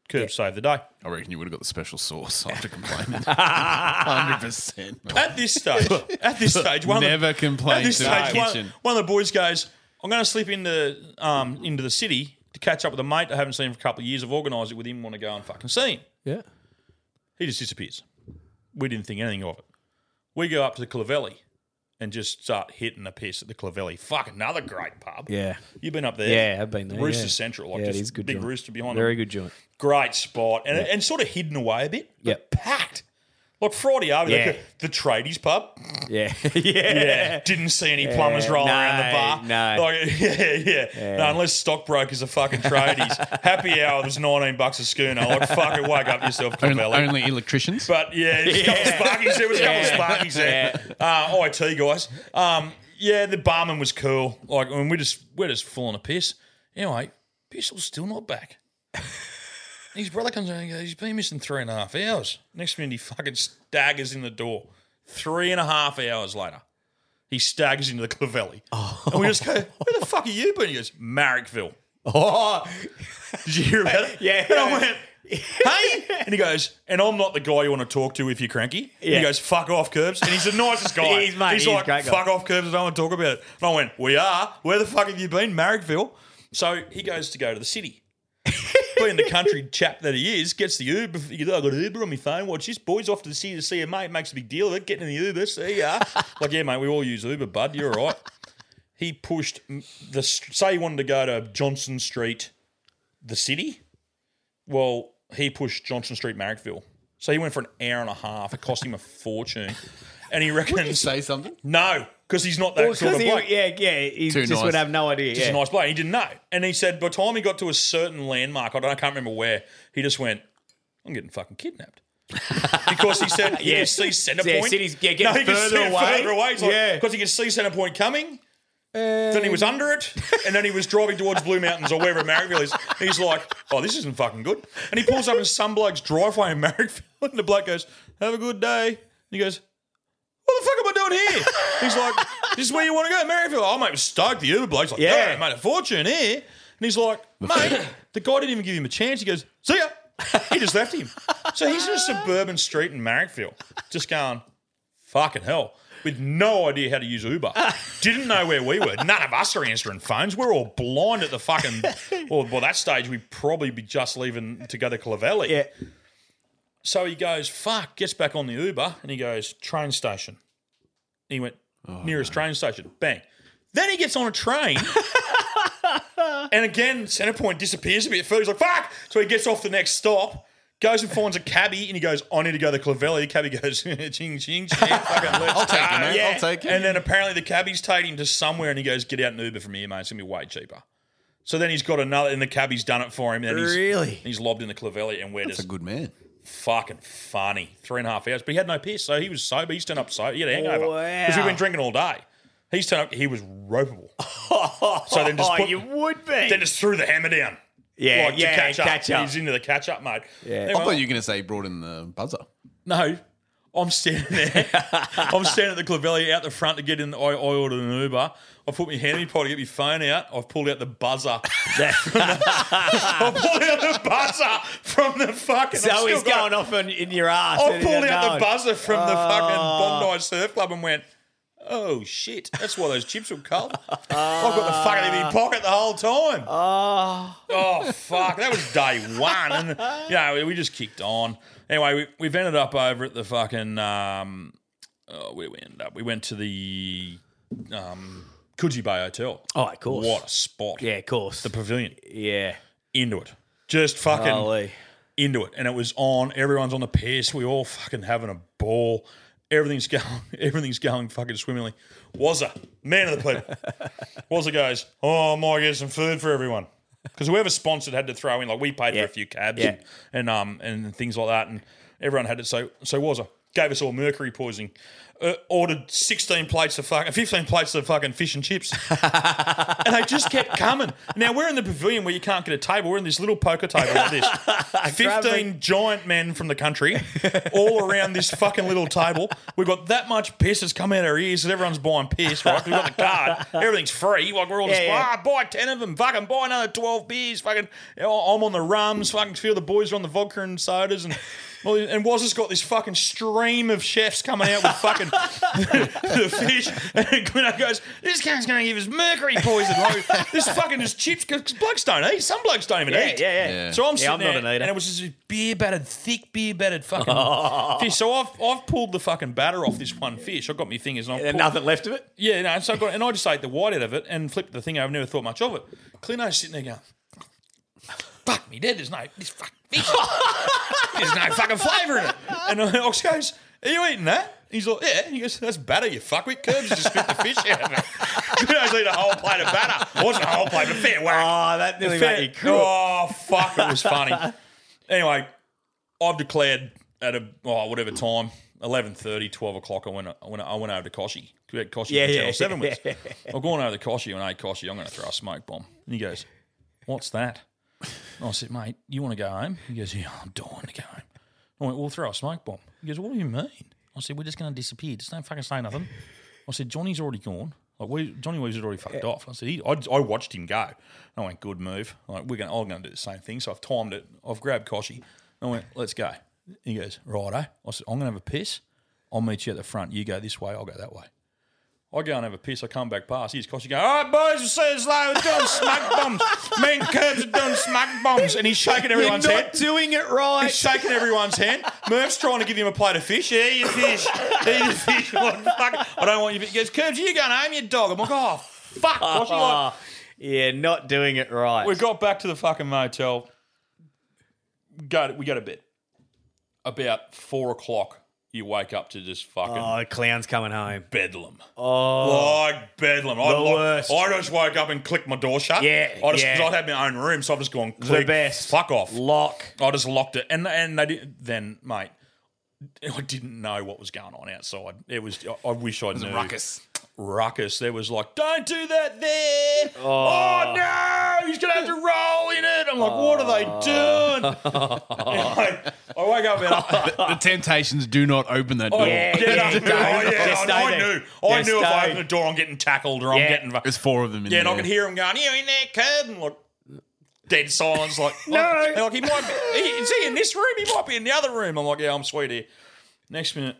Speaker 7: Curb saved the day.
Speaker 10: I reckon you would have got the special sauce after complaining. Hundred percent.
Speaker 7: At this stage, at this stage, one
Speaker 10: Never
Speaker 7: of the,
Speaker 10: complain
Speaker 7: at this
Speaker 10: to the
Speaker 7: stage, one-
Speaker 10: kitchen.
Speaker 7: One, of the boys goes, "I'm going to slip into um into the city to catch up with a mate I haven't seen for a couple of years. I've organised it with him. Want to go and fucking see him."
Speaker 10: Yeah.
Speaker 7: He just disappears. We didn't think anything of it. We go up to the Clavelli and just start hitting the piss at the Clavelli. Fuck, another great pub.
Speaker 12: Yeah.
Speaker 7: You've been up there.
Speaker 12: Yeah, I've been there,
Speaker 7: Rooster
Speaker 12: yeah.
Speaker 7: Central. Like
Speaker 12: Yeah, it
Speaker 7: just
Speaker 12: is good
Speaker 7: big
Speaker 12: joint.
Speaker 7: rooster behind
Speaker 12: Very
Speaker 7: it.
Speaker 12: good joint.
Speaker 7: Great spot. And, and sort of hidden away a bit. but
Speaker 12: Yep.
Speaker 7: Packed. Like Friday over
Speaker 12: Yeah.
Speaker 7: the tradies pub.
Speaker 12: Yeah. yeah.
Speaker 7: Yeah. Didn't see any plumbers rolling around the bar.
Speaker 12: no.
Speaker 7: Like, yeah, yeah, No, unless stockbrokers are fucking tradies. Happy hour was 19 bucks a schooner. Like, fuck it, wake up yourself,
Speaker 10: Only,
Speaker 7: Clavelli.
Speaker 10: only electricians.
Speaker 7: But yeah, there's a couple of Sparkies. There was a couple of Sparkies there. Uh, IT guys. Um, yeah, the barman was cool. Like, and we just we're just full on a piss. Anyway, Bissell's still not back. His brother comes around and goes, He's been missing three and a half hours. Next minute, he fucking staggers in the door. Three and a half hours later, he staggers into the Clavelli. And we just go, Where the fuck are you been? He goes, Marrickville.
Speaker 6: oh,
Speaker 7: Did you hear about it?
Speaker 6: Yeah.
Speaker 7: And I went, hey. And he goes, and I'm not the guy you want to talk to if you're cranky. And
Speaker 6: Yeah.
Speaker 7: He goes, fuck off, Curbs. And he's the nicest guy.
Speaker 6: He's, mate, he's a
Speaker 7: like,
Speaker 6: great guy.
Speaker 7: fuck off, Curbs. I don't want to talk about it. And I went, we are. Where the fuck have you been? Marrickville. So he goes to go to the city. Being the country chap that he is, gets the Uber. He goes, I got an Uber on my phone. Watch this. Boy's off to the city to see a mate. Makes a big deal of it. Getting in the Uber. See ya. like, yeah, mate, we all use Uber, bud. You're all right. He pushed m- the, st- say he wanted to go to Johnson Street the city. Well, he pushed Johnson Street, Marrickville. So he went for an hour and a half. It cost him a fortune. And he reckons,
Speaker 10: say something.
Speaker 7: no, because he's not that
Speaker 6: well,
Speaker 7: sort
Speaker 6: 'cause
Speaker 7: of
Speaker 6: he,
Speaker 7: bloke.
Speaker 6: yeah, yeah. He
Speaker 10: Too
Speaker 6: just
Speaker 10: nice.
Speaker 6: would have no idea.
Speaker 7: He's
Speaker 6: yeah.
Speaker 7: a nice bloke. He didn't know. And he said by the time he got to a certain landmark, I, don't, I can't remember where, he just went, I'm getting fucking kidnapped. because he said he
Speaker 6: Yeah.
Speaker 7: could see centre
Speaker 6: Yeah,
Speaker 7: point.
Speaker 6: said he's- yeah, getting
Speaker 7: he could
Speaker 6: further
Speaker 7: see
Speaker 6: away.
Speaker 7: further away. He's
Speaker 6: Yeah.
Speaker 7: Because he could see centre point coming. Then he was under it, and then he was driving towards Blue Mountains or wherever Marrickville is. He's like, "Oh, this isn't fucking good." And he pulls up in some bloke's driveway in Marrickville, and the bloke goes, "Have a good day." And he goes, "What the fuck am I doing here?" He's like, "This is where you want to go, Marrickville." Oh mate, it was stoked. The Uber bloke's like,
Speaker 6: Yeah.
Speaker 7: "Yeah, made a fortune here." And he's like, "Mate, the guy didn't even give him a chance." He goes, "See ya." He just left him. So he's in a suburban street in Marrickville, just going, fucking hell, with no idea how to use Uber. Didn't know where we were. None of us are answering phones. We're all blind at the fucking. Well, by that stage, we'd probably be just leaving to go to Clavelli.
Speaker 6: Yeah.
Speaker 7: So he goes, fuck, gets back on the Uber and he goes, train station. And he went, nearest train station. Bang. Then he gets on a train. and again, Centrepoint disappears a bit further. He's like, fuck. So he gets off the next stop, Goes and finds a cabbie and he goes, I need to go to Clavelli. Cabbie goes, ching, ching, ching. Fucking let's
Speaker 10: I'll take
Speaker 7: go.
Speaker 10: him, mate. I'll take him.
Speaker 7: And then apparently the cabbie's taking him to somewhere and he goes, Get out an Uber from here, mate. It's going to be way cheaper. So then he's got another, and the cabbie's done it for him. And he's,
Speaker 6: Really?
Speaker 7: He's lobbed in the Clavelli and we're
Speaker 10: That's a
Speaker 7: just
Speaker 10: good man.
Speaker 7: fucking funny. Three and a half hours. But he had no piss, so he was sober. He's turned up sober. He had a hangover.
Speaker 6: Wow.
Speaker 7: Because we've been drinking all day. He's turned up, he was ropeable. so then just
Speaker 6: oh,
Speaker 7: put,
Speaker 6: you would be.
Speaker 7: then just threw the hammer down.
Speaker 6: yeah,
Speaker 7: like,
Speaker 6: yeah,
Speaker 7: to catch up.
Speaker 6: catch up.
Speaker 7: He's into the catch up mode. Yeah.
Speaker 10: I thought you were going to say he brought in the buzzer.
Speaker 7: No, Oh, I'm standing there. I'm standing at the Clavelli out the front to get in. I, I ordered an Uber. I put my hand in my pocket to get my phone out. I've pulled out the buzzer. I pulled out the buzzer from the fucking. I've
Speaker 6: so
Speaker 7: still
Speaker 6: he's
Speaker 7: got-
Speaker 6: going off in, in your ass.
Speaker 7: I
Speaker 6: and "Oh." he
Speaker 7: pulled
Speaker 6: don't
Speaker 7: out the
Speaker 6: know it.
Speaker 7: buzzer from the fucking Bondi Surf Club and went, oh shit, that's why those chips were cold. I've got the fucking in my pocket the whole time. Oh.
Speaker 12: Ah.
Speaker 7: fuck. That was day one. And, you know, we- we just kicked on. Anyway, we, we've ended up over at the fucking, um, oh, where we ended up? We went to the um, Coogee Bay Hotel.
Speaker 6: Oh, of course.
Speaker 7: What a spot.
Speaker 6: Yeah, of course.
Speaker 7: The pavilion.
Speaker 6: yeah.
Speaker 7: Into it. Just fucking
Speaker 6: Holy.
Speaker 7: into it, and it was on. Everyone's on the piss. We all fucking having a ball. Everything's going. Everything's going fucking swimmingly. Wazza, man of the people. Wazza goes, oh, I might get some food for everyone because whoever sponsored had to throw in. Like we paid
Speaker 6: Yeah.
Speaker 7: for a few cabs
Speaker 6: Yeah.
Speaker 7: and, and um and things like that, and everyone had it. So so Wazza gave us all mercury poisoning. Uh, ordered sixteen plates of fucking, fifteen plates of fucking fish and chips and they just kept coming. Now we're in the pavilion where you can't get a table. We're in this little poker table like this. Fifteen giant men from the country, all around this fucking little table. We've got that much piss that's come out our ears that everyone's buying piss. Right? We've got the card. Everything's free. Like we're all just
Speaker 6: yeah.
Speaker 7: ah, buy ten of them. Fucking buy another twelve beers. Fucking I'm on the rums. Fucking feel the boys are on the vodka and sodas and. Well, and was has got this fucking stream of chefs coming out with fucking the fish, and Gwyneth goes, "This cunt's going to give us mercury poison." Like, this fucking is chips because blokes don't eat. Some blokes don't even
Speaker 6: Yeah,
Speaker 7: eat.
Speaker 6: yeah, yeah.
Speaker 7: So I'm
Speaker 6: Yeah,
Speaker 7: sitting
Speaker 6: I'm not
Speaker 7: there,
Speaker 6: an eater.
Speaker 7: and it was just a beer battered, thick beer battered fucking fish. So I've I've pulled the fucking batter off this one fish. I've got my fingers, and I've
Speaker 6: And
Speaker 7: pulled-
Speaker 6: nothing left of it?
Speaker 7: yeah, no, so I got, and I just ate the white out of it and flipped the thing over. Never thought much of it. Clino's sitting there going, "Fuck me, dead. There's no this fuck fish. there's no fucking flavour in it." And Ox goes, "Are you eating that?" He's like, "Yeah." He goes, "That's batter, you fuckwit. Curbs just spit the fish out of it." Clino's eating a whole plate of batter. It wasn't a whole plate, but fair whack.
Speaker 6: Oh, that nearly
Speaker 7: Fair-
Speaker 6: made you cool.
Speaker 7: Oh fuck, it was funny. anyway, I've declared at a oh, whatever time. 11.30, 12 o'clock, I went, I, went, I went over to Koshi. We had Koshi
Speaker 6: Yeah,
Speaker 7: yeah,
Speaker 6: yeah,
Speaker 7: Channel 7 with us.
Speaker 6: yeah.
Speaker 7: I'm going over to Koshi and, hey, Koshi, I'm going to throw a smoke bomb. And he goes, what's that? And I said, mate, you want to go home? He goes, yeah, I'm dying to go home. I went, we'll throw a smoke bomb. He goes, what do you mean? I said, we're just going to disappear. Just don't fucking say nothing. I said, Johnny's already gone. Like we, Johnny Weaves had already fucked off. I said, he, I, I watched him go. And I went, good move. Like we're going, I'm going to do the same thing. So I've timed it. I've grabbed Koshi. And I went, let's go. He goes, righto. I said, I'm going to have a piss. I'll meet you at the front. You go this way. I'll go that way. I go and have a piss. I come back past. He's Koshi going, all right, boys, we'll see you later. We're doing smack bombs. Me and Curbs are doing smack bombs. And he's shaking everyone's
Speaker 6: You're not
Speaker 7: head.
Speaker 6: doing it right.
Speaker 7: He's shaking everyone's hand. Murph's trying to give him a plate of fish. Yeah, eat your fish. Eat your fish. What the fuck? I don't want you. He goes, Curbs, you going home, you dog. I'm like, oh, fuck. What's he like?
Speaker 6: yeah, not doing it right.
Speaker 7: We got back to the fucking motel. Go, we go to bed. About four o'clock, you wake up to just fucking
Speaker 6: oh, the clown's coming home.
Speaker 7: bedlam. Oh, like bedlam. I,
Speaker 6: The
Speaker 7: like-
Speaker 6: worst.
Speaker 7: I just woke up and clicked my door shut.
Speaker 6: Yeah,
Speaker 7: I just,
Speaker 6: yeah.
Speaker 7: 'cause I'd had my own room, so I've just gone.
Speaker 6: The
Speaker 7: Click,
Speaker 6: best.
Speaker 7: Fuck off.
Speaker 6: Lock.
Speaker 7: I just locked it, and and they didn't. Then, mate, I didn't know what was going on outside. It was. I, I wish I knew.
Speaker 10: Ruckus.
Speaker 7: Ruckus. There was like, don't do that there. Oh, no, he's gonna have to roll in it. I'm like, what are they doing? Anyway, I wake up and I,
Speaker 10: The temptations do not open that door.
Speaker 7: Oh, yeah,
Speaker 6: yeah,
Speaker 7: I,
Speaker 6: you don't. Just
Speaker 7: yeah, I,
Speaker 6: stay
Speaker 7: knew.
Speaker 6: there.
Speaker 7: I
Speaker 6: Just
Speaker 7: knew if I
Speaker 6: stay.
Speaker 7: opened the door, I'm getting tackled or I'm
Speaker 6: Yeah.
Speaker 7: getting.
Speaker 10: There's four of them in
Speaker 7: Yeah, and
Speaker 10: there.
Speaker 7: I could hear him going, "You in there, Curb?" And like dead silence. Like no, like, like, he might be. He, is he in this room? He might be in the other room. I'm like, yeah, I'm sweet here. Next minute,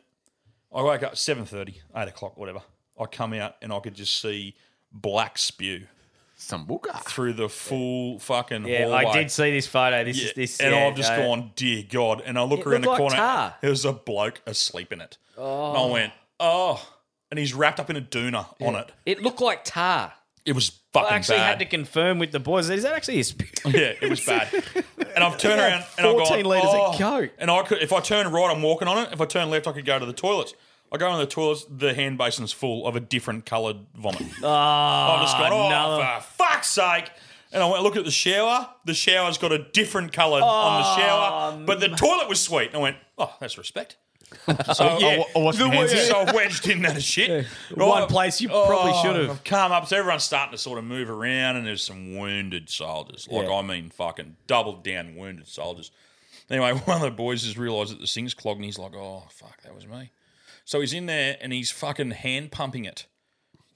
Speaker 7: I wake up seven thirty, eight o'clock, whatever. I come out and I could just see black spew
Speaker 10: Sambuca.
Speaker 7: through the full fucking
Speaker 6: Yeah,
Speaker 7: hallway.
Speaker 6: I did see this photo. This is this.
Speaker 7: and
Speaker 6: yeah,
Speaker 7: I've just
Speaker 6: no.
Speaker 7: gone, dear God. And I look
Speaker 6: It
Speaker 7: around the
Speaker 6: looked like
Speaker 7: corner.
Speaker 6: tar.
Speaker 7: There's a bloke asleep in it. "Oh, And I went, oh. And he's wrapped up in a doona on it.
Speaker 12: It looked like tar.
Speaker 7: it was
Speaker 12: I
Speaker 7: fucking
Speaker 12: actually
Speaker 7: bad.
Speaker 12: had to confirm with the boys. Is that actually his?
Speaker 7: Yeah, it was bad. And I've turned
Speaker 12: Yeah,
Speaker 7: around and I've gone
Speaker 12: 14 litres of
Speaker 7: "Oh."
Speaker 12: Coke.
Speaker 7: And I could, if I turn right, I'm walking on it. If I turn left, I could go to the toilets. I go on the toilets. The hand basin's full of a different coloured vomit. I've just gone, oh,
Speaker 12: Ah, no.
Speaker 7: for fuck's sake! And I went look at the shower. ah." The shower's got a different colour on
Speaker 12: Ah,
Speaker 7: the shower, but the toilet was sweet. And I went, oh, that's respect. So yeah,
Speaker 10: I'll- I'll wash
Speaker 7: the
Speaker 10: my hands.
Speaker 7: way- so I wedged in Oh, that shit.
Speaker 12: One place you probably should have.
Speaker 7: I've come up, so everyone's starting to sort of move around, and there's some wounded soldiers. Like I mean, fucking double down wounded soldiers. Anyway, one of the boys has realised that the thing's clogged, and he's like, "Oh fuck, that was me." So he's in there and he's fucking hand pumping it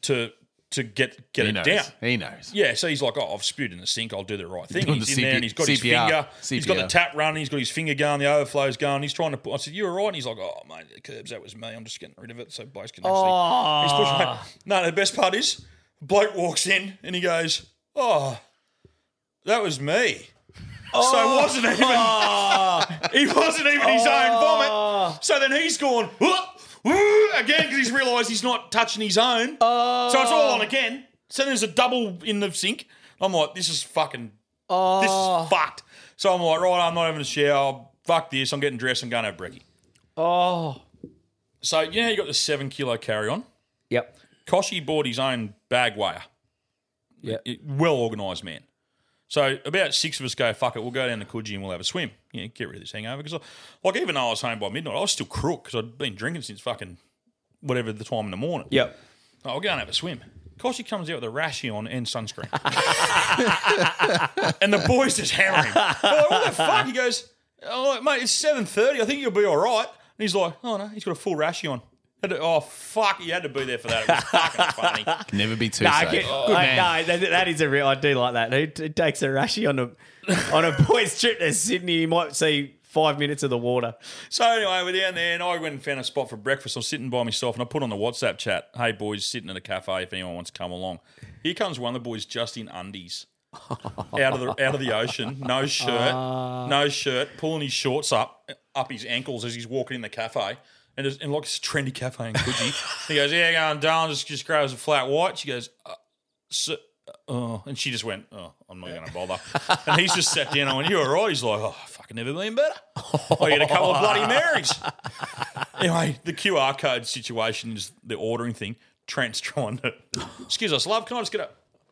Speaker 7: to to get get
Speaker 10: He
Speaker 7: it
Speaker 10: knows.
Speaker 7: down.
Speaker 10: He knows.
Speaker 7: Yeah, so he's like, oh, I've spewed in the sink. I'll do the right thing.
Speaker 10: Doing
Speaker 7: He's in
Speaker 10: the
Speaker 7: there
Speaker 10: CP
Speaker 7: and he's got his
Speaker 10: CPR.
Speaker 7: finger. He's got the
Speaker 10: CPR.
Speaker 7: tap running. He's got his finger going. The overflow's going. He's trying to put. I said, you were right. And he's like, oh, mate, the curbs, that was me. I'm just getting rid of it so blokes can actually. He's pushing back. No, the best part is, bloke walks in and he goes, oh, that was me. So it wasn't even. he wasn't even his own vomit. So then he's gone again because he's realised he's not touching his own. So it's all on again. So there's a double in the sink. I'm like, this is fucking. This
Speaker 12: Oh.
Speaker 7: is fucked. So I'm like, right, I'm not having a shower. Fuck this. I'm getting dressed. I'm going to have brekkie.
Speaker 12: Oh.
Speaker 7: So you know how you got the seven kilo carry on.
Speaker 12: Yep.
Speaker 7: Koshi bought his own bag weigher.
Speaker 12: Yep.
Speaker 7: Y- Well organised man. So about six of us go, fuck it, we'll go down to Coogee and we'll have a swim. Yeah, get rid of this hangover. Because, like, even though I was home by midnight, I was still crook because I'd been drinking since fucking whatever the time in the morning.
Speaker 12: Yep.
Speaker 7: Oh, I'll go and have a swim. Koshi comes out with a rashy on and sunscreen. and the boys just hammer him. They're like, what the fuck? He goes, oh, mate, it's 7.30. I think you'll be all right. And he's like, oh, no, he's got a full rashy on. Had to- oh, fuck, he had to be there for that. It was fucking funny.
Speaker 10: Never be too
Speaker 12: No, I
Speaker 10: safe.
Speaker 12: get-
Speaker 10: Good
Speaker 12: I-
Speaker 10: man.
Speaker 12: no, that- that is a real. I do like that. Who t- takes a rashy on a on a boys trip to Sydney? You might see five minutes of the water.
Speaker 7: So anyway, we're down there, and I went and found a spot for breakfast. I was sitting by myself, and I put on the WhatsApp chat, "Hey boys, sitting at a cafe. If anyone wants to come along, here comes one of the boys just in undies, out of the out of the ocean, no shirt, no shirt, pulling his shorts up up his ankles as he's walking in the cafe." And, it's, and like it's a trendy cafe in Coogee. he goes, yeah, going down, just, just grabs a flat white. She goes, uh, so, oh, and she just went, oh, I'm not going to bother. and he's just sat down. I went, you all right? He's like, oh, fucking never been better. I get a couple of bloody Marys. anyway, the QR code situation is the ordering thing. Trent's trying to, excuse us, love, can I just get a,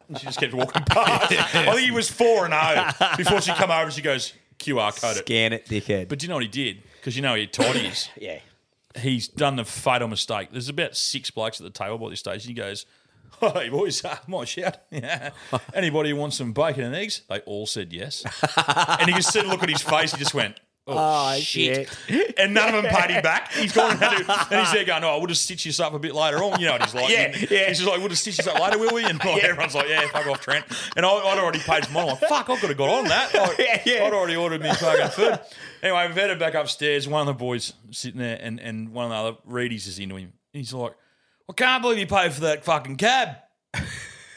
Speaker 7: and she just kept walking past. I think he was 4 and 0 before she come over and she goes, QR code it.
Speaker 12: Scan it, dickhead.
Speaker 7: But do you know what he did? Because you know how tidy he is
Speaker 12: yeah.
Speaker 7: he's done the fatal mistake. There's about six blokes at the table by this stage, and he goes, "Hey boys, uh, my shout! Yeah. Anybody who wants some bacon and eggs?" They all said yes, and he just said, "Look at his face." He just went. Oh, shit. And none of them paid him back. He's gone and, had to, and he's there going, Oh, we'll just stitch this up a bit later on. You know what he's like.
Speaker 12: Yeah, yeah.
Speaker 7: He's just like, We'll just stitch this up later, will we? And like, everyone's like, Yeah, fuck off, Trent. And I, I'd already paid for mine. I'm like, Fuck, I've got to got on that. Like,
Speaker 12: Yeah, yeah.
Speaker 7: I'd already ordered me fucking food. Anyway, we've headed back upstairs. One of the boys sitting there, and, and one of the other Reedies is into him. He's like, I can't believe you paid for that fucking cab.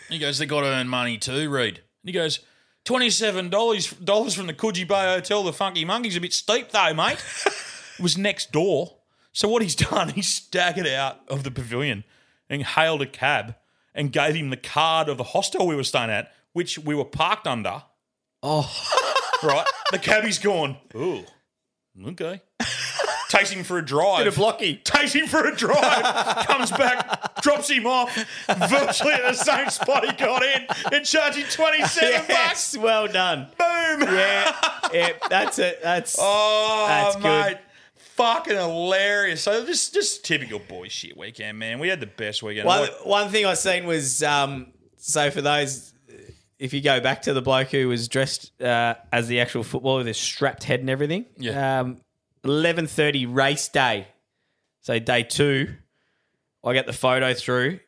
Speaker 7: he goes, They got to earn money too, Reed. And he goes, $27 dollars from the Coogee Bay Hotel, the Funky Monkey's a bit steep though, mate. it was next door. So what he's done, he staggered out of the pavilion and hailed a cab and gave him the card of the hostel we were staying at, which we were parked under right? The cabbie's gone. Ooh, okay. Takes him for a drive.
Speaker 12: Bit of blocky.
Speaker 7: Takes him for a drive. comes back, drops him off, virtually at the same spot he got in, and charging twenty seven
Speaker 12: Yes. Well done.
Speaker 7: bucks. Boom.
Speaker 12: Yeah. yeah. That's it. That's.
Speaker 7: Oh,
Speaker 12: That's
Speaker 7: mate.
Speaker 12: good.
Speaker 7: Fucking hilarious. So this just typical boy shit weekend, man. We had the best weekend.
Speaker 12: One,
Speaker 7: Like-
Speaker 12: one thing I seen was um, so for those, if you go back to the bloke who was dressed uh, as the actual footballer with his strapped head and everything,
Speaker 7: Yeah.
Speaker 12: Um, Eleven thirty race day, so day two. I get the photo through.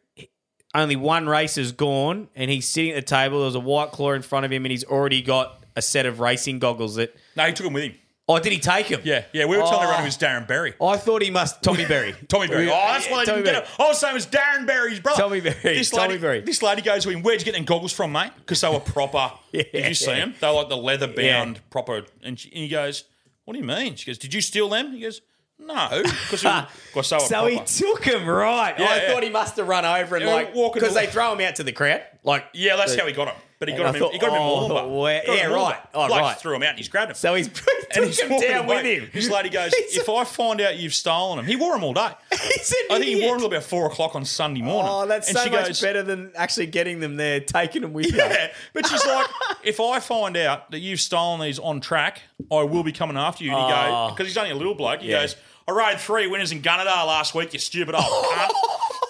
Speaker 12: Only one race is gone, and he's sitting at the table. There's a white claw in front of him, and he's already got a set of racing goggles. That
Speaker 7: no, he took him with him.
Speaker 12: oh, did he take him?
Speaker 7: Yeah, yeah. We were telling
Speaker 12: Oh.
Speaker 7: everyone it was Darren Berry.
Speaker 12: I thought he must Tommy Berry.
Speaker 7: Tommy Berry. Oh, that's why they
Speaker 12: Tommy
Speaker 7: didn't get
Speaker 12: Berry.
Speaker 7: it. I was saying it was Darren Berry's brother.
Speaker 12: Tommy Berry,
Speaker 7: This
Speaker 12: Tommy
Speaker 7: lady,
Speaker 12: Berry.
Speaker 7: This lady goes to him, where'd you get them goggles from, mate? Because they were proper. Did you see them? They were like the leather bound,
Speaker 12: Yeah.
Speaker 7: proper. And, she, and he goes, what do you mean? She goes, did you steal them? He goes, no. Because they were
Speaker 12: So
Speaker 7: proper.
Speaker 12: he took him right.
Speaker 7: Yeah,
Speaker 12: I
Speaker 7: yeah.
Speaker 12: thought he must have run over and
Speaker 7: Yeah,
Speaker 12: like
Speaker 7: walking
Speaker 12: because
Speaker 7: to-
Speaker 12: they throw him out to the crowd.
Speaker 6: Like,
Speaker 7: Yeah, that's how he got him. But he
Speaker 6: And
Speaker 7: got
Speaker 6: I
Speaker 7: him. in-
Speaker 6: thought,
Speaker 7: he got him in
Speaker 6: oh,
Speaker 7: warm up.
Speaker 6: where- yeah, right. Oh,
Speaker 7: like
Speaker 6: right.
Speaker 7: threw him out and he's grabbed him.
Speaker 6: So he's
Speaker 7: and
Speaker 6: took
Speaker 7: he's
Speaker 6: him
Speaker 7: walking
Speaker 6: down
Speaker 7: away.
Speaker 6: with him.
Speaker 7: This lady goes, "If I find out you've stolen him, he wore him all day.
Speaker 6: He's an
Speaker 7: I think he
Speaker 6: idiot.
Speaker 7: wore him till about four o'clock on Sunday morning.
Speaker 6: Oh, that's
Speaker 7: and
Speaker 6: so
Speaker 7: she
Speaker 6: much
Speaker 7: goes,
Speaker 6: better than actually getting them there, taking them with you.
Speaker 7: Yeah, but she's like, if I find out that you've stolen these on track, I will be coming after you. And he goes,
Speaker 6: Ah.
Speaker 7: because he's only a little bloke, he goes, I rode three winners in Gunnedah last week, you stupid old cunt.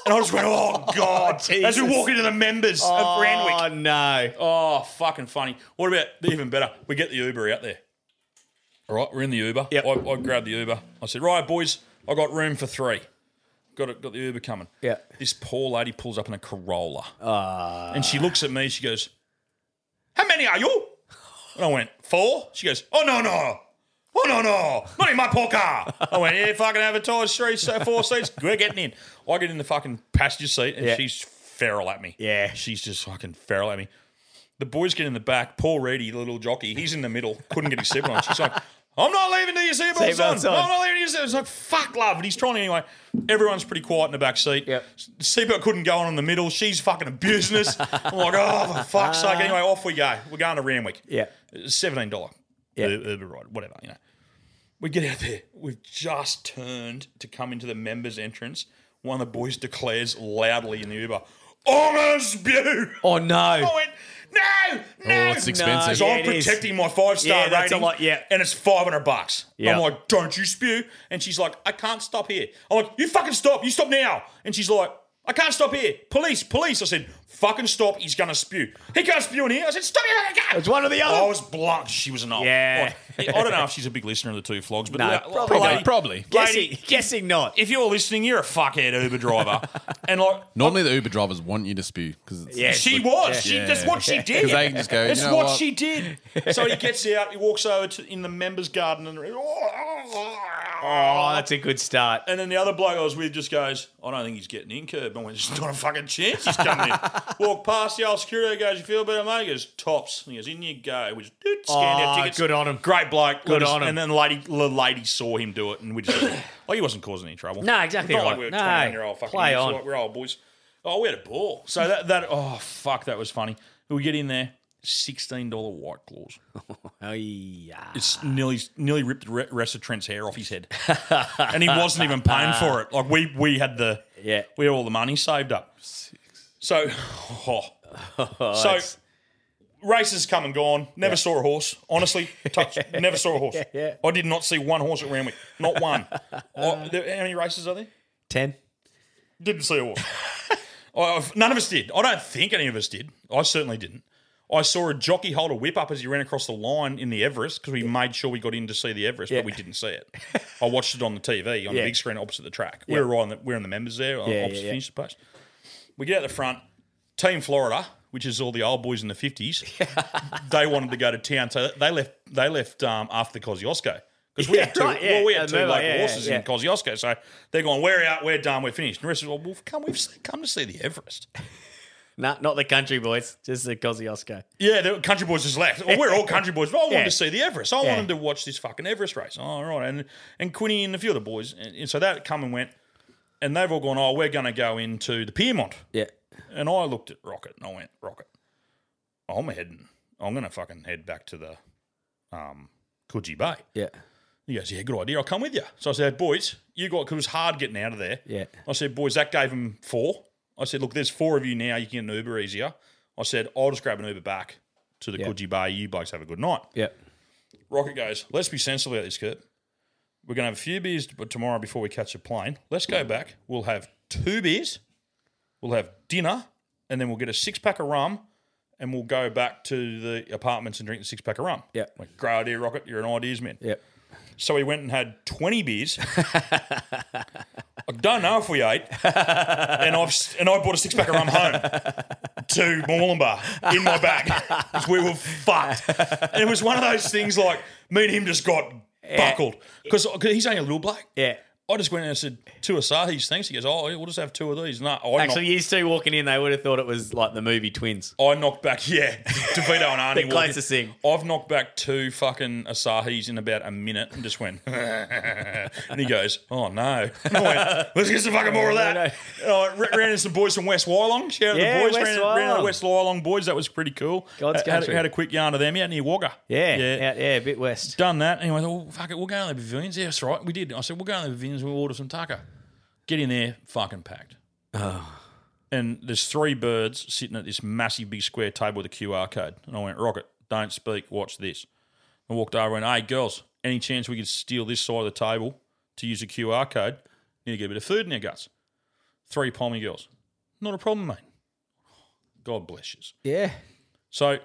Speaker 7: And I just went, oh, God. As we
Speaker 6: Jesus.
Speaker 7: walk into the members of
Speaker 6: Oh,
Speaker 7: Randwick.
Speaker 6: no.
Speaker 7: Oh, fucking funny. What about, even better, we get the Uber out there. All right, we're in the Uber.
Speaker 6: Yep.
Speaker 7: I, I grabbed the Uber. I said, right, boys, I got room for three. Got it, got the Uber coming.
Speaker 6: Yeah.
Speaker 7: This poor lady pulls up in a Corolla. And she looks at me, she goes, How many are you? And I went, Four? She goes, Oh, no, no. Oh, no, no. Not in my poor car. I went, Yeah, fucking advertise three, so four seats. We're getting in. I get in the fucking passenger seat and
Speaker 6: Yeah.
Speaker 7: she's feral at me.
Speaker 6: Yeah.
Speaker 7: She's just fucking feral at me. The boys get in the back. Paul Reedy, the little jockey, he's in the middle. Couldn't get his seatbelt on. She's like, I'm not leaving till your seatbelt's on.
Speaker 6: Seatbelt's on.
Speaker 7: I'm not leaving till your seatbelt's on. It's like, fuck, love. And he's trying anyway. Everyone's pretty quiet in the back seat.
Speaker 6: Yep.
Speaker 7: Seatbelt couldn't go on in the middle. She's fucking abusing us. I'm like, oh, for fuck's sake. Anyway, off we go. We're going to Randwick.
Speaker 6: Yeah.
Speaker 7: $17
Speaker 6: Yeah.
Speaker 7: Ur- Uber ride, whatever, you know. We get out there. We've just turned to come into the members' entrance. One of the boys declares loudly in the Uber, Honours Bew!
Speaker 6: Oh, no.
Speaker 7: I went, no, no.
Speaker 10: Oh, it's expensive.
Speaker 7: So
Speaker 6: yeah,
Speaker 7: I'm
Speaker 6: it is.
Speaker 7: protecting my five star
Speaker 6: Yeah, that's a
Speaker 7: rating.
Speaker 6: lot, yeah.
Speaker 7: And it's 500 bucks.
Speaker 6: Yeah.
Speaker 7: I'm like, don't you spew. And she's like, I can't stop here. I'm like, you fucking stop. You stop now. And she's like, I can't stop here. Police, police. I said, fucking stop. He's going to spew. He can't spew in here. I said, stop it.
Speaker 6: It's one or the other.
Speaker 7: I was blunt. She was not.
Speaker 6: Yeah.
Speaker 7: Like, Oh, I don't know if she's a big listener of the two flogs, but
Speaker 6: No,
Speaker 7: la-
Speaker 6: probably
Speaker 7: la-
Speaker 6: not.
Speaker 7: lady-
Speaker 10: Probably.
Speaker 7: Lady,
Speaker 6: Guessing, guessing not.
Speaker 7: if you're listening, you're a fuckhead Uber driver. and like,
Speaker 10: Normally, the Uber drivers want you to spew because it's
Speaker 6: Yeah.
Speaker 7: she was. She,
Speaker 10: Yeah.
Speaker 7: That's what she did.
Speaker 10: 'Cause they can just go,
Speaker 7: That's
Speaker 10: "You know
Speaker 7: what,
Speaker 10: what?"
Speaker 7: she did. So he gets out. He walks over to in the members' garden, and oh,
Speaker 6: Oh, that's a good start.
Speaker 7: and then the other bloke I was with just goes, "I don't think he's getting in curb." I went, "There's not a fucking chance he's coming in." Walk past the old security. Goes, "You feel better, mate?" He goes, "Tops." And he goes, "In you go." We just doot, scanned our
Speaker 6: Oh,
Speaker 7: tickets.
Speaker 6: good on him.
Speaker 7: Great bloke.
Speaker 6: Good
Speaker 7: Let us-
Speaker 6: on him.
Speaker 7: And then the lady, the lady saw him do it, and we just like he wasn't causing any trouble.
Speaker 12: No, exactly
Speaker 7: Not like
Speaker 12: right.
Speaker 7: we were
Speaker 12: No,
Speaker 7: year old fucking
Speaker 12: play
Speaker 7: idiots,
Speaker 12: on.
Speaker 7: like we're old boys. Oh, we had a ball. So that that oh fuck, that was funny. We get in there. Sixteen dollar white claws.
Speaker 12: Oh, yeah.
Speaker 7: It's nearly nearly ripped the re- rest of Trent's hair off his head, and he wasn't even paying for it. Like we we had the
Speaker 12: Yeah.
Speaker 7: we had all the money saved up. So, oh. so races come and gone. Never saw a horse. Honestly, touch, never saw a horse. I did not see one horse at Randwick. Not one. Oh, there- how many races are there?
Speaker 6: 10.
Speaker 7: Didn't see a horse. I- I've- none of us did. I don't think any of us did. I certainly didn't. I saw a jockey hold a whip up as he ran across the line in the Everest because we made sure we got in to see the Everest,
Speaker 6: Yeah.
Speaker 7: but we didn't see it. I watched it on the TV on
Speaker 6: Yeah.
Speaker 7: the big screen opposite the track. We were right on the, we are in the members there, on
Speaker 6: Yeah,
Speaker 7: opposite
Speaker 6: yeah, yeah.
Speaker 7: finish the post. We get out the front. Team Florida, which is all the old boys in the fifties, they wanted to go to town, so they left. They left um, after the Kosciuszko because we
Speaker 6: Yeah,
Speaker 7: had two.
Speaker 6: right, yeah,
Speaker 7: well, we
Speaker 6: I
Speaker 7: had two
Speaker 6: remember,
Speaker 7: local
Speaker 6: yeah, yeah,
Speaker 7: horses
Speaker 6: yeah.
Speaker 7: in Kosciuszko, so they're going. We're out. We're done. We're finished. And the rest of us, well, come. We've seen- come to see the Everest.
Speaker 6: Nah, not the country boys, just the Kosciuszko.
Speaker 7: Yeah, the country boys just left. Well, we're all country boys. But I wanted
Speaker 6: Yeah.
Speaker 7: to see the Everest. I
Speaker 6: Yeah.
Speaker 7: wanted to watch this fucking Everest race. All right, and and Quinny and a few other boys, and, and so that come and went, and they've all gone. Oh, we're going to go into the Piermont.
Speaker 6: Yeah.
Speaker 7: And I looked at Rocket and I went, Rocket, I'm heading. I'm gonna fucking head back to the um Coogee Bay.
Speaker 6: Yeah.
Speaker 7: He goes, Yeah, good idea. I'll come with you. So I said, Boys, you got because it was hard getting out of there.
Speaker 6: Yeah.
Speaker 7: I said, Boys, that gave him four. I said, Look, there's four of you now. You can get an Uber easier. I said, I'll just grab an Uber back to the
Speaker 6: Yeah.
Speaker 7: Coogee Bay. You blokes have a good night.
Speaker 6: Yeah.
Speaker 7: Rocket goes, let's be sensible about this, Kurt. We're going to have a few beers t- tomorrow before we catch a plane. Let's go back. We'll have two beers. We'll have dinner. And then we'll get a six pack of rum and we'll go back to the apartments and drink the six pack of rum.
Speaker 6: Yeah.
Speaker 7: Like, great idea, Rocket. You're an ideas man.
Speaker 6: Yeah.
Speaker 7: So we went and had 20 beers. I don't know if we ate. And, I've, s- and I bought a six pack of rum home to Moolumba in my bag 'Cause we were fucked. And it
Speaker 6: Eh.
Speaker 7: was one of those things like me and him just got buckled because he's only a little bloke.
Speaker 6: Yeah.
Speaker 7: I just went in and said, two Asahi's, thanks. He goes, oh, we'll just have two of these. No, I
Speaker 12: Actually, years two walking in, they would have thought it was like the movie Twins.
Speaker 7: I knocked back, yeah, DeVito and Arnie.
Speaker 12: The
Speaker 7: walking.
Speaker 12: closest thing.
Speaker 7: I've knocked back two fucking Asahis in about a minute and just went, and he goes, oh no. And I went, Let's get some fucking more of that. And I ra- ran into some boys from West Wyalong. Shout out
Speaker 12: Yeah,
Speaker 7: to the boys.
Speaker 12: West
Speaker 7: ran, into- ran into the
Speaker 12: Wyalong.
Speaker 7: West Wyalong boys. That was pretty cool.
Speaker 12: God's
Speaker 7: Had- had,
Speaker 12: country.
Speaker 7: had a quick yarn to them out near Wagga.
Speaker 12: Yeah, yeah, out, yeah, a bit west.
Speaker 7: Done that. Anyway, I thought, well, "Oh, fuck it, we'll go down to the pavilions. Yeah, that's right. We did. I said, we'll go down to the pavilions. We'll order some taka. Get in there, fucking packed. And there's three birds sitting at this massive big square table with a QR code. And I went, Rocket, don't speak, watch this. I walked over and, hey, girls, any chance we could steal this side of the table to use a QR code? Need to get a bit of food in your guts. Three palmy girls. Not a problem, mate. God bless yous.
Speaker 12: Yeah.
Speaker 7: So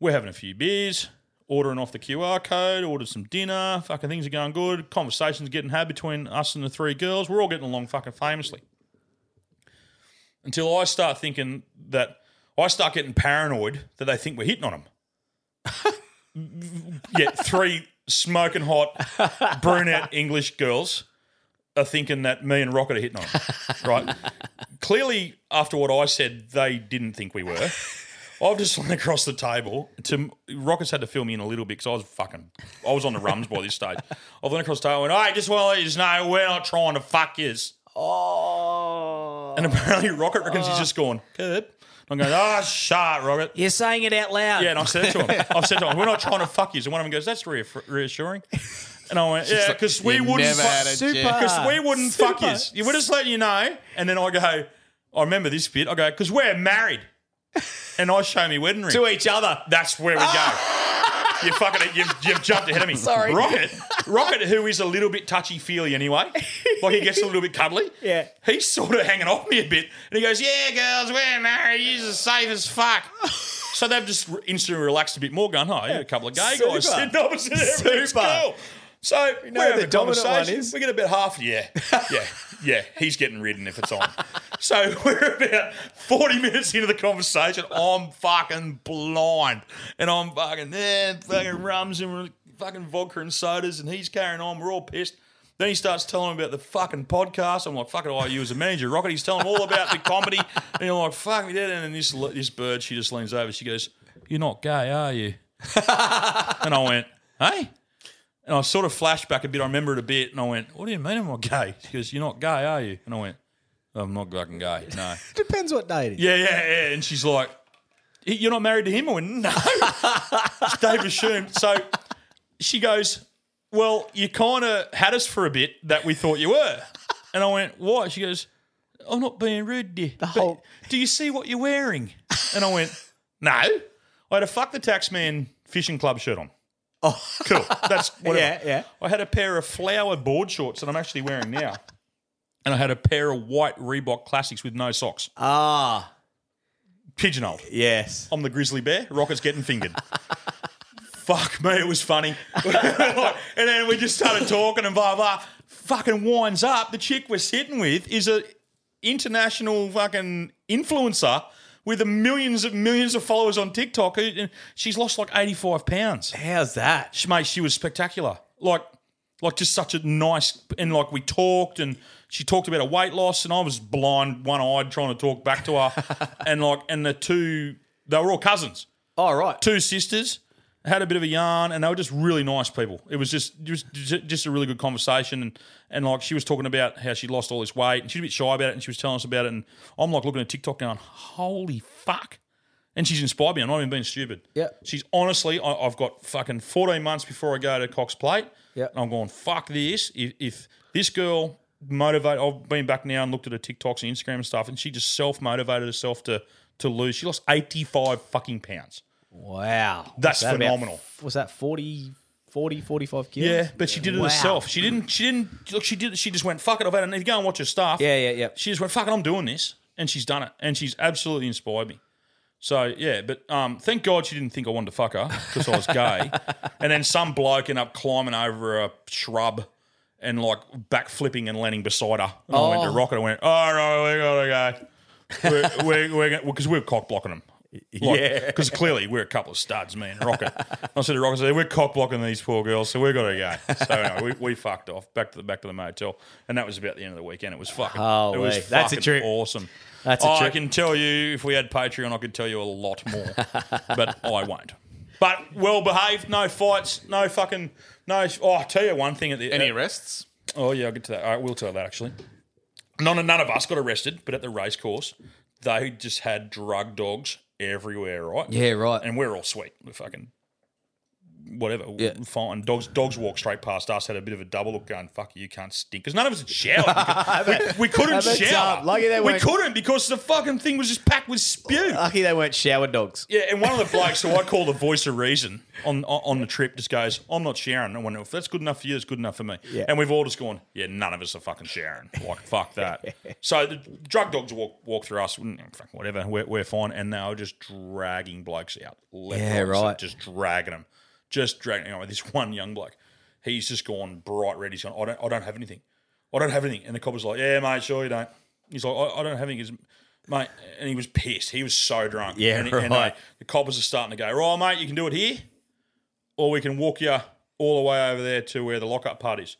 Speaker 7: we're having a few beers, ordering off the QR code, ordered some dinner, fucking things are going good, conversations getting had between us and the three girls. We're all getting along fucking famously. Until I start thinking that I start getting paranoid that they think we're hitting on them. Yet three smoking hot brunette English girls are thinking that me and Rocket are hitting on them, right? Clearly, after what I said, they didn't think we were. I've just run across the table to Rockets had to fill me in a little bit because I was fucking I was on the rums by this stage. I've run across the table and I just want to let you know we're not trying to fuck yous. Oh. And apparently Rocket reckons he's just gone curb. I'm going, oh, shut up, Rocket.
Speaker 12: You're saying it out loud.
Speaker 7: Yeah, and I've said it to him. I've said to him, we're not trying to fuck yous. And one of them goes, that's reaff- reassuring. And I went, yeah, because we
Speaker 10: "You
Speaker 7: wouldn't
Speaker 10: never had a
Speaker 7: fuck
Speaker 10: Super. chance."
Speaker 7: because we wouldn't fuck yous. We're just letting you know. And then I go, I remember this bit. I go, because we're married. And I show me wedding ring.
Speaker 12: To each other.
Speaker 7: That's where we go. You fucking, you've, you've jumped ahead of me. Sorry, Rocket. Rocket, who is a little bit touchy feely anyway, like he gets a little bit cuddly.
Speaker 12: Yeah.
Speaker 7: he's sort of hanging off me a bit, and he goes, "Yeah, girls, we're married. You're as safe as fuck." so they've just re- instantly relaxed a bit more, going, "Oh, you got a couple of gay
Speaker 12: Super.
Speaker 7: guys sitting opposite everything's
Speaker 12: Super.
Speaker 7: cool." So we
Speaker 12: know
Speaker 7: are
Speaker 12: who
Speaker 7: having
Speaker 12: the
Speaker 7: a
Speaker 12: dominant one
Speaker 7: conversation.
Speaker 12: is.
Speaker 7: We get about half. Yeah, yeah, yeah. He's getting ridden if it's on. so we're about forty minutes into the conversation. I'm fucking blind, and I'm fucking there, fucking rums and fucking vodka and sodas, and he's carrying on. We're all pissed. Then he starts telling me about the fucking podcast. I'm like, fuck it, I you as a manager, Rocket. He's telling all about the comedy, and I'm like, fuck me, dead. And then this this bird, she just leans over. She goes, "You're not gay, are you?" and I went, "Hey." And I sort of flashed back a bit. I remember it a bit, and I went, "What do you mean I'm not gay?" She goes, "You're not gay, are you?" And I went, "I'm not fucking gay, no."
Speaker 1: Depends what day it is.
Speaker 7: yeah, yeah, yeah. And she's like, "Y- "You're not married to him?" I went, "No." It's Dave assumed. So she goes, "Well, you kind of had us for a bit that we thought you were," and I went, "Why?" She goes, "I'm not being rude, dear. but
Speaker 1: whole-
Speaker 7: do you see what you're wearing?" And I went, "No." I had a fuck the taxman fishing club shirt on. Oh, cool. That's whatever.
Speaker 6: Yeah, yeah.
Speaker 7: I had a pair of flower board shorts that I'm actually wearing now. And I had a pair of white Reebok classics with no socks.
Speaker 6: Ah,
Speaker 7: Pigeonholed.
Speaker 6: yes.
Speaker 7: I'm the grizzly bear. Rocket's getting fingered. Fuck me, it was funny. and then we just started talking and blah blah. Fucking winds up. The chick we're sitting with is a international fucking influencer with a millions of millions of followers on TikTok. who- and She's lost like 85 pounds.
Speaker 6: How's that?
Speaker 7: She- mate, she was spectacular. Like, like just such a nice and like we talked and she talked about her weight loss and I was blind, one eyed, trying to talk back to her. and like, and the two, they were all cousins,
Speaker 6: All Oh, right.
Speaker 7: two sisters. Had a bit of a yarn, and they were just really nice people. It was just just just a really good conversation, and, and like she was talking about how she lost all this weight, and she's a bit shy about it, and she was telling us about it, and I'm like looking at TikTok going, holy fuck, and she's inspired me. I'm not even being stupid.
Speaker 1: Yeah.
Speaker 7: She's honestly, I, I've got fucking 14 months before I go to Cox Plate.
Speaker 1: Yeah.
Speaker 7: And I'm going, fuck this. If, if this girl motivate, I've been back now and looked at her TikToks and Instagram and stuff, and she just self motivated herself to to lose. She lost 85 fucking pounds.
Speaker 1: Wow.
Speaker 7: That's
Speaker 1: What's that about-
Speaker 7: phenomenal.
Speaker 1: what's that, 40, 40 45 kilos?
Speaker 7: Yeah, but she did it
Speaker 1: Wow.
Speaker 7: herself. She didn't. She didn't. Look, she did. She just went. Fuck it. I've had enough. Go and watch her stuff.
Speaker 1: Yeah, yeah, yeah.
Speaker 7: She just went. Fuck it. I'm doing this, and she's done it, and she's absolutely inspired me. So yeah, but um, thank God she didn't think I wanted to fuck her because I was gay, and then some bloke ended up climbing over a shrub and like backflipping and landing beside her. And
Speaker 1: Oh.
Speaker 7: I went to Rocket. I went, all right, we gotta go. We're because we're, 'cause we're cock blocking them.
Speaker 1: Yeah.
Speaker 7: Because clearly we're a couple of studs, me and Rocket. I said to Rocket, I said, we're cock blocking these poor girls, so we've got to go. So no, we, we fucked off back to the back to the motel, and that was about the end of the weekend. It was fucking. it was
Speaker 1: Holy, that's a
Speaker 7: fucking
Speaker 1: trip.
Speaker 7: Awesome.
Speaker 1: That's a
Speaker 7: I
Speaker 1: trip.
Speaker 7: can tell you if we had Patreon, I could tell you a lot more, but I won't. But well behaved, no fights, no fucking no. Oh, I tell you one thing at the any
Speaker 10: arrests.
Speaker 7: Oh yeah, I'll get to that. All right, we'll tell that actually. None, none of us got arrested, but at the race course, they just had drug dogs everywhere, right?
Speaker 1: Yeah, right.
Speaker 7: And we're all sweet. We're fucking whatever. Fine. Dogs dogs walked straight past us, had a bit of a double look going, fuck you, can't stink. Because none of us had showered. we, could- we couldn't
Speaker 6: That's
Speaker 7: shower.
Speaker 6: up. Lucky they
Speaker 7: we
Speaker 6: weren't-
Speaker 7: couldn't because the fucking thing was just packed with spew.
Speaker 6: Lucky they weren't shower dogs.
Speaker 7: Yeah, and one of the blokes who I call the voice of reason on on the trip just goes, "I'm not showering." I wonder if that's good enough for you. It's good enough for me.
Speaker 10: Yeah.
Speaker 7: And we've all just gone, "Yeah, none of us are fucking showering." Like fuck that. so the drug dogs walk walk through us. mm, Fuck whatever. We're, we're fine. And they were just dragging blokes out. Left,
Speaker 1: Yeah,
Speaker 7: right, and
Speaker 1: right.
Speaker 7: Just dragging them. Just dragging. Anyway, this one young bloke, he's just gone bright red. He's gone. I don't. I don't have anything. I don't have anything. And the cop was like, "Yeah, mate, sure you don't." He's like, "I, I don't have anything." He's, mate, and he was pissed. He was so drunk.
Speaker 1: Yeah,
Speaker 7: and, he- and, uh,
Speaker 1: right.
Speaker 7: the coppers are starting to go. Right, mate, you can do it here, or we can walk you all the way over there to where the lockup part is.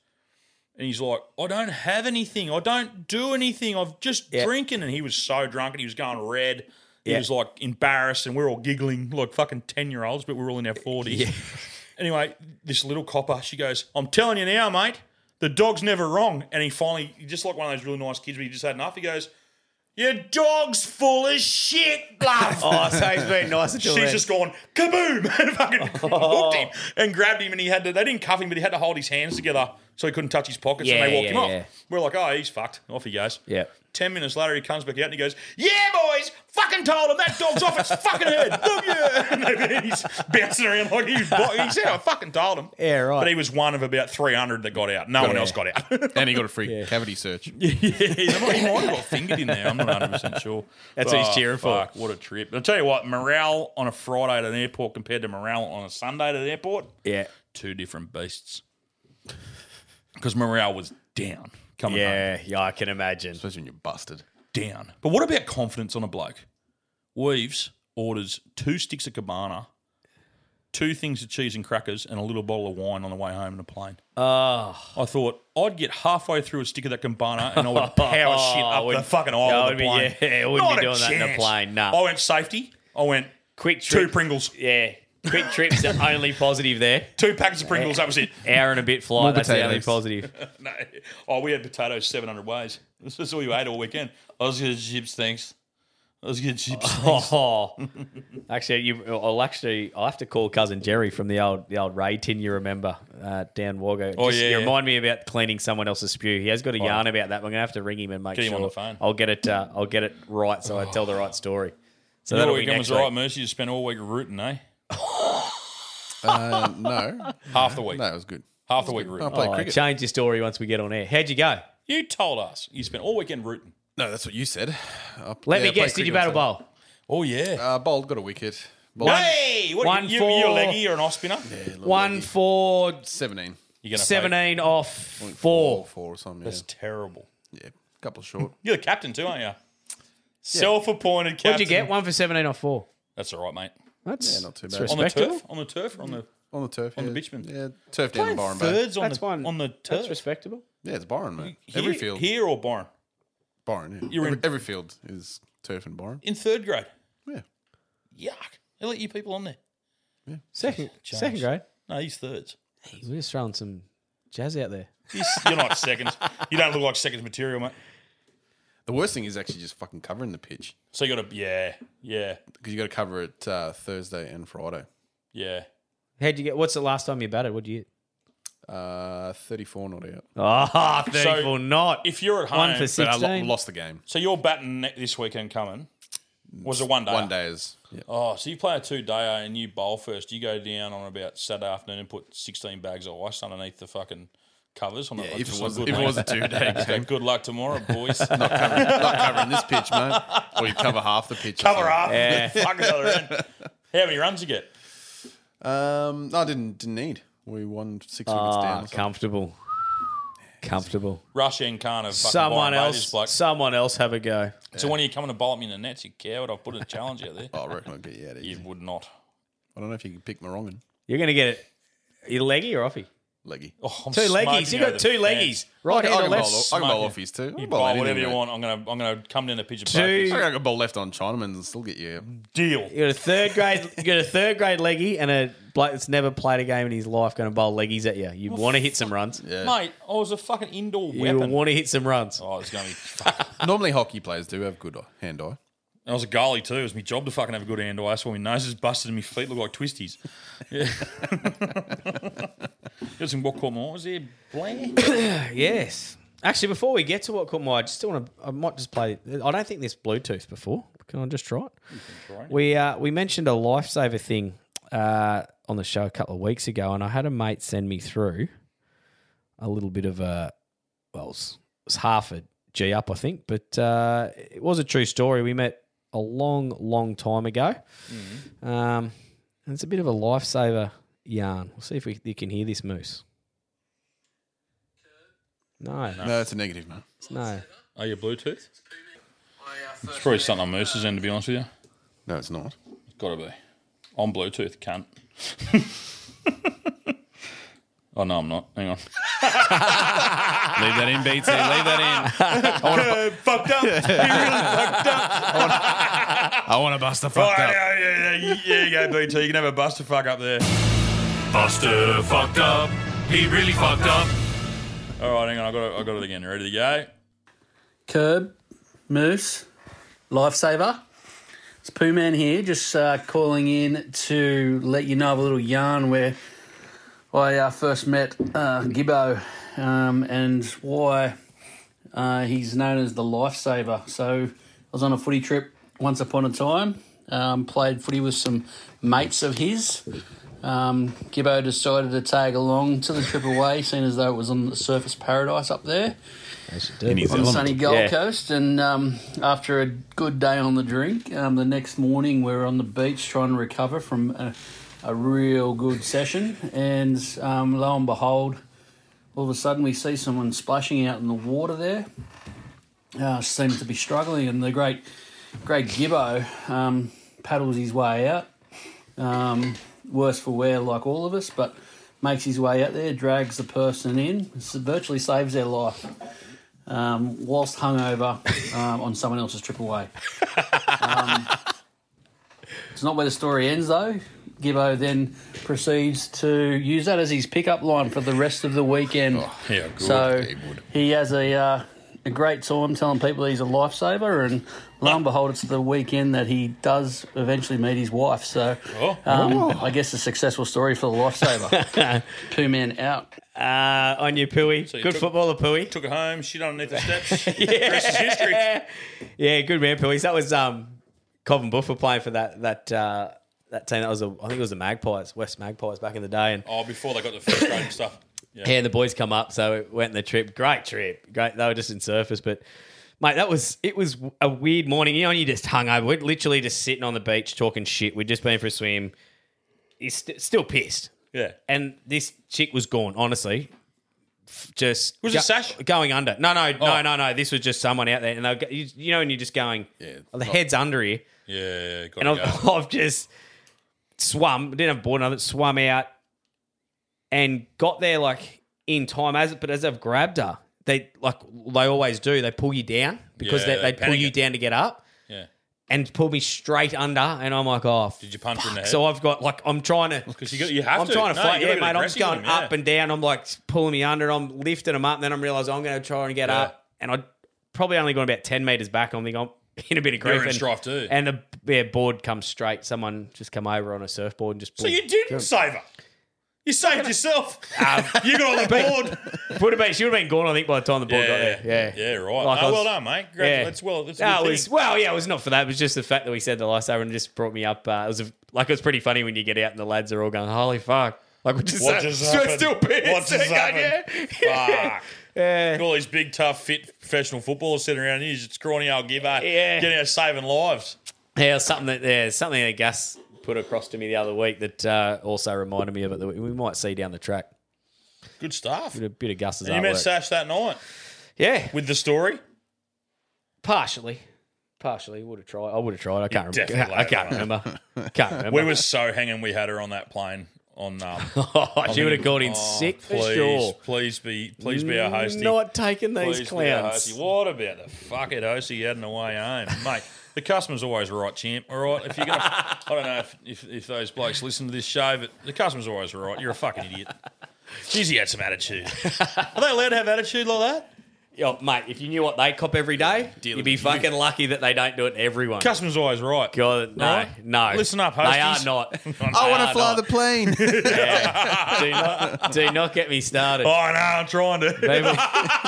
Speaker 7: And he's like, I don't have anything. I don't do anything. I've just drinking. And he was so drunk and he was going red. He
Speaker 10: Yeah.
Speaker 7: was like embarrassed, and we're all giggling like fucking 10 year olds, but we're all in our 40s. Anyway, this little copper, she goes, I'm telling you now, mate, the dog's never wrong. And he finally, just like one of those really nice kids where he just had enough, he goes, Your dog's full of shit, love.
Speaker 6: Oh, so he's been nice until
Speaker 7: She's
Speaker 6: then.
Speaker 7: just gone kaboom and fucking hooked him and grabbed him, and he had to, they didn't cuff him, but he had to hold his hands together so he couldn't touch his pockets, and
Speaker 10: Yeah,
Speaker 7: they walked
Speaker 10: yeah,
Speaker 7: him off.
Speaker 10: yeah.
Speaker 7: We're like, Oh, he's fucked. Off he goes.
Speaker 10: Yeah.
Speaker 7: Ten minutes later, he comes back out and he goes, "Yeah, boys, fucking told him that dog's off its fucking head. Look, Oh, yeah." And he's bouncing around like he's bo- he said, "I fucking told him."
Speaker 6: Yeah, right.
Speaker 7: But he was one of about three hundred that got out. No
Speaker 10: Got
Speaker 7: one
Speaker 10: out.
Speaker 7: else got out.
Speaker 10: and he got a free cavity search.
Speaker 7: He might Oh, he might have got fingered in there. I'm not 100 percent sure. Oh,
Speaker 10: That's what he's cheering for.
Speaker 7: fuck, What a trip! But I tell you what, morale on a Friday at an airport compared to morale on a Sunday at an airport,
Speaker 6: Yeah.
Speaker 7: two different beasts. Because morale was down coming
Speaker 6: yeah, Yeah, I can imagine.
Speaker 10: Especially when you're busted.
Speaker 7: down. But what about confidence on a bloke? Weaves orders two sticks of cabana, two things of cheese and crackers, and a little bottle of wine on the way home in a plane.
Speaker 12: Oh.
Speaker 7: I thought I'd get halfway through a stick of that cabana and I would power shit up
Speaker 12: Wouldn't-
Speaker 7: the fucking
Speaker 12: Yeah,
Speaker 7: aisle
Speaker 12: Oh, I
Speaker 7: of the plane.
Speaker 12: wouldn't be- yeah, I wouldn't be
Speaker 7: Not a
Speaker 12: doing that in a
Speaker 7: chance.
Speaker 12: plane, nah.
Speaker 7: I went safety. I went
Speaker 12: quick
Speaker 7: two Pringles.
Speaker 12: Yeah, quick trips are only positive there.
Speaker 7: Two packets of Pringles, that was it.
Speaker 12: Hour and a bit flight.
Speaker 7: More
Speaker 12: that's the only
Speaker 7: potatoes.
Speaker 12: positive.
Speaker 7: no. Oh, we had potatoes 700 ways. This is all you ate all weekend. I was good chips, thanks. I was good chips. thanks.
Speaker 12: Oh, actually, you. I'll actually. I will have to call cousin Jerry from the old the old Ray tin. You remember uh, down Wargo?
Speaker 7: Oh,
Speaker 12: Just-
Speaker 7: yeah,
Speaker 12: You
Speaker 7: yeah.
Speaker 12: remind me about cleaning someone else's spew. He has got a
Speaker 7: Oh.
Speaker 12: yarn about that. We're gonna have to ring him and make
Speaker 7: Get
Speaker 12: sure.
Speaker 7: him on the phone.
Speaker 12: I'll get it. Uh, I'll get it right so I tell the right story. So
Speaker 7: Your
Speaker 12: that'll be
Speaker 7: weekend
Speaker 12: next
Speaker 7: was all right,
Speaker 12: week.
Speaker 7: Mercy. You spent all week rooting, eh?
Speaker 10: Uh, no.
Speaker 7: Half the week.
Speaker 10: No, it was good.
Speaker 7: Half the week rooting.
Speaker 12: Oh, change your story once we get on air. How'd you go?
Speaker 7: You told us you spent all weekend rooting.
Speaker 10: No, that's what you said. I-
Speaker 12: Let
Speaker 10: yeah,
Speaker 12: me guess.
Speaker 10: I played
Speaker 12: Did you
Speaker 10: cricket
Speaker 12: battle
Speaker 10: on
Speaker 12: bowl?
Speaker 7: Oh yeah.
Speaker 10: Uh, bowled got a wicket. Bowled-
Speaker 7: Hey, what,
Speaker 12: One
Speaker 7: you,
Speaker 12: for-
Speaker 7: you're a leggy or an off spinner?
Speaker 12: One for
Speaker 10: seventeen.
Speaker 7: You're gonna
Speaker 12: seventeen off
Speaker 10: four,
Speaker 12: four.
Speaker 10: four or something.
Speaker 7: That's terrible.
Speaker 10: Yeah, a couple short.
Speaker 7: You're the captain too, aren't you? Self-appointed captain.
Speaker 12: What'd you get? One for seventeen off four.
Speaker 7: That's all right, mate.
Speaker 12: That's
Speaker 10: Yeah, not too
Speaker 12: that's
Speaker 10: bad.
Speaker 7: On the
Speaker 12: respectable.
Speaker 7: turf? On the turf? Or on the
Speaker 10: on the turf.
Speaker 7: on
Speaker 10: yeah.
Speaker 7: the Bitchman?
Speaker 10: Yeah, turf down in Byron Bay.
Speaker 7: thirds on
Speaker 12: That's
Speaker 7: the
Speaker 12: one-
Speaker 7: on the turf.
Speaker 12: That's respectable.
Speaker 10: Yeah, it's Byron, mate.
Speaker 7: Here-
Speaker 10: every field,
Speaker 7: here or Byron
Speaker 10: Byron. Yeah.
Speaker 7: You're
Speaker 10: every,
Speaker 7: in-
Speaker 10: every field is turf and Byron.
Speaker 7: in third grade.
Speaker 10: Yeah.
Speaker 7: Yuck! They let you people on there.
Speaker 12: Second,
Speaker 7: James.
Speaker 12: second grade.
Speaker 7: No, he's thirds.
Speaker 12: We're just throwing some jazz out there.
Speaker 7: He's, you're not seconds. You don't look like seconds material, mate.
Speaker 10: The worst thing is actually just fucking covering the pitch
Speaker 7: So you got to yeah, yeah,
Speaker 10: because you got to cover it uh, Thursday and Friday.
Speaker 7: yeah.
Speaker 12: How'd you get? What's the last time you batted? What'd you?
Speaker 10: Uh, Thirty-four not out.
Speaker 12: Ah, oh,
Speaker 7: So-
Speaker 12: thirty-four not.
Speaker 7: If you're at home,
Speaker 12: One for
Speaker 10: But I lo-
Speaker 12: 16.
Speaker 10: lost the game.
Speaker 7: so you're batting ne- this weekend coming. Was it one day?
Speaker 10: One day is yeah.
Speaker 7: Oh, so you play a two day and you bowl first. You go down on about Saturday afternoon and put sixteen bags of ice underneath the fucking covers on the
Speaker 10: Yeah,
Speaker 7: like,
Speaker 10: if
Speaker 7: just
Speaker 10: it was-
Speaker 7: like, good
Speaker 10: if it
Speaker 7: luck.
Speaker 10: was a two-day
Speaker 7: Just go,
Speaker 10: game.
Speaker 7: Good luck tomorrow, boys.
Speaker 10: not covering, not covering this pitch, mate. Or you cover half the pitch. or
Speaker 7: Cover
Speaker 10: something.
Speaker 7: up. Fuck the other end. How many runs you get?
Speaker 10: Um, no, I didn't didn't need. We won six wickets
Speaker 12: Ah,
Speaker 10: down. or something.
Speaker 12: comfortable, comfortable.
Speaker 7: Rush and Khan of fucking
Speaker 12: Someone
Speaker 7: Byron Bay, this
Speaker 12: else.
Speaker 7: bloke.
Speaker 12: Someone else have a go.
Speaker 7: So when are you coming to bowl at me in the nets, you coward? I've put a challenge out there.
Speaker 10: Oh, I reckon I'd get you out of here.
Speaker 7: You would not.
Speaker 10: I don't know if you can pick Morongan.
Speaker 1: You're going to get it. You leggy or offy?
Speaker 10: Leggy.
Speaker 7: Oh,
Speaker 1: two leggies. You got two leggies. Right
Speaker 10: I
Speaker 1: hand
Speaker 10: can
Speaker 1: or
Speaker 10: bowl,
Speaker 1: left.
Speaker 10: I can bowl offies too. I
Speaker 7: You
Speaker 10: can
Speaker 7: bowl
Speaker 10: anything,
Speaker 7: whatever you
Speaker 10: mate.
Speaker 7: want. I'm gonna I'm gonna come down to pitch a
Speaker 10: I
Speaker 7: practice.
Speaker 10: reckon I could bowl left on Chinaman and still get you out.
Speaker 7: Deal.
Speaker 1: You got a third grade. you got a third grade leggy and a bloke that's never played a game in his life going to bowl leggies at you. You want to hit some runs,
Speaker 7: Mate, I was a fucking indoor
Speaker 1: You
Speaker 7: weapon.
Speaker 1: want to hit some runs.
Speaker 7: Oh, it's gonna be.
Speaker 10: Normally hockey players do have good uh, hand eye.
Speaker 7: I was a goalie too. It was my job to fucking have a good hand eye. That's why my nose is busted and my feet look like twisties. Yeah. Got some what caught my eyes there, Blair?
Speaker 1: Yes. Actually, before we get to what caught my eye, I just want to. I might just play. I don't think this Bluetooth before. Can I just try it? We uh, we mentioned a lifesaver thing uh, on the show a couple of weeks ago, and I had a mate send me through a little bit of a well, it was, it was half a G up, I think, but uh, it was a true story. We met a long, long time ago,
Speaker 10: Mm-hmm.
Speaker 1: um, and it's a bit of a lifesaver yarn. We'll see if we you can hear this moose. No,
Speaker 10: No, that's a negative, man.
Speaker 1: no.
Speaker 7: Are you Bluetooth? It's probably something on Moose's end, to be honest with you.
Speaker 10: No, it's not.
Speaker 7: It's got to be. On Bluetooth, cunt. oh, no, I'm not. Hang on.
Speaker 10: Leave that in, BT. Leave that in.
Speaker 7: fucked up.
Speaker 10: I want to bust the
Speaker 7: Oh,
Speaker 10: fuck up.
Speaker 7: yeah, yeah, yeah, yeah, you go, BT. You can have a buster fuck up there.
Speaker 13: Buster fucked up. He really fucked up.
Speaker 7: All right, hang on. I got it, I got it again. Ready to go?
Speaker 9: Curb, Moose, Lifesaver. It's Pooh Man here, just uh, calling in to let you know of a little yarn where I uh, first met uh, Gibbo um, and why uh, he's known as the Lifesaver. So I was on a footy trip once upon a time, um, played footy with some mates of his. Um, Gibbo decided to tag along to the trip away, seeing as though it was on the surface paradise up there on the sunny Gold
Speaker 1: Yeah.
Speaker 9: Coast, and um, after a good day on the drink, um, the next morning we were on the beach trying to recover from a, a real good session, and um, lo and behold, all of a sudden we see someone splashing out in the water there. Uh, seemed to be struggling, and the great, great Gibbo um, paddles his way out. Um, worse for wear, like all of us, but makes his way out there, drags the person in, s- virtually saves their life um, whilst hungover um, on someone else's trip away. Um, it's not where the story ends, though. Gibbo then proceeds to use that as his pickup line for the rest of the weekend.
Speaker 7: Yeah, good.
Speaker 9: so he has a, uh, a great time telling people he's a lifesaver, and lo and behold, it's the weekend that he does eventually meet his wife. So
Speaker 7: Oh.
Speaker 9: um,
Speaker 1: Oh.
Speaker 9: I guess a successful story for the lifesaver. Pooh Man out.
Speaker 1: Uh, on you, Pooey.
Speaker 7: Oh. you
Speaker 1: good
Speaker 7: took-
Speaker 1: footballer, Pooey.
Speaker 7: Took it home, shit underneath the steps. yeah. Rest is history.
Speaker 1: Yeah, good man, Pooey. That was um, Cobb Buffer playing for that that uh, that team. That was, a, I think it was the Magpies, West Magpies back in the day. And
Speaker 7: Oh, before they got the first grade and stuff. Yeah.
Speaker 1: yeah, the boys come up, so it went on the trip. Great trip. Great. They were just in surface, but mate, that was it was a weird morning. You know, and you just hung over. We're literally just sitting on the beach talking shit. We'd just been for a swim. He's st- still pissed.
Speaker 7: Yeah.
Speaker 1: And this chick was gone, honestly. F- Just
Speaker 7: Was it Sash?
Speaker 1: going under? No, no,
Speaker 7: Oh.
Speaker 1: no, no, no. This was just someone out there, and they go, you, you know, and you're just going,
Speaker 10: Yeah.
Speaker 1: oh, the head's under here,
Speaker 7: Yeah, yeah,
Speaker 1: and
Speaker 7: got
Speaker 1: I've,
Speaker 7: to go.
Speaker 1: I've just swum. Didn't have a board, another swum out, and got there like in time. As but as I've grabbed her, they like they always do. They pull you down because
Speaker 7: Yeah,
Speaker 1: they,
Speaker 7: they
Speaker 1: they, pull
Speaker 7: panic
Speaker 1: you
Speaker 7: it.
Speaker 1: down to get up,
Speaker 7: Yeah.
Speaker 1: and pull me straight under, and I'm like, oh,
Speaker 7: Did you punch her in the head?
Speaker 1: so I've got like I'm trying to
Speaker 7: Because you, got- you have
Speaker 1: I'm
Speaker 7: to.
Speaker 1: trying to
Speaker 7: No,
Speaker 1: fight,
Speaker 7: you
Speaker 1: yeah,
Speaker 7: gotta
Speaker 1: mate.
Speaker 7: get
Speaker 1: I'm just
Speaker 7: aggressive
Speaker 1: going
Speaker 7: with him, yeah.
Speaker 1: up and down. I'm like pulling me under, and I'm lifting him up. And then I'm realizing I'm going to try and get
Speaker 7: Yeah.
Speaker 1: up, and I probably only gone about ten meters back. I'm thinking I'm in a bit of grief.
Speaker 7: You're in
Speaker 1: and,
Speaker 7: strife too.
Speaker 1: And the yeah, board comes straight. Someone just come over on a surfboard and just.
Speaker 7: So you didn't save her. You saved yourself. you got on the board.
Speaker 1: would have been. She would have been gone. I think by the time the board got there. Yeah.
Speaker 7: Yeah, right.
Speaker 1: Like
Speaker 7: No,
Speaker 1: I was-
Speaker 7: well done, mate. Great. That's well. That's a
Speaker 1: No,
Speaker 7: good
Speaker 1: it was,
Speaker 7: thing.
Speaker 1: well, yeah, it was not for that. It was just the fact that we said the lifesaver and just brought me up. Uh, it was a, like it was pretty funny when you get out and the lads are all going, "Holy fuck!" Like we just
Speaker 7: What
Speaker 1: so-
Speaker 7: just
Speaker 1: so
Speaker 7: happened?
Speaker 1: it's still pissed.
Speaker 7: What just
Speaker 1: Going,
Speaker 7: happened?
Speaker 1: Yeah.
Speaker 7: Fuck. All these big, tough, fit professional footballers sitting around here, just scrawny old giver,
Speaker 1: Yeah.
Speaker 7: getting out saving lives.
Speaker 1: Yeah, it was something that yeah, something that Gus put across to me the other week that uh, also reminded me of it that we might see down the track.
Speaker 7: Good stuff.
Speaker 1: Bit of, bit of Gus's
Speaker 7: And you met
Speaker 1: artwork.
Speaker 7: Sash that night
Speaker 1: yeah,
Speaker 7: with the story.
Speaker 1: partially. Partially, would have tried. I would have tried. I
Speaker 7: You
Speaker 1: can't remember.
Speaker 7: definitely
Speaker 1: I can't
Speaker 7: laid
Speaker 1: remember.
Speaker 7: one.
Speaker 1: Can't remember.
Speaker 7: We were so hanging we had her on that plane. On um, on
Speaker 1: Oh, she would have
Speaker 7: the- Oh,
Speaker 1: gone in sick for
Speaker 7: please,
Speaker 1: sure.
Speaker 7: Please be, please be our hostie.
Speaker 1: Not taking these
Speaker 7: Please be our
Speaker 1: clowns.
Speaker 7: hostie. What about the fucking hostie you had on the way home, mate? The customer's always right, champ. All right, if you're gonna, I don't know if, if, if those blokes listen to this show, but the customer's always right. You're a fucking idiot. Jeez, he had some attitude. Are they allowed to have attitude like that?
Speaker 1: Yo, mate, if you knew what they cop every day, you'd be fucking lucky that they don't do it to everyone.
Speaker 7: Customer's always right.
Speaker 1: God, no,
Speaker 7: Right?
Speaker 1: no.
Speaker 7: Listen up,
Speaker 1: They are
Speaker 7: hosties.
Speaker 1: not.
Speaker 10: I want
Speaker 1: They
Speaker 10: to
Speaker 1: are
Speaker 10: fly
Speaker 1: not.
Speaker 10: the plane.
Speaker 1: do not do not get me started.
Speaker 7: Oh no, I'm trying to.
Speaker 1: People,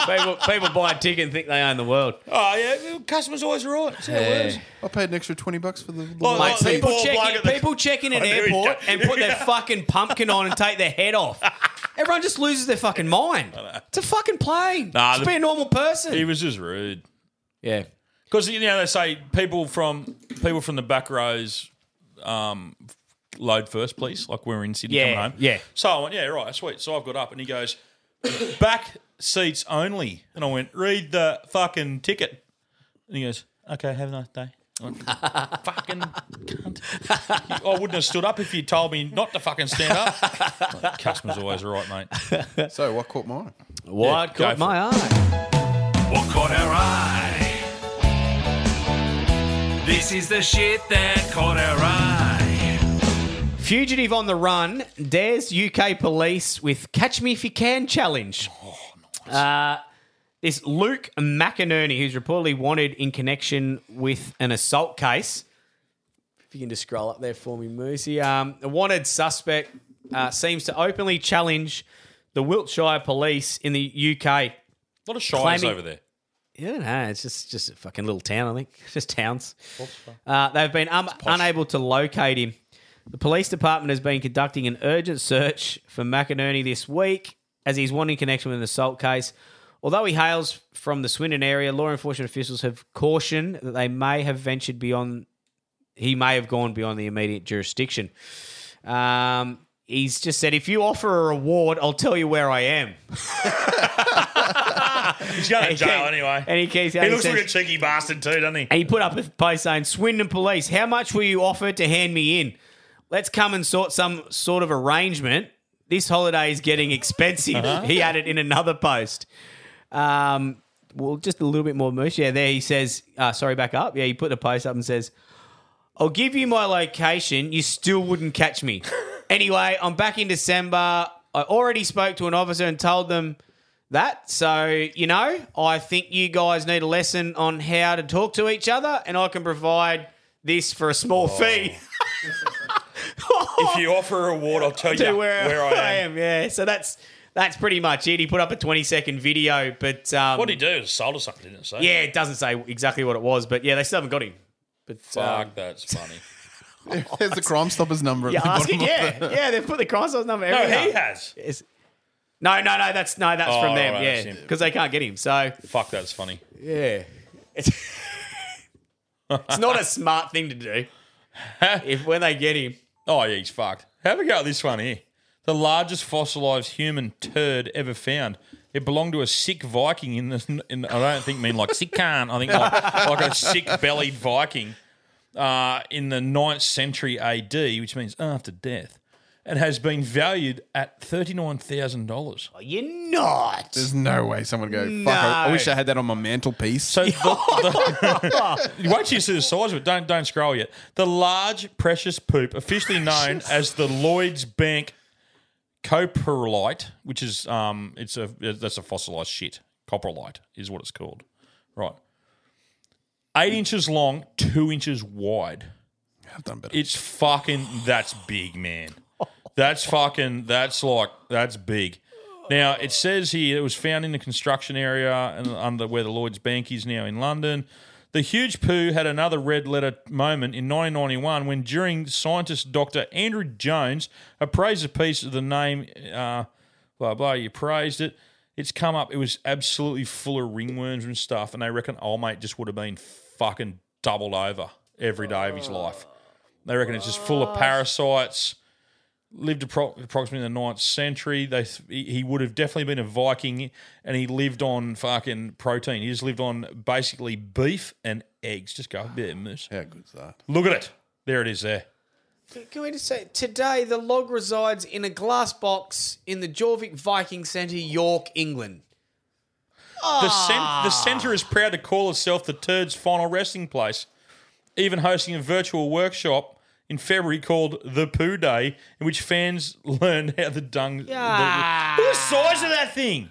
Speaker 1: people, people buy a ticket and think they own the world.
Speaker 7: Oh yeah, customer's always right. That's how it works. Oh,
Speaker 10: I paid an extra twenty bucks for the. the
Speaker 1: Mate,
Speaker 10: white seat.
Speaker 1: people, check in, people check in an
Speaker 10: Oh, there we
Speaker 1: airport
Speaker 10: go.
Speaker 1: and put their fucking pumpkin on and take their head off. Everyone just loses their fucking mind. It's a fucking plane.
Speaker 7: Nah,
Speaker 1: just
Speaker 7: the-
Speaker 1: be a normal person.
Speaker 7: He was just rude.
Speaker 1: Yeah,
Speaker 7: because you know they say people from people from the back rows um, load first, please. Like we were in Sydney
Speaker 1: Yeah,
Speaker 7: coming home.
Speaker 1: yeah.
Speaker 7: So I went, yeah, right, sweet. So I've got up, and he goes, back seats only. And I went, read the fucking ticket. And he goes, okay, have a nice day. I went, fucking cunt. I wouldn't have stood up if you told me not to fucking stand up. Like, Customer's always right, mate.
Speaker 10: So what caught mine?
Speaker 7: What caught my
Speaker 1: eye?
Speaker 14: What caught our eye? This is the shit that caught our eye.
Speaker 1: Fugitive on the run dares UK police with "Catch Me If You Can" challenge.
Speaker 7: Oh,
Speaker 1: Uh, this Luke McInerney, who's reportedly wanted in connection with an assault case. If you can just scroll up there for me, Moosey. Um, the wanted suspect uh, seems to openly challenge the Wiltshire police in the UK. A
Speaker 7: lot of shires over there.
Speaker 1: Yeah, no, it's just just a fucking little town. I think just towns. Uh, they've been um, unable to locate him. The police department has been conducting an urgent search for McInerney this week as he's wanted in connection with an assault case. Although he hails from the Swindon area, law enforcement officials have cautioned that they may have ventured beyond. He may have gone beyond the immediate jurisdiction. Um, he's just said, "If you offer a reward, I'll tell you where I am."
Speaker 7: He's going to
Speaker 1: And he
Speaker 7: jail
Speaker 1: keeps-
Speaker 7: anyway.
Speaker 1: and he keeps-
Speaker 7: He
Speaker 1: and he
Speaker 7: looks like a
Speaker 1: says-
Speaker 7: cheeky bastard too, doesn't he?
Speaker 1: And he put up a post saying, Swindon Police, how much were you offered to hand me in? Let's come and sort some sort of arrangement. This holiday is getting expensive.
Speaker 7: Uh-huh.
Speaker 1: He added in another post. Um, well, just a little bit more mercy. Yeah, there he says, uh, sorry, back up. Yeah, he put the post up and says, I'll give you my location. You still wouldn't catch me. anyway, I'm back in December. I already spoke to an officer and told them that. So, you know, I think you guys need a lesson on how to talk to each other, and I can provide this for a small
Speaker 7: Oh.
Speaker 1: fee.
Speaker 7: if you offer a reward, I'll tell you
Speaker 1: to
Speaker 7: Oh, where, I am.
Speaker 1: Yeah. So that's that's pretty much it. He put up a 20 second video, but. Um,
Speaker 7: what did he do? Sold or something, didn't it? Say?
Speaker 1: Yeah, it doesn't say exactly what it was, but yeah, they still haven't got him. But
Speaker 7: Fuck,
Speaker 1: um,
Speaker 7: that's funny.
Speaker 10: There's the Crime Stoppers number. At
Speaker 1: Yeah,
Speaker 10: the
Speaker 1: ask
Speaker 10: bottom
Speaker 1: it, yeah,
Speaker 10: of the-
Speaker 1: yeah. They've put the crime size number.
Speaker 7: No,
Speaker 1: everywhere.
Speaker 7: he has.
Speaker 1: It's- no, no, no. That's no. That's
Speaker 7: Oh,
Speaker 1: from them.
Speaker 7: alright, that's
Speaker 1: yeah,
Speaker 7: him.
Speaker 1: because they can't get him. So
Speaker 7: Fuck, that's funny.
Speaker 1: yeah, it's, it's not a smart thing to do. if when they get him,
Speaker 7: oh yeah, he's fucked. Have a go at this one here. The largest fossilized human turd ever found. It belonged to a sick Viking in the. In, I don't think mean like sick can. I think like, like a sick bellied Viking uh, in the 9th century AD, which means after death, and has been valued at thirty nine thousand dollars.
Speaker 1: Oh, You're not.
Speaker 10: There's no way someone would go. Fuck! I, I
Speaker 7: No.
Speaker 10: wish I had that on my mantelpiece.
Speaker 7: So You wait till you see the size of it. Don't don't scroll yet. The large precious poop, officially known as the Lloyd's Bank coprolite, which is um, it's a that's a fossilized shit. Coprolite is what it's called, right? Eight inches long, two inches wide.
Speaker 10: I've done better.
Speaker 7: It's fucking that's big, man. That's fucking that's like that's big. Now it says here it was found in the construction area and under where the Lloyd's Bank is now in London. The huge poo had another red letter moment in 1991 when, during scientist Dr. Andrew Jones appraised a piece of the name, uh, blah blah. You praised it. It's come up. It was absolutely full of ringworms and stuff, and they reckon old mate just would have been fucking doubled over every day of his life. They reckon it's just full of parasites, lived appro- approximately in the 9th century. They th- he he would have definitely been a Viking, and he lived on fucking protein. He just lived on basically beef and eggs. Just go a bit of moose. How good's that? Look at it. There it is. There.
Speaker 1: Can we just say today the log resides in a glass box in the Jorvik Viking Centre, York, England.
Speaker 7: The, cent- the centre is proud to call itself the Turd's final resting place, even hosting a virtual workshop in February called the Poo Day, in which fans learned how the dung.
Speaker 15: Yeah.
Speaker 7: The, look at the size of that thing.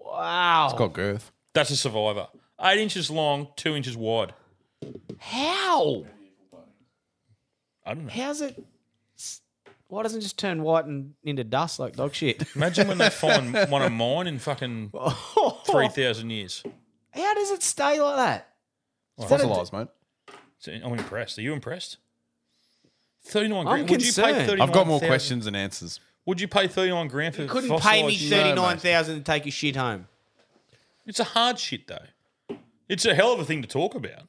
Speaker 1: Wow.
Speaker 7: It's got girth. That's a survivor. Eight inches long, two inches wide.
Speaker 1: How?
Speaker 7: I don't know.
Speaker 1: How's it? Why doesn't it just turn white and into dust like dog shit?
Speaker 7: Imagine when they find one of mine in fucking 3,000 years.
Speaker 1: How does it stay like that? Is that a-
Speaker 10: Fossilized, mate.
Speaker 7: So I'm impressed. Are you impressed? 39
Speaker 1: I'm
Speaker 7: grand. Would you pay
Speaker 1: concerned.
Speaker 7: 39
Speaker 10: I've got more questions than answers.
Speaker 7: Would you pay 39 grand for
Speaker 1: You couldn't pay me
Speaker 7: fossilised-
Speaker 1: thirty nine thousand to take your shit home.
Speaker 7: It's a hard shit though. It's a hell of a thing to talk about.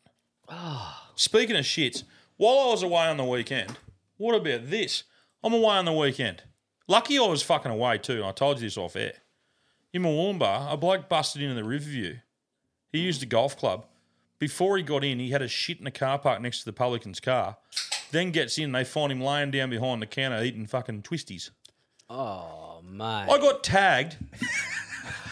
Speaker 1: Oh,
Speaker 7: Speaking of shits, while I was away on the weekend, what about this? I'm away on the weekend. Lucky I was fucking away too, and I told you this off air. In Moolumbar, a bloke busted into the Riverview. He used a golf club. Before he got in, he had a shit in the car park next to the publican's car. Then gets in, they find him laying down behind the counter eating fucking twisties.
Speaker 1: Oh mate.
Speaker 7: I got tagged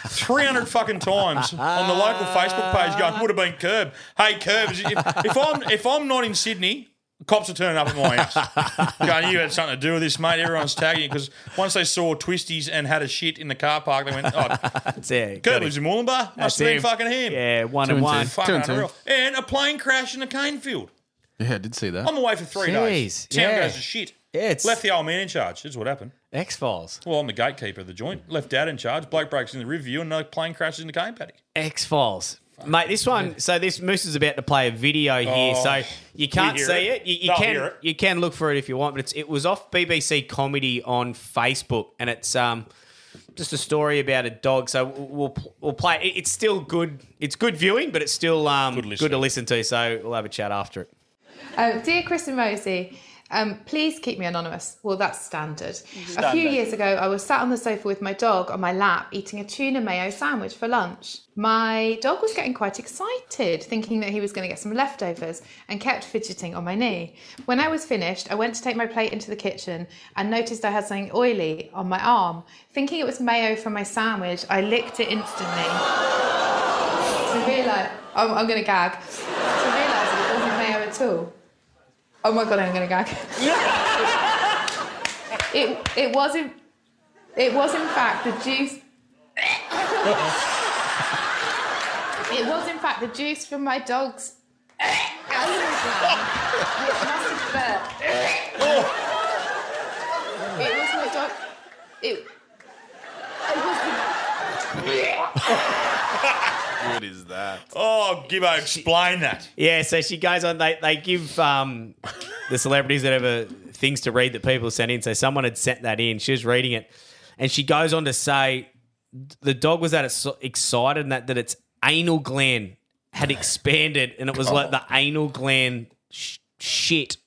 Speaker 7: 300 fucking times on the local Facebook page going, would have been Curb. Hey, Curb, is- if, if, I'm, if I'm not in Sydney, cops are turning up at my house. going, you had something to do with this, mate. Everyone's tagging you because once they saw twisties and had a shit in the car park, they went, oh,
Speaker 1: That's it.
Speaker 7: Curb lives in Moolumbar.
Speaker 1: That's
Speaker 7: Must have been
Speaker 1: him.
Speaker 7: fucking him.
Speaker 1: Yeah, one Two and and one. two.
Speaker 7: Fucking
Speaker 1: Two and two.
Speaker 7: unreal. And a plane crash in a cane field.
Speaker 10: Yeah, I did see that.
Speaker 7: I'm away for three days.
Speaker 10: Jeez,
Speaker 7: Town
Speaker 10: yeah.
Speaker 7: goes to shit. Left the old man in charge. That's what happened.
Speaker 1: X Files.
Speaker 7: Well, I'm the gatekeeper of the joint. Left dad in charge. Bloke breaks in the review, and another plane crashes in the cane paddock.
Speaker 1: X Files. Mate, this one. So this Moose is about to play a video here,
Speaker 7: Oh.
Speaker 1: so you can't
Speaker 7: We hear
Speaker 1: see
Speaker 7: it.
Speaker 1: it. You, you
Speaker 7: They'll
Speaker 1: can
Speaker 7: hear it.
Speaker 1: you can look for it if you want, but it's it was off BBC Comedy on Facebook, and it's um just a story about a dog. So we'll we'll, we'll play. It, it's still good. It's good viewing, but it's still um good, to listen to. So we'll have a chat after it.
Speaker 16: Oh, dear Chris and Rosie, um, please keep me anonymous. Well, that's standard. A few
Speaker 17: Standard.
Speaker 16: years ago, I was sat on the sofa with my dog on my lap eating a tuna mayo sandwich for lunch. My dog was getting quite excited, thinking that he was going to get some leftovers, and kept fidgeting on my knee. When I was finished, I went to take my plate into the kitchen and noticed I had something oily on my arm. Thinking it was mayo from my sandwich, I licked it instantly. to realise, I'm, I'm going to gag. To realise it wasn't mayo at all. Oh my god, I'm going to gag. it it was in it was in fact the juice. it was in fact the juice from my dog's. anal gland, which must have burped. It was my dog. It. It was the
Speaker 10: What is that?
Speaker 7: Oh, Gibbo, explain that.
Speaker 1: Yeah, so she goes on. They they give um, the celebrities that have uh, things to read that people sent in. So someone had sent that in. She was reading it, and she goes on to say the dog was that ex- excited and that that its anal gland had expanded, and it was like the anal gland sh- shit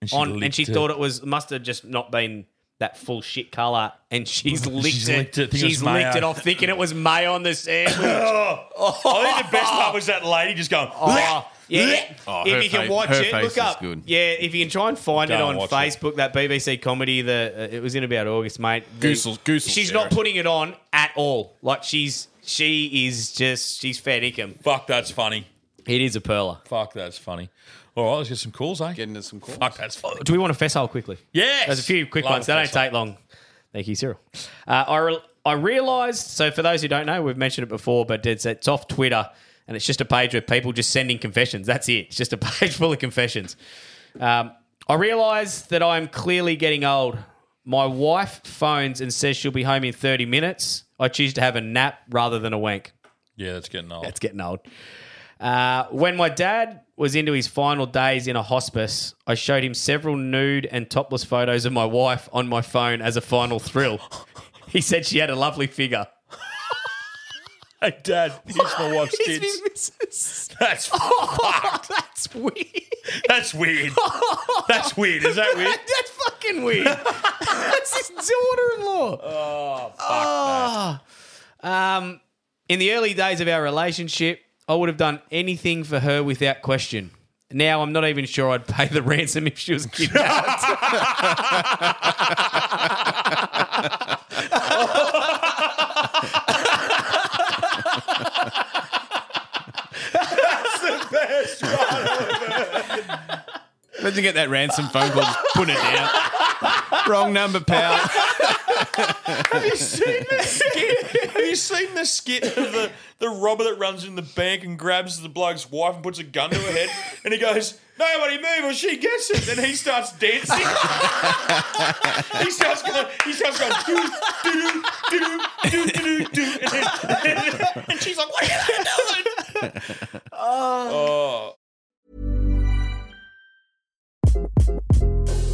Speaker 6: And she
Speaker 1: on, and
Speaker 6: licked
Speaker 1: she
Speaker 6: it.
Speaker 1: thought it was must have just not been. That full shit color, and she's licked
Speaker 6: She's
Speaker 1: it.
Speaker 6: licked it, thinking
Speaker 1: She's
Speaker 6: it was
Speaker 1: licked
Speaker 6: mayo.
Speaker 1: it off, thinking it was mayo on the sandwich.
Speaker 7: Oh, I think the best part was that lady just going,
Speaker 1: Oh, yeah.
Speaker 10: Oh, her
Speaker 1: if you can
Speaker 10: face-
Speaker 1: watch
Speaker 10: her
Speaker 1: it,
Speaker 10: face
Speaker 1: look
Speaker 10: is
Speaker 1: up.
Speaker 10: good.
Speaker 1: Yeah, if you can try and find
Speaker 10: Go
Speaker 1: it on
Speaker 10: and watch
Speaker 1: Facebook, that BBC comedy. The uh, it was in about August, mate. The-
Speaker 10: Goosel- goosel
Speaker 1: She's
Speaker 10: share
Speaker 1: not
Speaker 10: it.
Speaker 1: putting it on at all. Like she's she is just she's fair dinkum.
Speaker 7: Fuck, that's funny.
Speaker 1: It is a perler.
Speaker 7: Fuck, that's funny. All right, let's get some calls, eh? Getting
Speaker 10: to some calls.
Speaker 7: Fuck, that's funny.
Speaker 1: Uh, Do we want to fess hole quickly?
Speaker 7: Yes.
Speaker 1: There's a few quick
Speaker 7: Love
Speaker 1: ones.
Speaker 7: a
Speaker 1: They don't
Speaker 7: fess hole.
Speaker 1: take long. Thank you, Cyril. Uh, I, re- I realised, so for those who don't know, we've mentioned it before, but it's, it's off Twitter and it's just a page with people just sending confessions. That's it. It's just a page full of confessions. Um, I realised that I'm clearly getting old. My wife phones and says she'll be home in 30 minutes. I choose to have a nap rather than a wank.
Speaker 7: Yeah, that's getting old.
Speaker 1: That's getting old. Uh, when my dad was into his final days in a hospice, I showed him several nude and topless photos of my wife on my phone as a final thrill. he said she had a lovely figure.
Speaker 7: Hey, Dad, here's my wife's tits. That's fucked.
Speaker 1: Oh, That's weird.
Speaker 7: That's weird. That's weird. Is that weird?
Speaker 1: That's fucking weird.
Speaker 6: That's his daughter-in-law.
Speaker 1: Oh, Ah.
Speaker 6: Oh. Um, in the early days of our relationship, I would have done anything for her without question. Now I'm not even sure I'd pay the ransom if she was kidnapped.
Speaker 18: That's the best one ever.
Speaker 10: Imagine get that ransom phone call, just put it down. Wrong number, pal.
Speaker 7: Have you seen the skit? Have you seen the skit of the, the robber that runs in the bank and grabs the bloke's wife and puts a gun to her head and he goes, Nobody move or she gets it. Then he starts dancing. he starts going he starts going doo doo doo doo doo doo doo and, then- and she's like, What are you doing?
Speaker 19: Oh.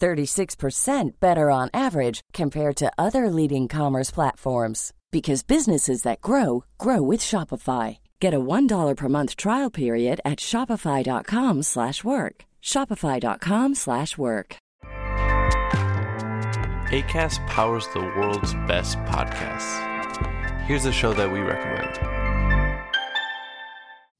Speaker 2: 36% better on average compared to other leading commerce platforms because businesses that grow grow with Shopify. Get a $1 per month trial period at shopify.com/work. slash work. shopify.com/work. slash work.
Speaker 11: ACAST powers the world's best podcasts. Here's a show that we recommend.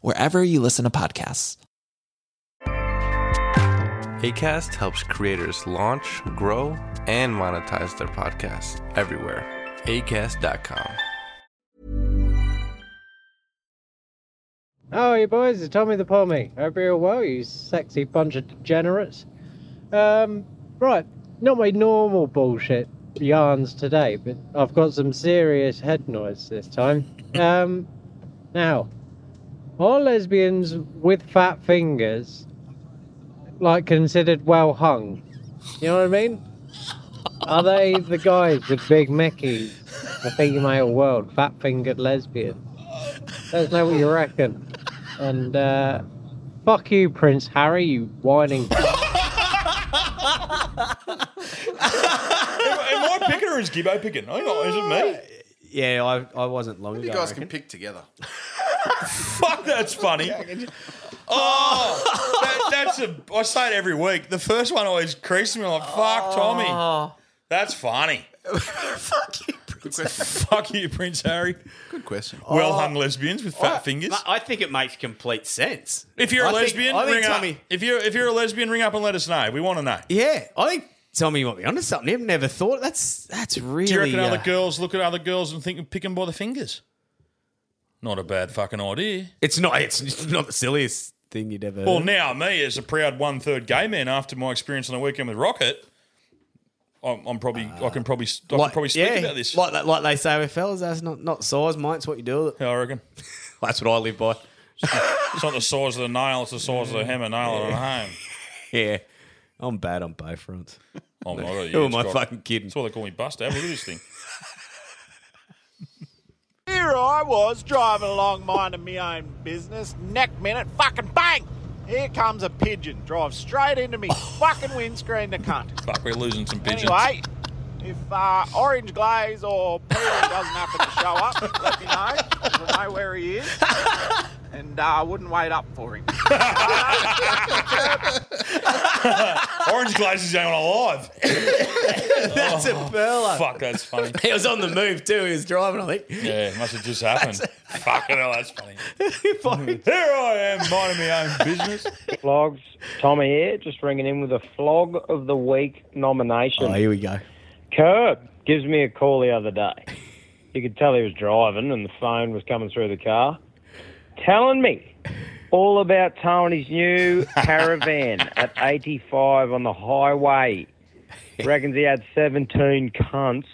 Speaker 20: wherever you listen to podcasts.
Speaker 11: ACAST helps creators launch, grow, and monetize their podcasts everywhere. ACAST.com.
Speaker 17: Oh, you boys, it's Tommy the Pommy. Hope you're all well, you sexy bunch of degenerates. Um, right, not my normal bullshit yarns today, but I've got some serious head noise this time. Um, now, are lesbians with fat fingers like considered well hung? You know what I mean? Are they the guys with big Mickeys? The female world, fat fingered lesbian. Let us know what you reckon. And uh, fuck you, Prince Harry, you whining.
Speaker 7: Am, am I picking or is Gibbo picking? I know, is it me?
Speaker 1: Yeah, I, I wasn't long ago.
Speaker 10: You guys
Speaker 1: I
Speaker 10: can
Speaker 1: reckon.
Speaker 10: pick together.
Speaker 7: Fuck, that's funny. Oh, that, that's a. I say it every week. The first one always creases me. I'm like, fuck,
Speaker 1: Oh.
Speaker 7: Tommy. That's funny.
Speaker 10: Good question.
Speaker 7: Fuck you, Prince Harry.
Speaker 10: Good question.
Speaker 7: Well hung lesbians with fat fingers.
Speaker 1: Oh. I think it makes complete sense.
Speaker 7: If you're a
Speaker 1: a
Speaker 7: lesbian,
Speaker 1: I think
Speaker 7: ring
Speaker 1: Tommy,
Speaker 7: up. If you're if you're a lesbian, ring up and let us know. We want to know.
Speaker 1: Yeah, I think Tommy might be onto something. I've never thought that's that's really.
Speaker 7: Do you reckon
Speaker 1: uh,
Speaker 7: other girls look at other girls and think of pick them by the fingers? Not a bad fucking idea.
Speaker 1: It's not. It's not the silliest thing you'd ever.
Speaker 7: Well,
Speaker 1: heard.
Speaker 7: now me as a proud one third gay man after my experience on the weekend with Rocket, I'm, I'm probably I can probably I can probably speak
Speaker 1: yeah,
Speaker 7: about this.
Speaker 1: Like, that- like they say with fellas, that's not, not size, mate. It's what you do with it.
Speaker 7: I reckon.
Speaker 1: that's what I live by.
Speaker 7: It's not the size of the nail; it's the size of the hammer nail on a home.
Speaker 1: Yeah. I'm bad on both fronts.
Speaker 7: Oh my god!
Speaker 1: Who am I fucking kidding?
Speaker 7: That's why they call me Buster. Have a look at this thing.
Speaker 21: Here I was driving along, minding my own business. Neck minute, fucking bang! Here comes a pigeon, drives straight into me fucking windscreen. The cunt.
Speaker 7: Fuck, we're losing some pigeons.
Speaker 21: Anyway, if uh, Orange Glaze or Peter doesn't happen to show up, let me know. We'll know where he is, and uh, I wouldn't wait up for him.
Speaker 7: Orange Glaze is the only one alive.
Speaker 1: That's a burler.
Speaker 7: Oh, Fuck, that's funny.
Speaker 1: He was on the move too. He was driving, I think.
Speaker 7: Yeah, it must have just happened. Fucking hell, that's funny. Here I am, minding my own business.
Speaker 22: Flogs, Tommy here, just ringing in with a flog of the week nomination.
Speaker 1: Oh, here we go.
Speaker 22: Curb gives me a call the other day. You could tell he was driving and the phone was coming through the car, telling me all about Tony's new caravan at 85 on the highway. Reckons he had 17 cunts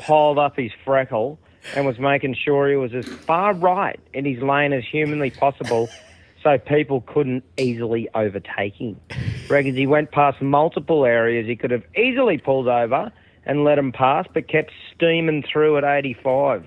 Speaker 22: piled up his freckle and was making sure he was as far right in his lane as humanly possible so people couldn't easily overtake him. Reckons he went past multiple areas he could have easily pulled over and let him pass, but kept steaming through at 85.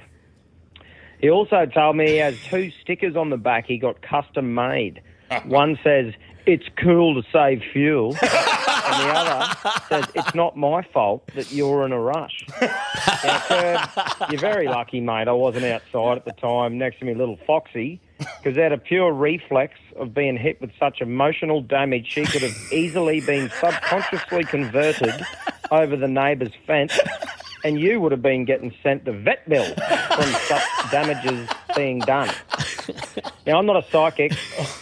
Speaker 22: He also told me he has two stickers on the back he got custom made. One says, It's cool to save fuel. and the other says, It's not my fault that you're in a rush. Now, Curb, um, you're very lucky, mate. I wasn't outside at the time next to me, little Foxy, because out of pure reflex of being hit with such emotional damage, she could have easily been subconsciously converted over the neighbour's fence, and you would have been getting sent the vet bill from such damages being done. Now, I'm not a psychic,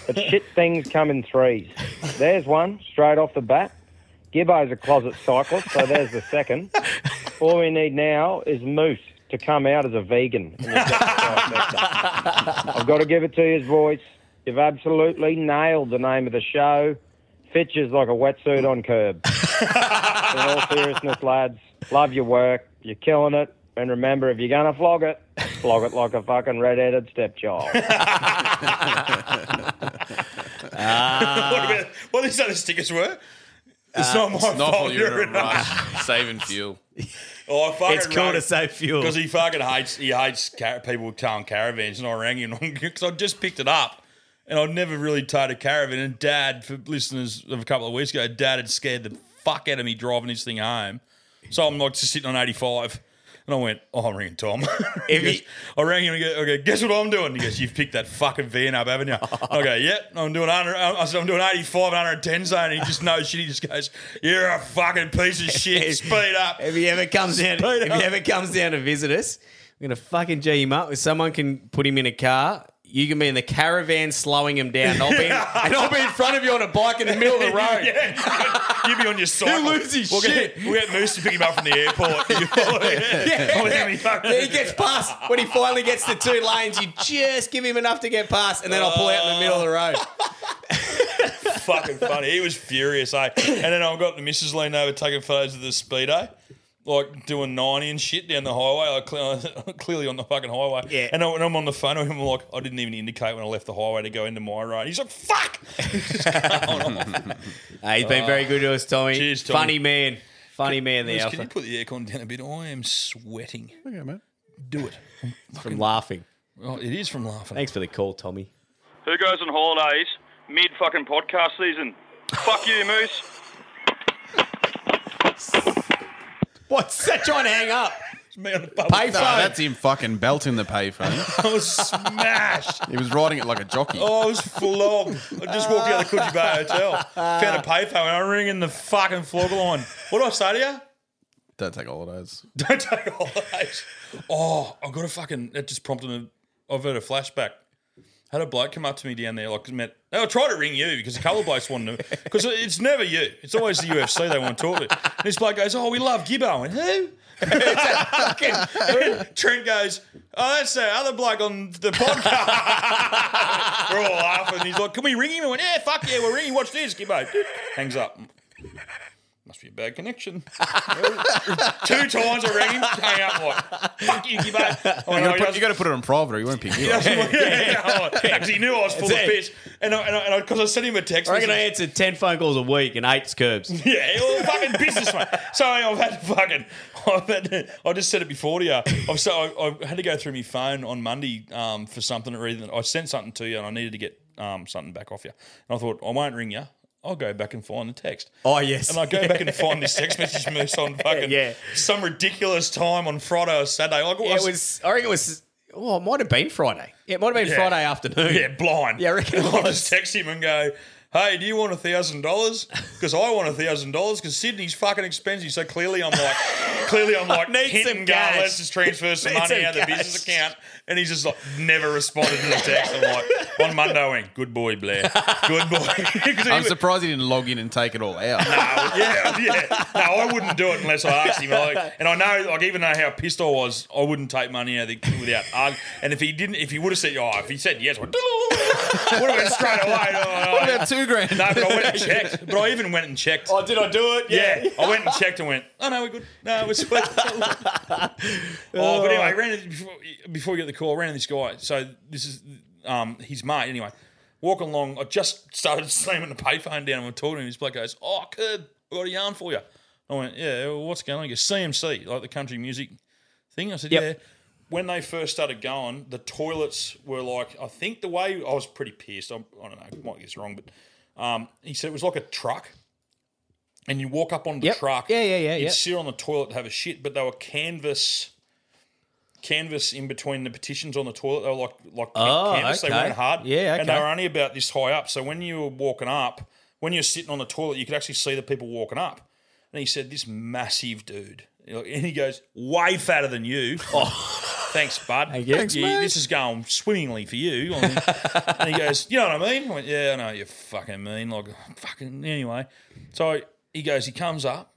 Speaker 22: but shit things come in threes. There's one straight off the bat. Gibbo's a closet cyclist, so there's the second. All we need now is Moose to come out as a vegan. in the second trifecta. I've got to give it to his voice. You've absolutely nailed the name of the show. Fitches like a wetsuit on curb. In all seriousness, lads, love your work. You're killing it. And remember, if you're going to flog it, flog it like a fucking red-headed stepchild.
Speaker 7: Ah. what, about, what these other stickers were? It's
Speaker 11: Uh,
Speaker 7: not my
Speaker 11: it's not
Speaker 7: fault.
Speaker 11: you're in a
Speaker 7: rush.
Speaker 11: Saving fuel.
Speaker 7: Oh, I fucking
Speaker 11: It's cool to save fuel.
Speaker 7: because he fucking hates he hates car- people with car- caravans. And I rang him because I just picked it up, and I'd never really towed a caravan. And Dad, for listeners of a couple of weeks ago, Dad had scared the fuck out of me driving this thing home. So I'm like just sitting on 85, and I went, "Oh, I'm ringing Tom." He goes- I rang him and go, "Okay, guess what I'm doing?" He goes, "You've picked that fucking van up, haven't you?" I go, "Yep, I'm doing 100." I said, "I'm doing 85 and 110 zone." And he just knows shit. He just goes, "You're a fucking piece of shit. Speed up."
Speaker 1: If he ever comes down,
Speaker 7: Speed
Speaker 1: if
Speaker 7: up.
Speaker 1: he ever comes down to visit us, we're gonna fucking g him up. If someone can put him in a car, you can be in the caravan slowing him down. And I'll be in, and I'll be in front of you on a bike in the middle of the road.
Speaker 7: Yeah, you'd be on your cycle.
Speaker 1: He'll lose his
Speaker 7: we'll
Speaker 1: shit.
Speaker 7: Get, we'll get Moose to pick him up from the airport. yeah,
Speaker 1: yeah. Yeah, he gets past when he finally gets the two lanes. You just give him enough to get past, and then I'll pull out
Speaker 7: Uh,
Speaker 1: in the middle of the road.
Speaker 7: fucking funny. He was furious, eh? And then I got the missus leaning over taking photos of the speedo. Like doing ninety and shit down the highway, like cle- clearly on the fucking highway. Yeah. And I, when I'm on the phone with him, I'm like, I didn't even indicate when I left the highway to go into my road. He's like, "Fuck!"
Speaker 1: Uh, he's been very good to us, Tommy.
Speaker 7: Cheers, Tommy.
Speaker 1: Funny man, funny man. The
Speaker 7: Lewis,
Speaker 1: alpha
Speaker 7: Can you put the aircon down a bit? I am sweating.
Speaker 10: Okay, man.
Speaker 7: Do it.
Speaker 1: from laughing.
Speaker 7: Well, it is from laughing.
Speaker 1: Thanks for the call, Tommy.
Speaker 23: Who goes on holidays mid fucking podcast season? Fuck you, Moose.
Speaker 1: What? Set trying to hang up.
Speaker 7: Me on the
Speaker 10: No, that's him fucking belting the payphone.
Speaker 7: I was smashed.
Speaker 10: he was riding it like a jockey.
Speaker 7: Oh, I was flogged. I just walked out of the Coogee Bay Hotel, found a payphone, and I ring in the fucking flog line. What do I say to you?
Speaker 10: Don't take holidays.
Speaker 7: Don't take holidays. Oh, I've got a fucking. That just prompted a. I've had a flashback. Had a bloke come up to me down there, like, met, oh, I tried to ring you because a couple of blokes wanted to, because it's never you. It's always the UFC they want to talk to. And this bloke goes, oh, we love Gibbo. I went, who? And Trent goes, oh, that's the other bloke on the podcast. We're all laughing. He's like, can we ring him? I went, yeah, fuck yeah, we're ringing. Watch this, Gibbo. Hangs up. Must be a bad connection. Two times I rang him, hang up like, fuck you, Gibbo.
Speaker 10: Oh,
Speaker 7: I went,
Speaker 10: you gotta
Speaker 7: "Oh,
Speaker 10: put- you got to put it on private or he won't pick you
Speaker 7: yeah,
Speaker 10: up.
Speaker 7: that's what- yeah, Oh, yeah, yeah. Because he knew I was full of
Speaker 1: That's it.
Speaker 7: piss. And I, and I, and I, 'cause I sent him a text.
Speaker 1: I reckon I
Speaker 7: message.
Speaker 1: answered 10 phone calls a week and eight curbs.
Speaker 7: Yeah, well, fucking business, mate. So I've had to fucking, I've had to, I just said it before to you. I've so I, I had to go through my phone on Monday um, for something. Or either, I sent something to you and I needed to get um, something back off you. And I thought I won't ring you. I'll go back and find the text.
Speaker 1: Oh, yes.
Speaker 7: And I go back and find this text message from us on fucking some ridiculous time on Friday or Saturday. Like,
Speaker 1: It was, I reckon it was, oh, it might have been Friday. Yeah, it might have been Friday afternoon.
Speaker 7: Yeah, blind. Yeah, I reckon I'll just text him and go, hey, do you want a thousand dollars? Because I want a thousand dollars because Sydney's fucking expensive. So clearly I'm like, clearly I'm like,
Speaker 1: Need
Speaker 7: hit
Speaker 1: some
Speaker 7: and go,
Speaker 1: cash.
Speaker 7: let's just transfer some
Speaker 1: Need
Speaker 7: money
Speaker 1: some
Speaker 7: out of the
Speaker 1: cash.
Speaker 7: business account. And he's just like, never responded to the text. I'm like, on Monday I went, good boy, Blair. Good boy. 'Cause he
Speaker 10: I'm
Speaker 7: was-
Speaker 10: surprised he didn't log in and take it all out.
Speaker 7: no, yeah, yeah. No, I wouldn't do it unless I asked him. Like, and I know, like, even though how pissed I was, I wouldn't take money out of the, without. arg- and if he didn't, if he would have said, oh, if he said yes, I would would have been straight away. Oh,
Speaker 10: What about two grand?
Speaker 7: No, but I went and checked. But I even went and checked. Oh,
Speaker 1: did I do it?
Speaker 7: Yeah. I went and checked and went, oh, no, we're good. No, we're sweet. oh, but anyway, I ran into, before, before we get the call, I ran into this guy. So this is um, his mate. Anyway, walking along, I just started slamming the payphone down and I'm talking to him. This bloke goes, oh, Curb, i got a yarn for you. I went, yeah, well, what's going on? He goes, CMC, like the country music thing. I said,
Speaker 1: Yep.
Speaker 7: yeah. When they first started going, the toilets were like, I think the way I was pretty pissed. I, I don't know, I might get this wrong, but um, he said it was like a truck. And you walk up on the truck. Yeah, yeah, yeah. You'd
Speaker 1: yep.
Speaker 7: sit on the toilet to have a shit, but they were canvas canvas in between the petitions on the toilet. They were like like
Speaker 1: Oh,
Speaker 7: canvas. They
Speaker 1: okay.
Speaker 7: weren't hard.
Speaker 1: Yeah,
Speaker 7: And they
Speaker 1: okay.
Speaker 7: were only about this high up. So when you were walking up, when you're sitting on the toilet, you could actually see the people walking up. And he said, This massive dude. And he goes, Way fatter than you. Oh, thanks, bud.
Speaker 1: you. Thanks,
Speaker 7: Yeah,
Speaker 1: mate.
Speaker 7: This is going swimmingly for you. I mean, and he goes, You know what I mean? I went, Yeah, I know what you fucking mean. Like, fucking, anyway. So he goes, He comes up.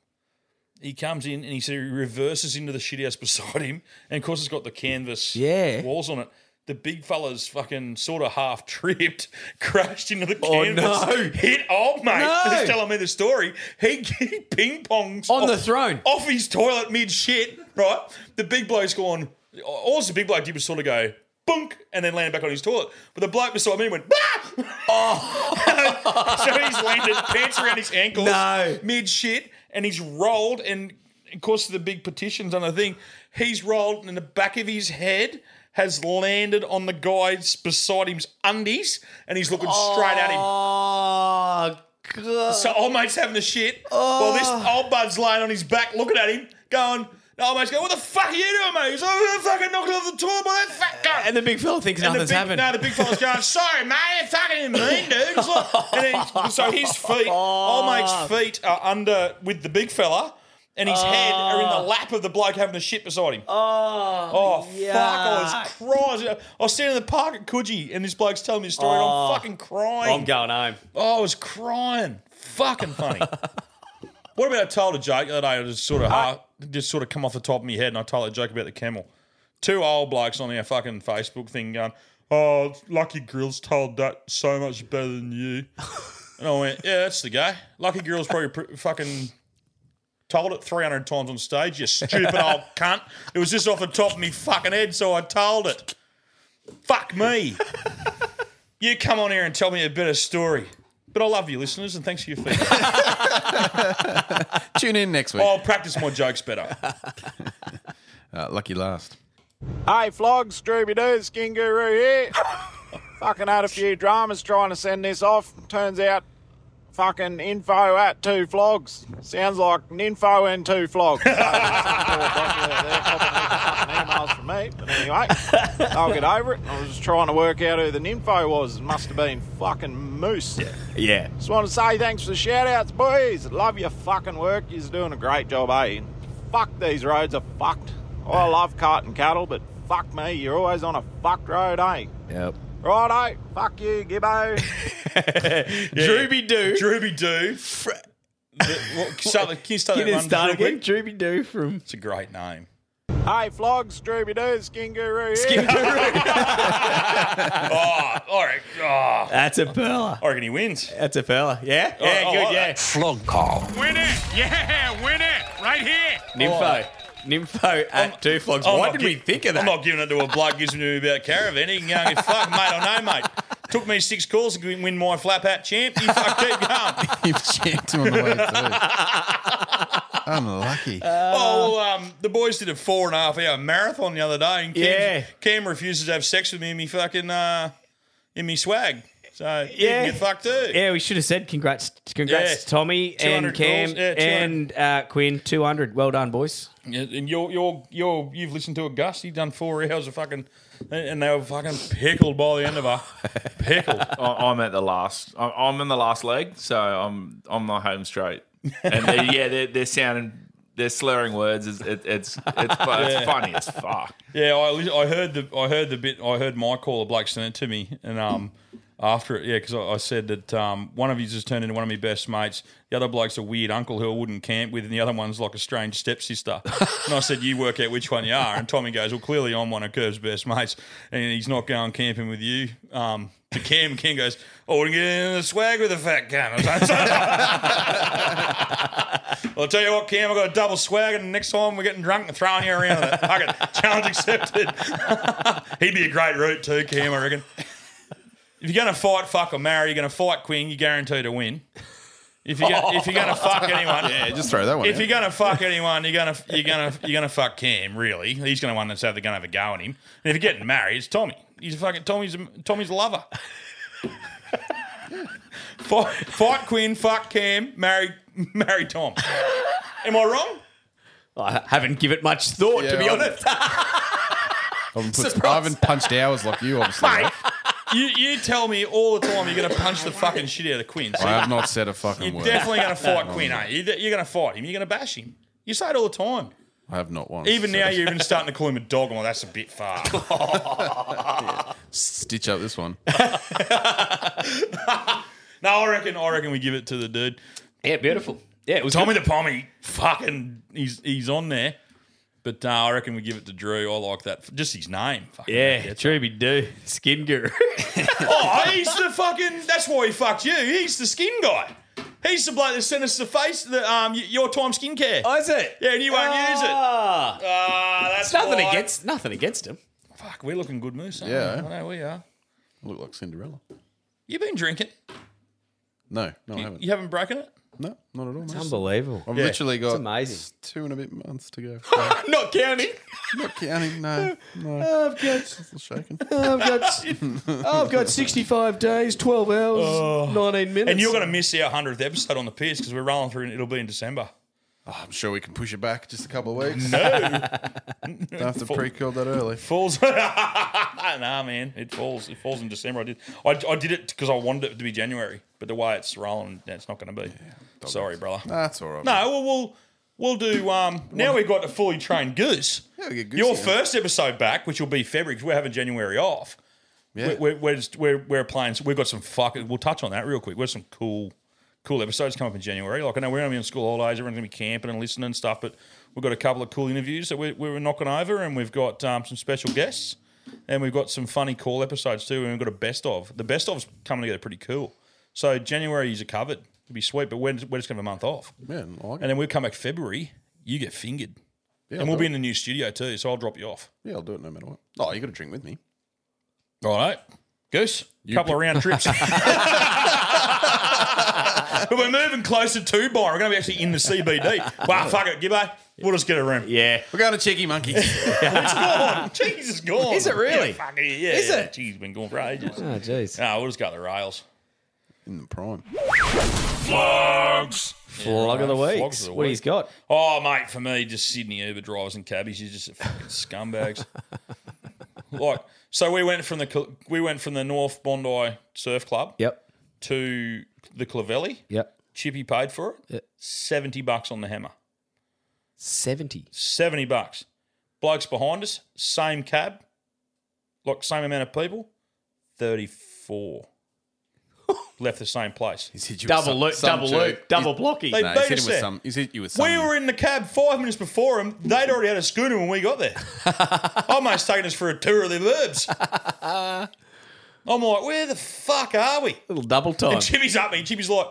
Speaker 7: He comes in and he sort of reverses into the shithouse beside him. And of course, it's got the canvas
Speaker 1: Yeah.
Speaker 7: walls on it. The big fella's fucking sort of half tripped, crashed into the
Speaker 1: Oh,
Speaker 7: canvas,
Speaker 1: no.
Speaker 7: hit old mate.
Speaker 1: No.
Speaker 7: He's telling me the story. He, he ping pongs
Speaker 1: On the throne.
Speaker 7: off his toilet mid shit. Right, the big bloke's gone. All the big bloke did was sort of go bunk and then land back on his toilet. But the bloke beside me went. Oh, so he's landed pants around his ankles
Speaker 1: No.
Speaker 7: mid shit, and he's rolled. And of course, the big petitions on the thing, he's rolled, and the back of his head has landed on the guy's beside him's undies, and he's looking straight at him.
Speaker 1: Oh, God.
Speaker 7: So old mate's having a shit. While this
Speaker 1: Oh.
Speaker 7: old bud's laying on his back looking at him, going, the old mate's going, what the fuck are you doing, mate? He's like, "I'm fucking knocking off the toilet by that fat guy.
Speaker 1: And the big fella thinks
Speaker 7: And the
Speaker 1: nothing's
Speaker 7: big-
Speaker 1: happened.
Speaker 7: No, the big fella's going, sorry, mate, you fucking mean, dude. It's like- and
Speaker 1: Oh.
Speaker 7: then, so his feet, old mate's feet are under with the big fella, and his head are in the lap of the bloke having the shit beside him.
Speaker 1: Oh,
Speaker 7: Oh, fuck, I was crying. I was standing in the park at Coogee, and this bloke's telling me the story, and
Speaker 1: Oh.
Speaker 7: I'm fucking crying.
Speaker 1: I'm going home.
Speaker 7: Oh, I was crying. Fucking funny. what about I told a joke the other day? I just sort of half, just sort of come off the top of my head, and I told a joke about the camel. Two old blokes on our fucking Facebook thing going, "Oh, Lucky Grill's told that so much better than you." and I went, "Yeah, that's the guy. Lucky Grill's probably pr- fucking." Told it 300 times on stage, you stupid old cunt. It was just off the top of me fucking head, so I told it. Fuck me. You come on here and tell me a better story. But I love you, listeners, and thanks for your feedback.
Speaker 10: Tune in next week.
Speaker 7: I'll practice my jokes better.
Speaker 10: Uh, lucky last.
Speaker 21: Hey, flogs, Drooby Doo, Skin Guru here. fucking had a few dramas trying to send this off. Turns out, fucking info at two flogs. Sounds like an info and two flogs. So, emails from me, but anyway, I'll get over it. I was just trying to work out who the info was. It must have been fucking Moose.
Speaker 1: Yeah.
Speaker 21: Just want to say thanks for the shout outs, boys. Love your fucking work. You're doing a great job, eh? Fuck, these roads are fucked. I love carting cattle, but fuck me, you're always on a fucked road, eh?
Speaker 10: Yep.
Speaker 21: Righto, fuck you, Gibbo.
Speaker 1: Drooby Doo.
Speaker 7: Drooby Doo. Fr- the- what- start the- can you start
Speaker 21: You
Speaker 7: that
Speaker 21: didn't
Speaker 7: one
Speaker 21: start
Speaker 7: real quick?
Speaker 1: Drooby Doo from.
Speaker 7: It's a great name.
Speaker 21: hey, Flogs, Drooby Doo, Skingaroo.
Speaker 7: oh, all right. Oh.
Speaker 1: That's a perler.
Speaker 7: I reckon he wins.
Speaker 1: That's a perler. Yeah?
Speaker 7: Oh,
Speaker 1: Yeah,
Speaker 7: I
Speaker 1: good,
Speaker 7: like
Speaker 1: yeah.
Speaker 7: that.
Speaker 1: Flog call.
Speaker 14: Win it! Yeah, win it! Right here!
Speaker 1: Nympho. Nympho at Two Flogs.
Speaker 7: I'm
Speaker 1: Why
Speaker 7: not
Speaker 1: did
Speaker 7: gi-
Speaker 1: we think of that?
Speaker 7: I'm not giving it to a bloke gives me about caravan. He can go and get fuck, mate. I know, mate. Took me six calls to win my flap hat champ. You fuck keep going.
Speaker 10: You've champed him on the way through. Unlucky.
Speaker 1: Uh,
Speaker 7: oh, well, um, the boys did a four and a half hour marathon the other day, and Cam,
Speaker 1: Yeah.
Speaker 7: Cam refuses to have sex with me in me fucking uh, in me swag. So yeah,
Speaker 1: Yeah.
Speaker 7: can get fucked too.
Speaker 1: Yeah, we should have said congrats, congrats
Speaker 7: Yeah.
Speaker 1: to Tommy and
Speaker 7: 200
Speaker 1: Cam
Speaker 7: calls. Yeah, 200.
Speaker 1: and uh, Quinn. Two hundred. Well done, boys.
Speaker 7: Yeah, and you're you're you're you've listened to a Gus. He's done four hours of fucking, and they were fucking pickled by the end of her. Pickled.
Speaker 12: I- I'm at the last. I- I'm in the last leg, so I'm I'm not home straight. And they, yeah, they're, they're sounding, they're slurring words. It's it, it's it's, fu-
Speaker 7: Yeah.
Speaker 12: it's funny as fuck.
Speaker 7: Yeah, I, li- I heard the I heard the bit. I heard my caller Blake send it to me, and um, after it, yeah, because I, I said that um, one of you just turned into one of my best mates. The other bloke's a weird uncle who I wouldn't camp with, and the other one's like a strange stepsister. and I said, "You work out which one you are." And Tommy goes, "Well, clearly I'm one of Curve's best mates, and he's not going camping with you." Um, to Cam, and Cam goes, "I wouldn't get in the swag with a fat cunt." I was like, I'll tell you what, Cam, I've got a double swag, and next time we're getting drunk and throwing you around. with it. Fuck it. Challenge accepted. He'd be a great route too, Cam, I reckon. If you're going to fight, fuck, or marry, you're going to fight Queen, you're guaranteed to win. If you're gonna, if you're going to fuck anyone,
Speaker 10: Yeah, just throw that one
Speaker 7: If
Speaker 10: out.
Speaker 7: you're going to fuck anyone, you're going to you're going to you're going to fuck Cam. Really, he's going to one that's they're going to have a go at him. And if you're getting married, it's Tommy. He's a fucking Tommy's Tommy's lover. fight, fight Quinn, fuck Cam, marry marry Tom. Am I wrong?
Speaker 1: I haven't given it much thought,
Speaker 10: Yeah,
Speaker 1: to be
Speaker 10: I-
Speaker 1: honest.
Speaker 10: I haven't, put, I haven't punched hours like you, obviously.
Speaker 7: Mate, you, you tell me all the time you're going to punch the fucking shit out of Quinn. So
Speaker 10: I have not said a fucking
Speaker 7: You're
Speaker 10: word. Um,
Speaker 7: definitely going to fight Quinn, eh? You? You're going to fight him. You're going to bash him. You say it all the time.
Speaker 10: I have not once.
Speaker 7: Even
Speaker 10: said
Speaker 7: now,
Speaker 10: it.
Speaker 7: you're even starting to call him a dog. Well, that's a bit far.
Speaker 10: Stitch up this one.
Speaker 7: no, I reckon. I reckon we give it to the dude.
Speaker 1: Yeah, beautiful. Yeah, it was
Speaker 7: Tommy
Speaker 1: good.
Speaker 7: the Pommy. Fucking, he's he's on there. But uh, I reckon we give it to Drew. I like that. Just his name. Fucking
Speaker 1: Yeah, Truby Do Skin Guru.
Speaker 7: oh, he's the fucking. That's why he fucked you. He's the skin guy. He's the bloke that sent us the face, the um, y- your time skincare.
Speaker 1: Oh, is it?
Speaker 7: Yeah, and you won't use it.
Speaker 1: Ah.
Speaker 7: Ah, that's
Speaker 1: it's nothing
Speaker 7: why.
Speaker 1: against nothing against him.
Speaker 7: Fuck, we're looking good, Moose. aren't
Speaker 10: Yeah.
Speaker 7: we? I know we are.
Speaker 10: Look like Cinderella.
Speaker 7: You've been drinking.
Speaker 10: No, no, I
Speaker 7: You-
Speaker 10: haven't.
Speaker 7: You haven't broken it.
Speaker 10: No, not at all. mate.
Speaker 1: unbelievable.
Speaker 10: I've
Speaker 1: Yeah.
Speaker 10: literally got
Speaker 1: It's
Speaker 10: amazing. two and a bit months to go.
Speaker 1: Not counting.
Speaker 10: not counting. No, no.
Speaker 7: Uh,
Speaker 1: I've got,
Speaker 10: shaking.
Speaker 1: I've got, I've got sixty-five days, twelve hours, nineteen minutes,
Speaker 7: Oh. And you're going to miss our hundredth episode on the piss because we're rolling through, and it'll be in December.
Speaker 10: Oh, I'm sure we can push it back just a couple of weeks.
Speaker 7: No.
Speaker 10: Don't have to pre-kill that early.
Speaker 7: Falls. nah, man, it falls. It falls in December. I did. I, I did it because I wanted it to be January, but the way it's rolling, that's not going to be. Sorry, brother.
Speaker 10: That's all right.
Speaker 7: No, well, we'll we'll do. Um, now we've got a fully trained goose.
Speaker 10: goose
Speaker 7: Your
Speaker 10: now.
Speaker 7: first episode back, which will be February, because we're having January off.
Speaker 10: Yeah.
Speaker 7: We're, we're, we're, just, we're, we're playing. We've got some fucking. We'll touch on that real quick. We've got some cool, cool episodes coming up in January. Like I know we're going to be on school holidays. Everyone's going to be camping and listening and stuff. But we've got a couple of cool interviews that we're, we're knocking over, and we've got um, some special guests, and we've got some funny call episodes too. And we've got a best of. The best of's coming together pretty cool. So January's are covered. It'll be sweet, but we're, we're just going to have a month off.
Speaker 10: Man, I like
Speaker 7: And then we'll come back February. You get fingered.
Speaker 10: Yeah,
Speaker 7: and we'll
Speaker 10: I'll
Speaker 7: be
Speaker 10: do
Speaker 7: in the new studio too, so I'll drop you off.
Speaker 10: Yeah, I'll do it no matter what. Oh, you got to drink with me.
Speaker 7: All right. Goose,
Speaker 10: You
Speaker 7: couple
Speaker 10: pi-
Speaker 7: of round trips. but we're moving closer to Byron. We're going to be actually in the CBD. Wow, fuck it, Gibbo. We'll just get a room.
Speaker 1: Yeah.
Speaker 10: We're going to Cheeky Monkey.
Speaker 7: it's gone. Jesus, gone.
Speaker 1: Is it really?
Speaker 7: Yeah, fuck it, yeah.
Speaker 1: Is it?
Speaker 7: Jeez, it's been gone for ages.
Speaker 1: Oh, jeez.
Speaker 7: Nah, we'll just go to the rails.
Speaker 10: In the prime.
Speaker 7: Flogs.
Speaker 1: Flog of the week. What he's got?
Speaker 7: Oh, mate, for me, just Sydney Uber drivers and cabbies. You're just fucking scumbags. like, so we went from the we went from the North Bondi Surf Club.
Speaker 1: Yep.
Speaker 7: To the Clavelli.
Speaker 1: Yep.
Speaker 7: Chippy paid for it. Seventy bucks on the hammer.
Speaker 1: Seventy.
Speaker 7: Seventy bucks. Blokes behind us, same cab, like same amount of people, 34. Left the same place. He's hit
Speaker 10: you with Double some- loop, some double jerk. loop, double He's- blocky.
Speaker 7: They
Speaker 10: No, he's
Speaker 7: beat
Speaker 10: hit him
Speaker 7: us
Speaker 10: with
Speaker 7: there.
Speaker 10: some- he's hit you with
Speaker 7: We
Speaker 10: some-
Speaker 7: were in the cab five minutes before him. They'd already had a schooner when we got there. Almost taken us for a tour of the verbs. I'm like, where the fuck are we?
Speaker 1: Little double time.
Speaker 7: And Chippy's up me. Chippy's like,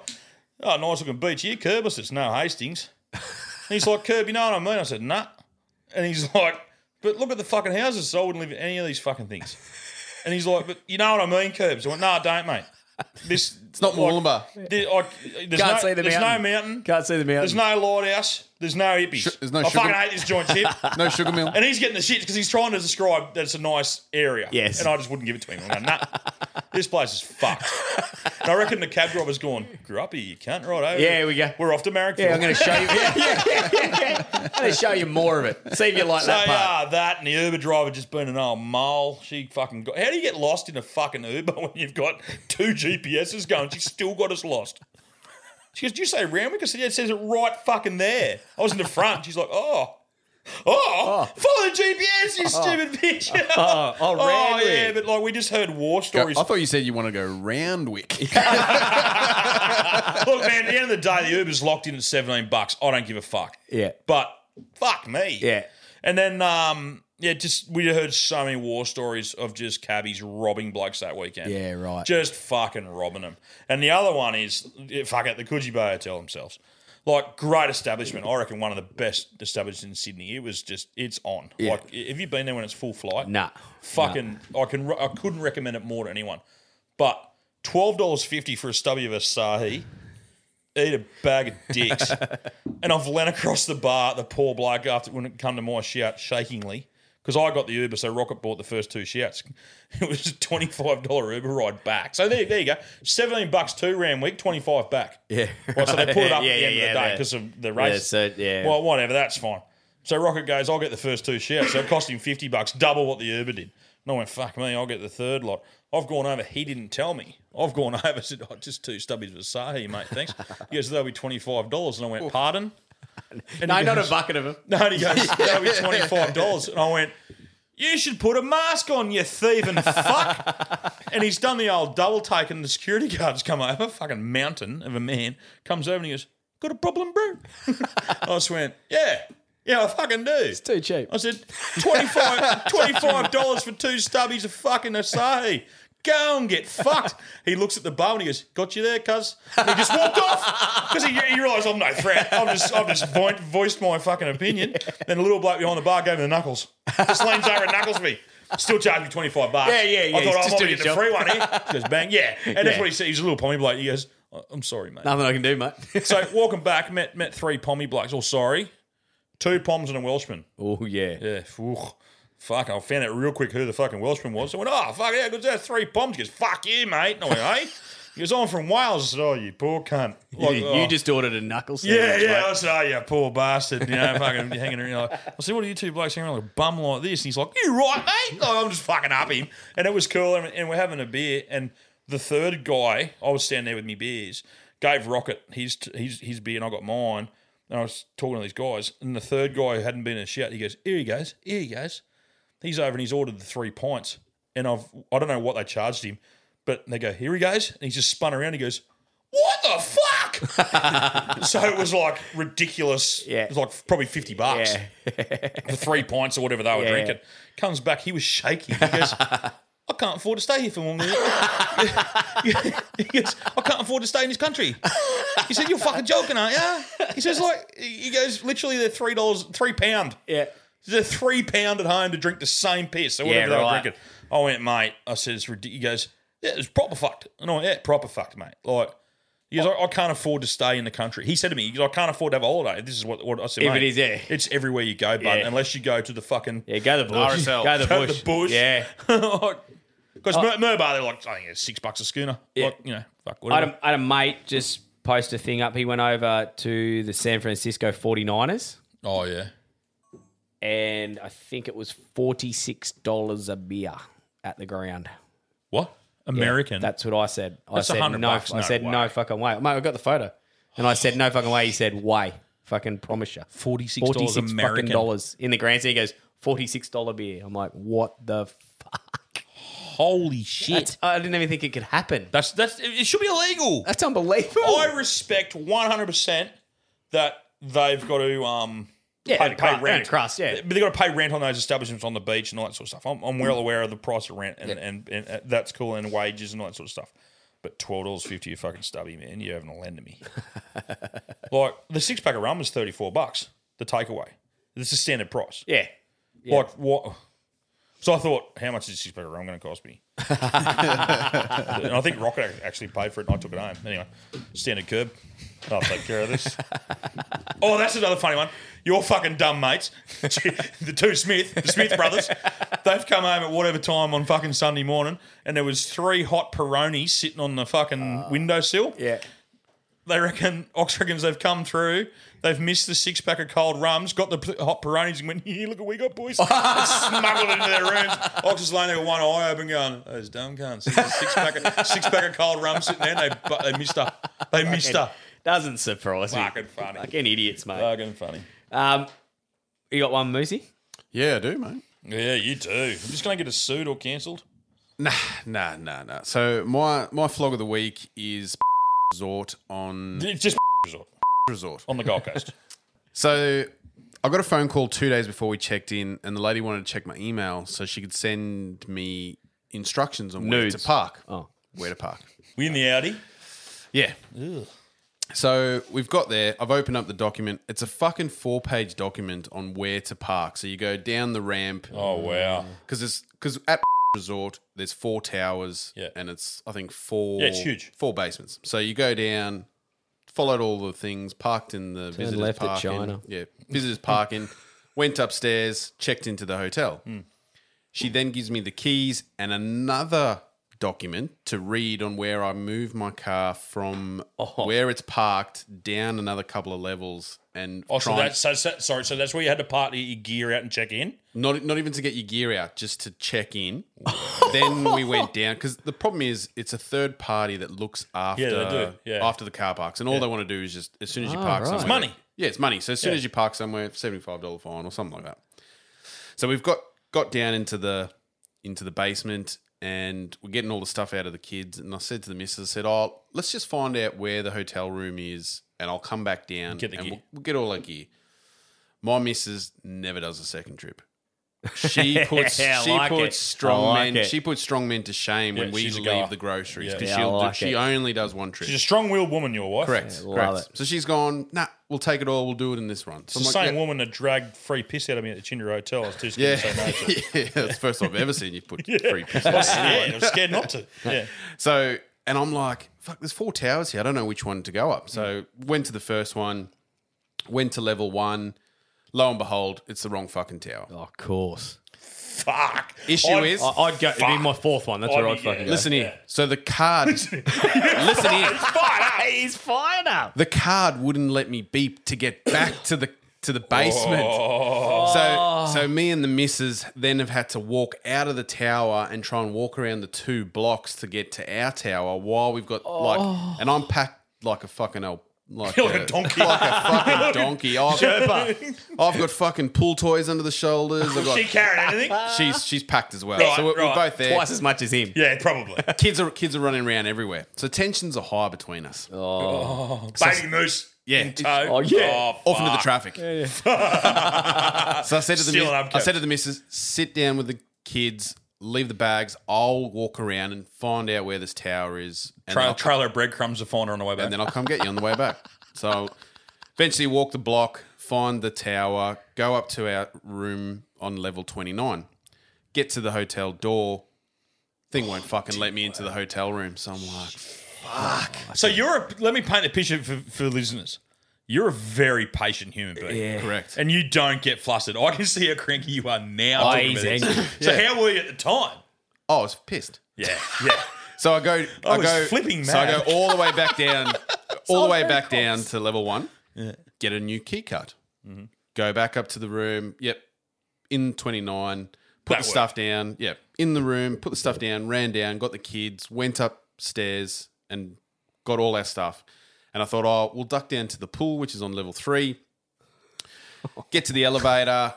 Speaker 7: oh, nice looking beach here, Curb. I said, it's no Hastings. And he's like, Curb, you know what I mean? I said, nah. And he's like, but look at the fucking houses. So I wouldn't live in any of these fucking things. And he's like, but you know what I mean, Curbs? I went, no, I don't, mate. This it's not Moolumba. there's
Speaker 6: Can't
Speaker 7: no,
Speaker 6: see the
Speaker 7: there's
Speaker 6: mountain.
Speaker 7: no mountain.
Speaker 6: Can't see the mountain.
Speaker 7: There's no lighthouse. There's no hippies.
Speaker 6: there's no
Speaker 7: I
Speaker 6: sugar-
Speaker 7: fucking hate this joint tip.
Speaker 6: No sugar mill.
Speaker 7: And uh, he's getting the shit because he's trying to describe that it's a nice area. Yes. And I just wouldn't give it to him. I'm like, nah, this place is fucked. and I reckon the cab driver's gone, grew up here, you cunt, right over.
Speaker 6: Yeah,
Speaker 7: we go. We're off to Marrickville.
Speaker 6: Yeah, I'm going to show you. Yeah, yeah, yeah, yeah. I'm going to show you more of it. See if you like
Speaker 7: so,
Speaker 6: that part.
Speaker 7: yeah, that and the Uber driver just been an old mole. She fucking got. How do you get lost in a fucking Uber when you've got two GPSs going? She still got us lost. She goes, "Do you say Randwick?" I said, "Yeah, it says it right fucking there." I was in the front. She's like, "Oh." Oh, follow the GPS, you
Speaker 10: Oh.
Speaker 7: stupid bitch!
Speaker 10: Oh, oh, Randwick.
Speaker 7: yeah, but like we just heard war
Speaker 10: Go-
Speaker 7: stories.
Speaker 10: I thought you said you want to go Roundwick.
Speaker 7: Look, man, at the end of the day, the Uber's locked in at seventeen bucks. I don't give a fuck.
Speaker 1: Yeah.
Speaker 7: But fuck me.
Speaker 1: Yeah.
Speaker 7: And then um yeah, just we heard so many war stories of just cabbies robbing blokes that weekend.
Speaker 1: Yeah, right.
Speaker 7: Just fucking robbing them. And the other one is yeah, fuck it, the Coogee Bay Hotel themselves. Like great establishment, I reckon one of the best establishments in Sydney. It was just it's on.
Speaker 1: Yeah.
Speaker 7: Like, have you been there when it's full flight?
Speaker 1: Nah.
Speaker 7: Fucking, I can I couldn't recommend it more to anyone. But twelve dollars fifty for a stubby of Asahi, eat a bag of dicks, and I've leant across the bar at the poor bloke after when it come to my shout shakingly. Because I got the Uber, so Rocket bought the first two shouts. It was a twenty-five dollar Uber ride back. So there, there you go, seventeen bucks two round week, twenty-five back.
Speaker 1: Yeah.
Speaker 7: Right, so they put it up
Speaker 1: Yeah,
Speaker 7: at the
Speaker 1: yeah,
Speaker 7: end
Speaker 1: yeah,
Speaker 7: of the day
Speaker 1: the-
Speaker 7: because of the
Speaker 1: yeah,
Speaker 7: race.
Speaker 1: so, yeah.
Speaker 7: Well, whatever, that's fine. So Rocket goes, I'll get the first two shouts. So it cost him 50 bucks, double what the Uber did. And I went, fuck me, I'll get the third lot. I've gone over, he didn't tell me. I've gone over, said, oh, just two stubbies of Asahi, mate, thanks. He goes, that'll be $25. And I went, pardon? And
Speaker 6: no,
Speaker 7: he
Speaker 6: not
Speaker 7: goes-
Speaker 6: a bucket of them.
Speaker 7: No, and he goes, that'll be $25. And I went, you should put a mask on, you thieving fuck. and he's done the old double take, and the security guard's come over, fucking mountain of a man, comes over and he goes, Got a problem, bro? I just went, Yeah, yeah, I fucking do. It's too cheap. I said, 25 $25 for two stubbies of fucking Asahi. Go and get fucked. He looks at the bar and he goes, Got you there, cuz? And he just walked off because he, he realised I'm "Oh, no threat. I've just, I've just vo- voiced my fucking opinion. Then a little bloke behind the bar gave me the knuckles. Just leans over and knuckles me. Still charged me 25 bucks.
Speaker 6: Yeah, yeah, yeah,
Speaker 7: I
Speaker 6: he's
Speaker 7: thought
Speaker 6: just doing
Speaker 7: I'm going to get
Speaker 6: his
Speaker 7: the
Speaker 6: job.
Speaker 7: free one here. He goes, bang, yeah. And
Speaker 6: Yeah.
Speaker 7: that's what he said. He's a little pommy bloke. He goes, "I- I'm sorry, mate.
Speaker 6: Nothing I can do, mate.
Speaker 7: So walking back, met met three pommy blokes. Oh, sorry, two poms and a Welshman.
Speaker 1: Oh yeah,
Speaker 7: yeah. Oof. Fuck, I found out real quick who the fucking Welshman was. I went, oh fuck, yeah, good. That's three poms. He goes, fuck you, mate. And I went, hey. He goes, I'm from Wales. I said, oh, you poor cunt. Like,
Speaker 6: you,
Speaker 7: oh.
Speaker 6: you just ordered a knuckle sandwich.
Speaker 7: Yeah, yeah.
Speaker 6: mate.
Speaker 7: I said, oh, you poor bastard. You know, fucking you're hanging around. Like, I said, what are you two blokes hanging around like a bum like this? And he's like, you right, mate? Like, I'm just fucking up him. And it was cool. And, and we're having a beer. And the third guy, I was standing there with me beers, gave Rocket his, his, his beer and I got mine. And I was talking to these guys. And the third guy who hadn't been in a shout, he goes, here he goes, here he goes. He's over and he's ordered the three pints. And I've, I don't know what they charged him, but they go, here he goes. And he's just spun around. He goes, what the fuck? so it was like ridiculous. Yeah. It was like probably 50 bucks for three pints or whatever they were
Speaker 6: Yeah.
Speaker 7: drinking. Comes back, he was shaking. He goes, I can't afford to stay here for one minute. he goes, I can't afford to stay in this country. He said, You're fucking joking, aren't you? He says, like, he goes, literally, they're three dollars, three pound.
Speaker 1: Yeah.
Speaker 7: They're three pound at home to drink the same piss or
Speaker 1: Yeah,
Speaker 7: whatever they were
Speaker 1: right.
Speaker 7: drinking. I went, mate, I said, it's ridiculous. He goes, yeah, it's proper fucked. And I went, yeah, proper fucked, mate. Like, he goes, I, I can't afford to stay in the country. He said to me, he goes, I can't afford to have a holiday. This is what, what I said,
Speaker 1: If
Speaker 7: mate,
Speaker 1: it is, yeah.
Speaker 7: It's everywhere you go, bud,
Speaker 1: Yeah.
Speaker 7: unless you go to the fucking
Speaker 1: Yeah, go to the bush.
Speaker 7: RSL.
Speaker 1: Go to the
Speaker 7: Go to
Speaker 1: bush.
Speaker 7: the bush.
Speaker 1: Yeah.
Speaker 7: Because
Speaker 1: I-
Speaker 7: Mer- Merbar, they're like, I think it's six bucks a schooner.
Speaker 1: Yeah.
Speaker 7: Like, you know, fuck,
Speaker 1: I had,
Speaker 7: whatever.
Speaker 1: a, I had a mate just post a thing up. He went over to the San Francisco 49ers.
Speaker 7: Oh, yeah.
Speaker 1: And I think it was $46 a beer at the ground.
Speaker 7: What?
Speaker 1: American? that's what I said. I
Speaker 7: That's
Speaker 1: said,
Speaker 7: 100
Speaker 1: no,
Speaker 7: bucks,
Speaker 1: I
Speaker 7: no
Speaker 1: said,
Speaker 7: way.
Speaker 1: no fucking way. Mate, I got the photo. And I said, no fucking way. He said, way. Fucking promise you.
Speaker 7: $46,
Speaker 1: fucking
Speaker 7: American.
Speaker 1: dollars in the grand. So he goes, $46 beer. I'm like, what the fuck?
Speaker 19: Holy shit!
Speaker 6: I didn't even think it could happen.
Speaker 7: That's that's it should be illegal.
Speaker 6: That's unbelievable.
Speaker 7: I respect one hundred percent that they've got to um
Speaker 6: Yeah, earn a cru- earn a crust, yeah.
Speaker 7: but they got to pay rent on those establishments on the beach and all that sort of stuff. I'm, I'm
Speaker 6: Mm.
Speaker 7: well aware of the price of rent and, and, and, uh, that's cool and wages and all that sort of stuff. But twelve dollars fifty, you fucking stubby man, you're having a lend to me. like the six pack of rum is thirty four bucks. The takeaway, this is standard price.
Speaker 6: Yeah.
Speaker 7: Like what? So I thought, how much is six pack of rum going to cost me? and I think Rocket ac- actually paid for it, and I took it home. Anyway, standard curb. I'll take care of this. oh, that's another funny one. Your fucking dumb mates, the two Smith, the Smith brothers, they've come home at whatever time on fucking Sunday morning, and there was three hot Peronis sitting on the fucking windowsill.
Speaker 6: Yeah.
Speaker 7: They reckon Ox reckons they've come through. They've missed the six pack of cold rums, got the p- hot Peronis, and went, "Here, look what we got, boys!" and smuggled it into their rooms. Ox is laying there with one eye open, going, "Those dumb cunts." There's a Six pack, of, six pack of cold rum sitting there. And they bu- they missed up. They missed
Speaker 6: Fucking-
Speaker 7: up.
Speaker 6: Doesn't surprise me.
Speaker 7: Fucking funny.
Speaker 6: Fucking idiots, mate.
Speaker 7: Fucking funny.
Speaker 6: Um, you got one, Moosey?
Speaker 10: Yeah, I do, mate.
Speaker 7: Yeah, you do. I'm just going to get a sued or cancelled.
Speaker 10: Nah, nah, nah, nah. So my my flog of the week is resort on
Speaker 7: It's just resort
Speaker 10: resort
Speaker 7: on the Gold Coast.
Speaker 10: so I got a phone call two days before we checked in, and the lady wanted to check my email so she could send me instructions on where to
Speaker 7: Nudes.
Speaker 10: park. Oh, where to park?
Speaker 7: We in the Audi?
Speaker 10: Yeah. So we've got there. I've opened up the document. It's a fucking four-page document on where to park. So you go down the ramp.
Speaker 7: Oh wow!
Speaker 10: Because it's because at resort there's four towers. Yeah. And it's I think four.
Speaker 7: Yeah, it's huge.
Speaker 10: Four basements. So you go down, followed all the things, parked in the visitors
Speaker 1: left at
Speaker 10: parking.
Speaker 1: China.
Speaker 10: Yeah, visitors parking. went upstairs, checked into the hotel. She then gives me the keys and another document to read on where I move my car from
Speaker 7: Oh.
Speaker 10: where it's parked down another couple of levels and
Speaker 7: Oh, so
Speaker 10: try and-
Speaker 7: that's so, so, sorry. So that's where you had to part your gear out and check in.
Speaker 10: not not even to get your gear out, just to check in. then we went down because the problem is it's a third party that looks after
Speaker 7: Yeah, they do. Yeah.
Speaker 10: after the car parks, and all
Speaker 7: Yeah.
Speaker 10: they want to do is just as soon as you
Speaker 7: Ah,
Speaker 10: park
Speaker 7: right.
Speaker 10: somewhere,
Speaker 7: It's money.
Speaker 10: Yeah, it's money. So as soon
Speaker 7: Yeah.
Speaker 10: as you park somewhere, seventy five dollar fine or something like that. So we've got got down into the into the basement and we're getting all the stuff out of the kids. And I said to the missus, I said, "Oh, let's just find out where the hotel room is, and I'll come back down
Speaker 7: Get the
Speaker 10: and
Speaker 7: gear.
Speaker 10: We'll, we'll get all our gear." My missus never does a second trip. She puts
Speaker 7: I
Speaker 10: she
Speaker 7: like
Speaker 10: puts
Speaker 7: it.
Speaker 10: strong
Speaker 7: I like
Speaker 10: men
Speaker 7: it.
Speaker 10: she puts strong men to shame
Speaker 7: Yeah,
Speaker 10: when we
Speaker 7: she's a goer.
Speaker 10: leave the groceries
Speaker 7: Yeah.
Speaker 10: because
Speaker 7: Yeah, I
Speaker 10: she'll
Speaker 7: like
Speaker 10: do, she
Speaker 7: it.
Speaker 10: only does one trip.
Speaker 7: She's a strong-willed woman, your wife.
Speaker 10: correct, correct. So she's gone. Nah, we'll take it all. We'll do it in this run.
Speaker 7: It's
Speaker 10: So
Speaker 7: the
Speaker 10: I'm like,
Speaker 7: same woman that dragged free piss out of me at the Chinder Hotel. I was too
Speaker 10: yeah,
Speaker 7: scared to say no to.
Speaker 10: yeah, yeah, that's the first time I've ever seen you put
Speaker 7: Yeah.
Speaker 10: free piss.
Speaker 7: I
Speaker 10: out
Speaker 7: was-
Speaker 10: anyway.
Speaker 7: yeah, I was scared not to. Yeah.
Speaker 10: So, and I'm like, fuck, there's four towers here. I don't know which one to go up. So,
Speaker 1: Mm.
Speaker 10: went to the first one, went to level one. Lo and behold, it's the wrong fucking tower.
Speaker 1: Oh, Of course.
Speaker 7: Fuck.
Speaker 10: Issue
Speaker 1: I'd-
Speaker 10: is,
Speaker 1: I- I'd go- it'd be Fuck. my fourth one. That's I'd where I'd be- fucking yeah. go.
Speaker 10: Listen here. So the card, listen here.
Speaker 1: He's fired up.
Speaker 10: The card wouldn't let me beep to get back to the to the basement.
Speaker 1: Oh.
Speaker 10: So so me and the missus then have had to walk out of the tower and try and walk around the two blocks to get to our tower while we've got
Speaker 7: Oh.
Speaker 10: like and I'm packed like a fucking old like,
Speaker 7: Like a donkey.
Speaker 10: Like a fucking donkey. Oh, I've,
Speaker 7: Sherpa.
Speaker 10: I've got fucking pool toys under the shoulders. I've got,
Speaker 7: she carried anything?
Speaker 10: she's she's packed as well.
Speaker 7: Right,
Speaker 10: so we're,
Speaker 7: right.
Speaker 10: we're both there.
Speaker 7: Twice as
Speaker 10: much as him.
Speaker 7: Yeah, probably.
Speaker 10: kids are kids are running around everywhere. So tensions are high between us.
Speaker 7: Oh.
Speaker 10: So-
Speaker 7: Baby moose.
Speaker 10: Yeah.
Speaker 7: In tow.
Speaker 10: Oh, yeah.
Speaker 7: Oh,
Speaker 10: Off into the
Speaker 7: fuck.
Speaker 10: traffic. So I said to the
Speaker 7: Stealing
Speaker 10: mis-
Speaker 7: up
Speaker 10: I said to the missus, sit down with the kids, leave the bags. I'll walk around and find out where this tower is. And
Speaker 7: Trail,
Speaker 10: I'll come-
Speaker 7: trailer of breadcrumbs to find her on the way back.
Speaker 10: and then I'll come get you on the way back. So eventually walk the block, find the tower, go up to our room on level 29, get to the hotel door. Thing won't fucking let me into the hotel room. So I'm like,
Speaker 7: So you're. A, let me paint a picture for, for listeners. You're a very patient human being.
Speaker 10: Yeah. Correct.
Speaker 7: And you don't get flustered. I can see how cranky you are now.
Speaker 10: Oh,
Speaker 7: talking
Speaker 10: he's
Speaker 7: about this.
Speaker 10: angry.
Speaker 7: So
Speaker 10: Yeah.
Speaker 7: how were you at the time?
Speaker 10: Oh, I was pissed.
Speaker 7: Yeah, yeah.
Speaker 10: So I go,
Speaker 7: I
Speaker 10: I,
Speaker 7: was
Speaker 10: go
Speaker 7: flipping
Speaker 10: So I
Speaker 7: mad.
Speaker 10: go all the way back down, all the way back down to level one. Get a new key card.
Speaker 7: Mm-hmm.
Speaker 10: Go back up to the room. Yep, in twenty nine. Put
Speaker 7: That
Speaker 10: the stuff down. Yep, in the room. Put the stuff down. Ran down. Got the kids. Went upstairs and got all our stuff. And I thought, oh, we'll duck down to the pool, which is on level three. Get to the elevator,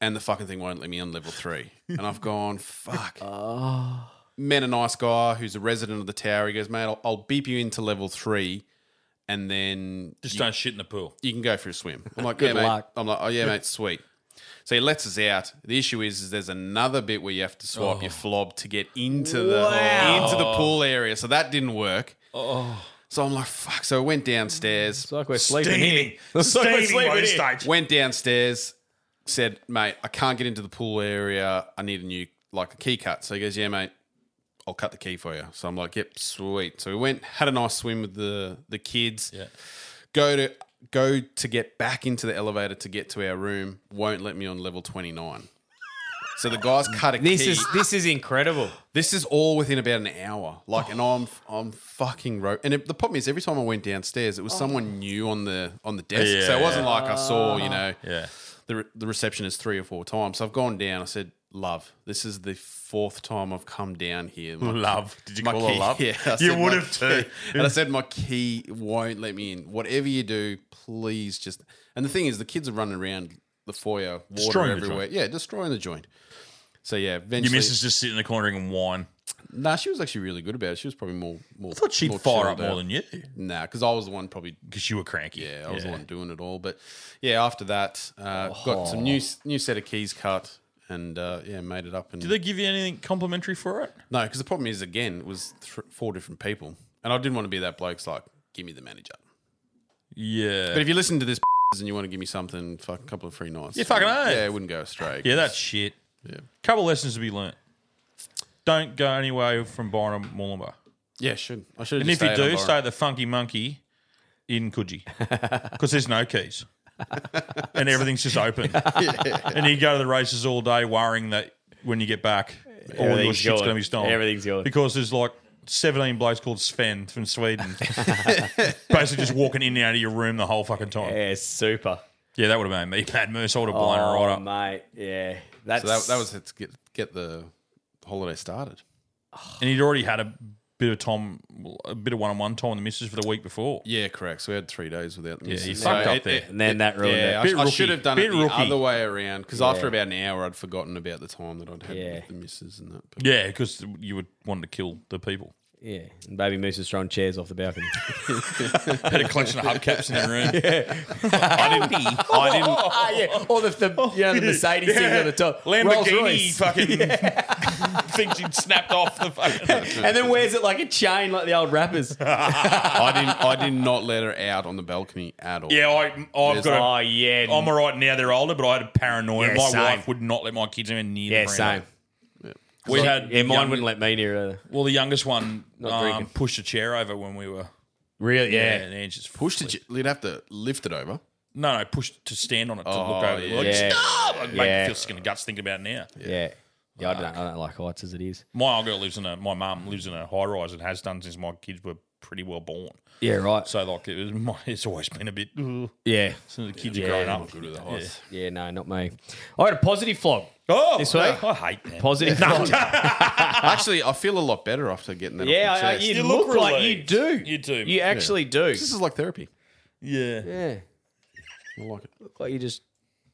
Speaker 10: and the fucking thing won't let me on level three. And I've gone, fuck. met a nice guy who's a resident of the tower. He goes, mate, I'll, I'll beep you into level three, and then
Speaker 7: Just don't shit in the pool.
Speaker 10: You can go for a swim. I'm like,
Speaker 7: Good
Speaker 10: yeah, mate.
Speaker 7: luck.
Speaker 10: I'm like, oh yeah, mate, sweet. So he lets us out. The issue is, is there's another bit where you have to swipe
Speaker 7: Oh.
Speaker 10: your flob to get into the
Speaker 7: Wow.
Speaker 10: into the pool area. So that didn't work.
Speaker 7: Oh.
Speaker 10: So I'm like, fuck. So I went downstairs. It's
Speaker 1: like
Speaker 7: we're sleeping here. Steaming. It's like we're Steaming sleeping by this here. stage.
Speaker 10: Went downstairs, said, mate, I can't get into the pool area. I need a new, like a key cut. So he goes, yeah, mate, I'll cut the key for you. So I'm like, yep, sweet. So we went, had a nice swim with the the kids. Yeah. Go to go to get back into the elevator to get to our room. Won't let me on level 29. So the guys cut a
Speaker 1: This
Speaker 10: key.
Speaker 1: is- this is incredible.
Speaker 10: This is all within about an hour. Like, and I'm I'm fucking ro And it, the problem is, every time I went downstairs, it was someone new on the on the desk. so
Speaker 7: Yeah.
Speaker 10: it wasn't like I saw, you know,
Speaker 7: Yeah.
Speaker 10: the re- the receptionist three or four times. So I've gone down. I said, "Love, this is the fourth time I've come down here."
Speaker 12: Love. Did you
Speaker 10: my
Speaker 12: call her
Speaker 10: key-
Speaker 12: love?
Speaker 10: Yeah, I
Speaker 12: You
Speaker 10: said,
Speaker 12: would
Speaker 10: "My
Speaker 12: have too."
Speaker 10: key- And I said, "My key won't let me in. Whatever you do, please just." And the thing is, the kids are running around the foyer, water
Speaker 7: Destroying the
Speaker 10: everywhere.
Speaker 7: joint.
Speaker 10: yeah, destroying the joint. So yeah,
Speaker 7: Your
Speaker 10: eventually
Speaker 7: missus just sitting in the corner and whine.
Speaker 10: Nah, she was actually really good about it. She was probably more. more I
Speaker 7: thought she'd fire up more than
Speaker 10: you. Nah, because I was the one probably
Speaker 7: because you were cranky.
Speaker 10: Yeah, I was the
Speaker 7: Yeah.
Speaker 10: one doing it all. But yeah, after that, uh, got
Speaker 7: Oh.
Speaker 10: some new new set of keys cut and uh, yeah, made it up. And
Speaker 7: Did they give you anything complimentary for it?
Speaker 10: no, because the problem is again, it was th- four different people, and I didn't want to be that bloke's like, give me the manager.
Speaker 7: Yeah.
Speaker 10: But if you listen to this and you want to give me something, fuck a couple of free nights.
Speaker 7: Yeah, fucking oath.
Speaker 10: yeah, it wouldn't go astray.
Speaker 7: Yeah, that's shit.
Speaker 10: Yeah.
Speaker 7: Couple lessons to be learnt. Don't go anywhere from Byron Mullenbar.
Speaker 10: Yeah, should I should.
Speaker 7: And if you do, stay at the Funky Monkey in Coogee because there's no keys and everything's just open. And you go to the races all day worrying that when you get back, all your
Speaker 1: Everything's
Speaker 7: shit's
Speaker 1: yours.
Speaker 7: going to be stolen.
Speaker 1: Everything's yours.
Speaker 7: Because there's like 17 blokes called Sven from Sweden basically just walking in and out of your room the whole fucking time.
Speaker 1: Yeah, super.
Speaker 7: Yeah, that would have made me mad. Merce I would have blown her right up.
Speaker 1: Oh, mate. Yeah,
Speaker 10: that,
Speaker 1: that's
Speaker 10: so that, that was it to get get the holiday started.
Speaker 7: And he'd already had a bit of Tom, a bit of one-on-one time with the missus for the week before.
Speaker 10: Yeah, correct. So we had three days without the
Speaker 7: Yeah, he
Speaker 10: missus.
Speaker 7: fucked
Speaker 10: So
Speaker 7: up
Speaker 10: it-
Speaker 7: there.
Speaker 10: it- it- yeah, I, sh- I should have done it the other way around because after about an hour, I'd forgotten about the time that I'd had
Speaker 7: Yeah.
Speaker 10: with the missus and that. But
Speaker 7: Yeah, because you would wanted to kill the people.
Speaker 1: Yeah, and baby moose is throwing chairs off the balcony.
Speaker 7: Had a collection of hubcaps in their room.
Speaker 1: Yeah.
Speaker 7: I didn't. I didn't.
Speaker 1: Ah, yeah. Or the, the you know the Mercedes thing
Speaker 7: Oh, Yeah.
Speaker 1: on the top.
Speaker 7: Lamborghini
Speaker 1: Rolls-Royce.
Speaker 7: fucking thinks he'd snapped off the fucking.
Speaker 1: and then wears it like a chain, like the old rappers.
Speaker 10: I didn't. I did not let her out on the balcony at all.
Speaker 7: Yeah, I, I've
Speaker 10: There's-
Speaker 7: got. a-
Speaker 10: Oh, yeah.
Speaker 7: I'm all right now. They're older, but I had a paranoia.
Speaker 10: Yeah,
Speaker 7: my
Speaker 10: same.
Speaker 7: wife would not let my kids even near.
Speaker 1: Yeah,
Speaker 7: the
Speaker 1: same.
Speaker 7: veranda. We had
Speaker 1: yeah, mine
Speaker 7: young-
Speaker 1: wouldn't let me near either.
Speaker 7: Well, the youngest one
Speaker 1: Not
Speaker 7: um,
Speaker 1: drinking.
Speaker 7: pushed a chair over when we were.
Speaker 1: Really? Yeah.
Speaker 7: and Ange just
Speaker 10: pushed it. You'd have to lift it over.
Speaker 7: No, no, pushed to stand on it to
Speaker 10: Oh,
Speaker 7: look over. Yeah. Like,
Speaker 1: yeah.
Speaker 7: stop! I'd make
Speaker 1: Yeah.
Speaker 7: me feel skin and guts thinking about it now.
Speaker 1: Yeah. Yeah, I, don't, I don't like heights as it is.
Speaker 7: My old girl lives in a. My mum lives in a high rise and has done since my kids were pretty well born.
Speaker 1: Yeah, right.
Speaker 7: So like it was. My, it's always been a bit. "Ugh."
Speaker 1: Yeah.
Speaker 7: Since the kids are growing up.
Speaker 1: Yeah. Yeah, no, not me. I had a positive flog.
Speaker 7: Oh,
Speaker 1: this week.
Speaker 7: I hate that.
Speaker 1: Positive flog.
Speaker 10: Actually, I feel a lot better after getting that.
Speaker 1: Yeah,
Speaker 10: off my
Speaker 1: I-
Speaker 10: chest.
Speaker 1: you You look look like relieved. you do. You do. You actually do.
Speaker 10: This is like therapy.
Speaker 7: Yeah.
Speaker 1: Yeah.
Speaker 10: I like it.
Speaker 1: Look like you just.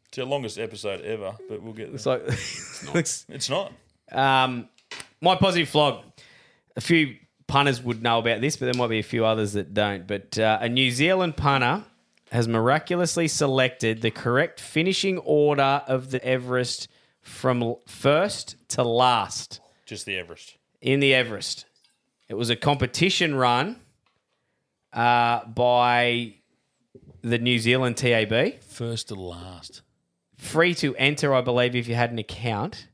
Speaker 7: It's the longest episode ever, but we'll get there.
Speaker 1: It's like.
Speaker 7: it's not.
Speaker 1: Um, my positive flog. A few punters would know about this, but there might be a few others that don't. But uh, a New Zealand punter has miraculously selected the correct finishing order of the Everest from l- first to last
Speaker 7: Just the Everest.
Speaker 1: in the Everest. It was a competition run uh, by the New Zealand TAB.
Speaker 7: First to last.
Speaker 1: Free to enter, I believe, if you had an account.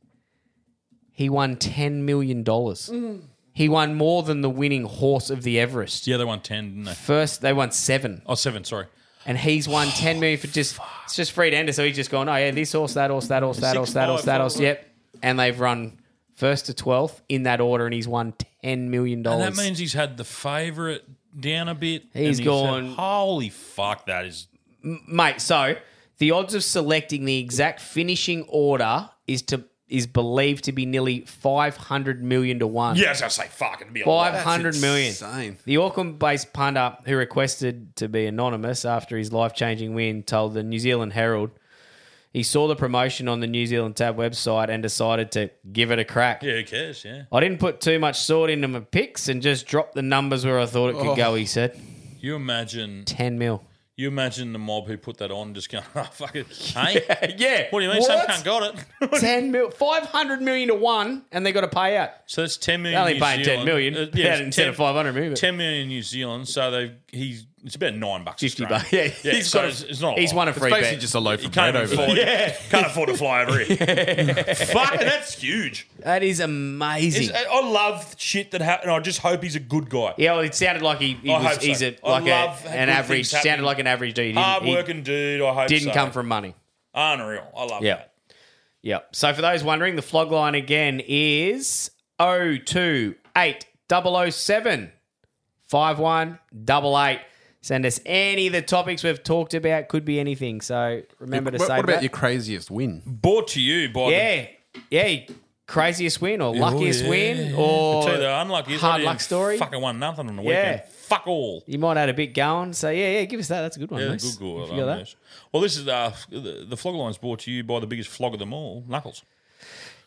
Speaker 1: He won $10 million.
Speaker 17: Mm.
Speaker 1: He won more than the winning horse of the Everest.
Speaker 7: Yeah, they won 10, didn't they?
Speaker 1: First, they won seven.
Speaker 7: Oh, seven, sorry.
Speaker 1: And he's won 10 million for just, it's just free to enter. So he's just gone, oh, yeah, this horse, that horse, that horse, that
Speaker 7: Six,
Speaker 1: horse, that
Speaker 7: five,
Speaker 1: horse, that
Speaker 7: five,
Speaker 1: horse.
Speaker 7: five.
Speaker 1: Yep. And they've run first to 12th in that order, and he's won $10 million.
Speaker 7: And that means he's had the favourite down a bit. and
Speaker 1: He's gone-
Speaker 7: had- Holy fuck, that is.
Speaker 1: M- mate. So the odds of selecting the exact finishing order is to is believed to be nearly five hundred million to one.
Speaker 7: Yeah, I was gonna say, fuck, it'd be a lot.
Speaker 1: five hundred
Speaker 7: That's
Speaker 1: million.
Speaker 7: insane.
Speaker 1: The Auckland-based punter who requested to be anonymous after his life-changing win told the New Zealand Herald. He saw the promotion on the New Zealand Tab website and decided to give it a crack.
Speaker 7: Yeah, who cares? Yeah.
Speaker 1: I didn't put too much thought into my picks and just dropped the numbers where I thought it could
Speaker 7: Oh.
Speaker 1: go, he said.
Speaker 7: You imagine
Speaker 1: 10 mil.
Speaker 7: You imagine the mob who put that on just going, oh, fuck it. Hey? Yeah. What do you mean?
Speaker 1: What?
Speaker 7: Some can't got it.
Speaker 1: 10 mil. 500 million to one, and they got to pay out.
Speaker 7: So that's 10 million.
Speaker 1: They only
Speaker 7: New
Speaker 1: paying 10
Speaker 7: Zealand.
Speaker 1: million.
Speaker 7: Uh,
Speaker 1: Yeah,
Speaker 7: it's
Speaker 1: instead of 500 million, but-
Speaker 7: 10 million New Zealand. So they he's it's about nine bucks.
Speaker 1: 50
Speaker 7: Australian.
Speaker 1: bucks. Yeah, he's
Speaker 7: so
Speaker 1: got a-
Speaker 7: it's, it's not.
Speaker 1: he's
Speaker 7: lot.
Speaker 1: won a It's free basically bet.
Speaker 10: just a loaf
Speaker 7: You
Speaker 10: of
Speaker 7: can't
Speaker 10: bread
Speaker 7: even
Speaker 10: over
Speaker 7: afford-
Speaker 10: there.
Speaker 7: Can't afford to fly over here. Fuck, that's huge.
Speaker 1: That is amazing.
Speaker 7: It's- I love shit that happens. I just hope he's a good guy.
Speaker 1: Yeah, well, it sounded like he, he
Speaker 7: I
Speaker 1: was,
Speaker 7: hope so.
Speaker 1: he's a,
Speaker 7: I
Speaker 1: like
Speaker 7: love
Speaker 1: a, an
Speaker 7: good
Speaker 1: average,
Speaker 7: things happening.
Speaker 1: sounded like an average dude. He didn't- he
Speaker 7: Hard working dude. I hope
Speaker 1: didn't
Speaker 7: so.
Speaker 1: come from money.
Speaker 7: Unreal. I love
Speaker 1: Yeah.
Speaker 7: that.
Speaker 1: Yep. So for those wondering, the flog line again is 028 007 5188. Send us any of the topics we've talked about. Could be anything. So remember to
Speaker 10: what,
Speaker 1: say
Speaker 10: what about
Speaker 1: that.
Speaker 10: your craziest win?
Speaker 7: Bought to you by
Speaker 1: yeah. yeah. Craziest win or luckiest win or
Speaker 7: I Oh, tell you the unluckiest I
Speaker 1: hard
Speaker 7: didn't
Speaker 1: luck story.
Speaker 7: Fucking won nothing on the
Speaker 1: Yeah.
Speaker 7: weekend. Fuck all.
Speaker 1: You might have had a bit going. So yeah, yeah, give us that. That's a good one.
Speaker 7: Yeah,
Speaker 1: Moose,
Speaker 7: good goal.
Speaker 1: if you got that.
Speaker 7: Well, this is uh, the, the flog line's brought to you by the biggest flog of them all, Knuckles.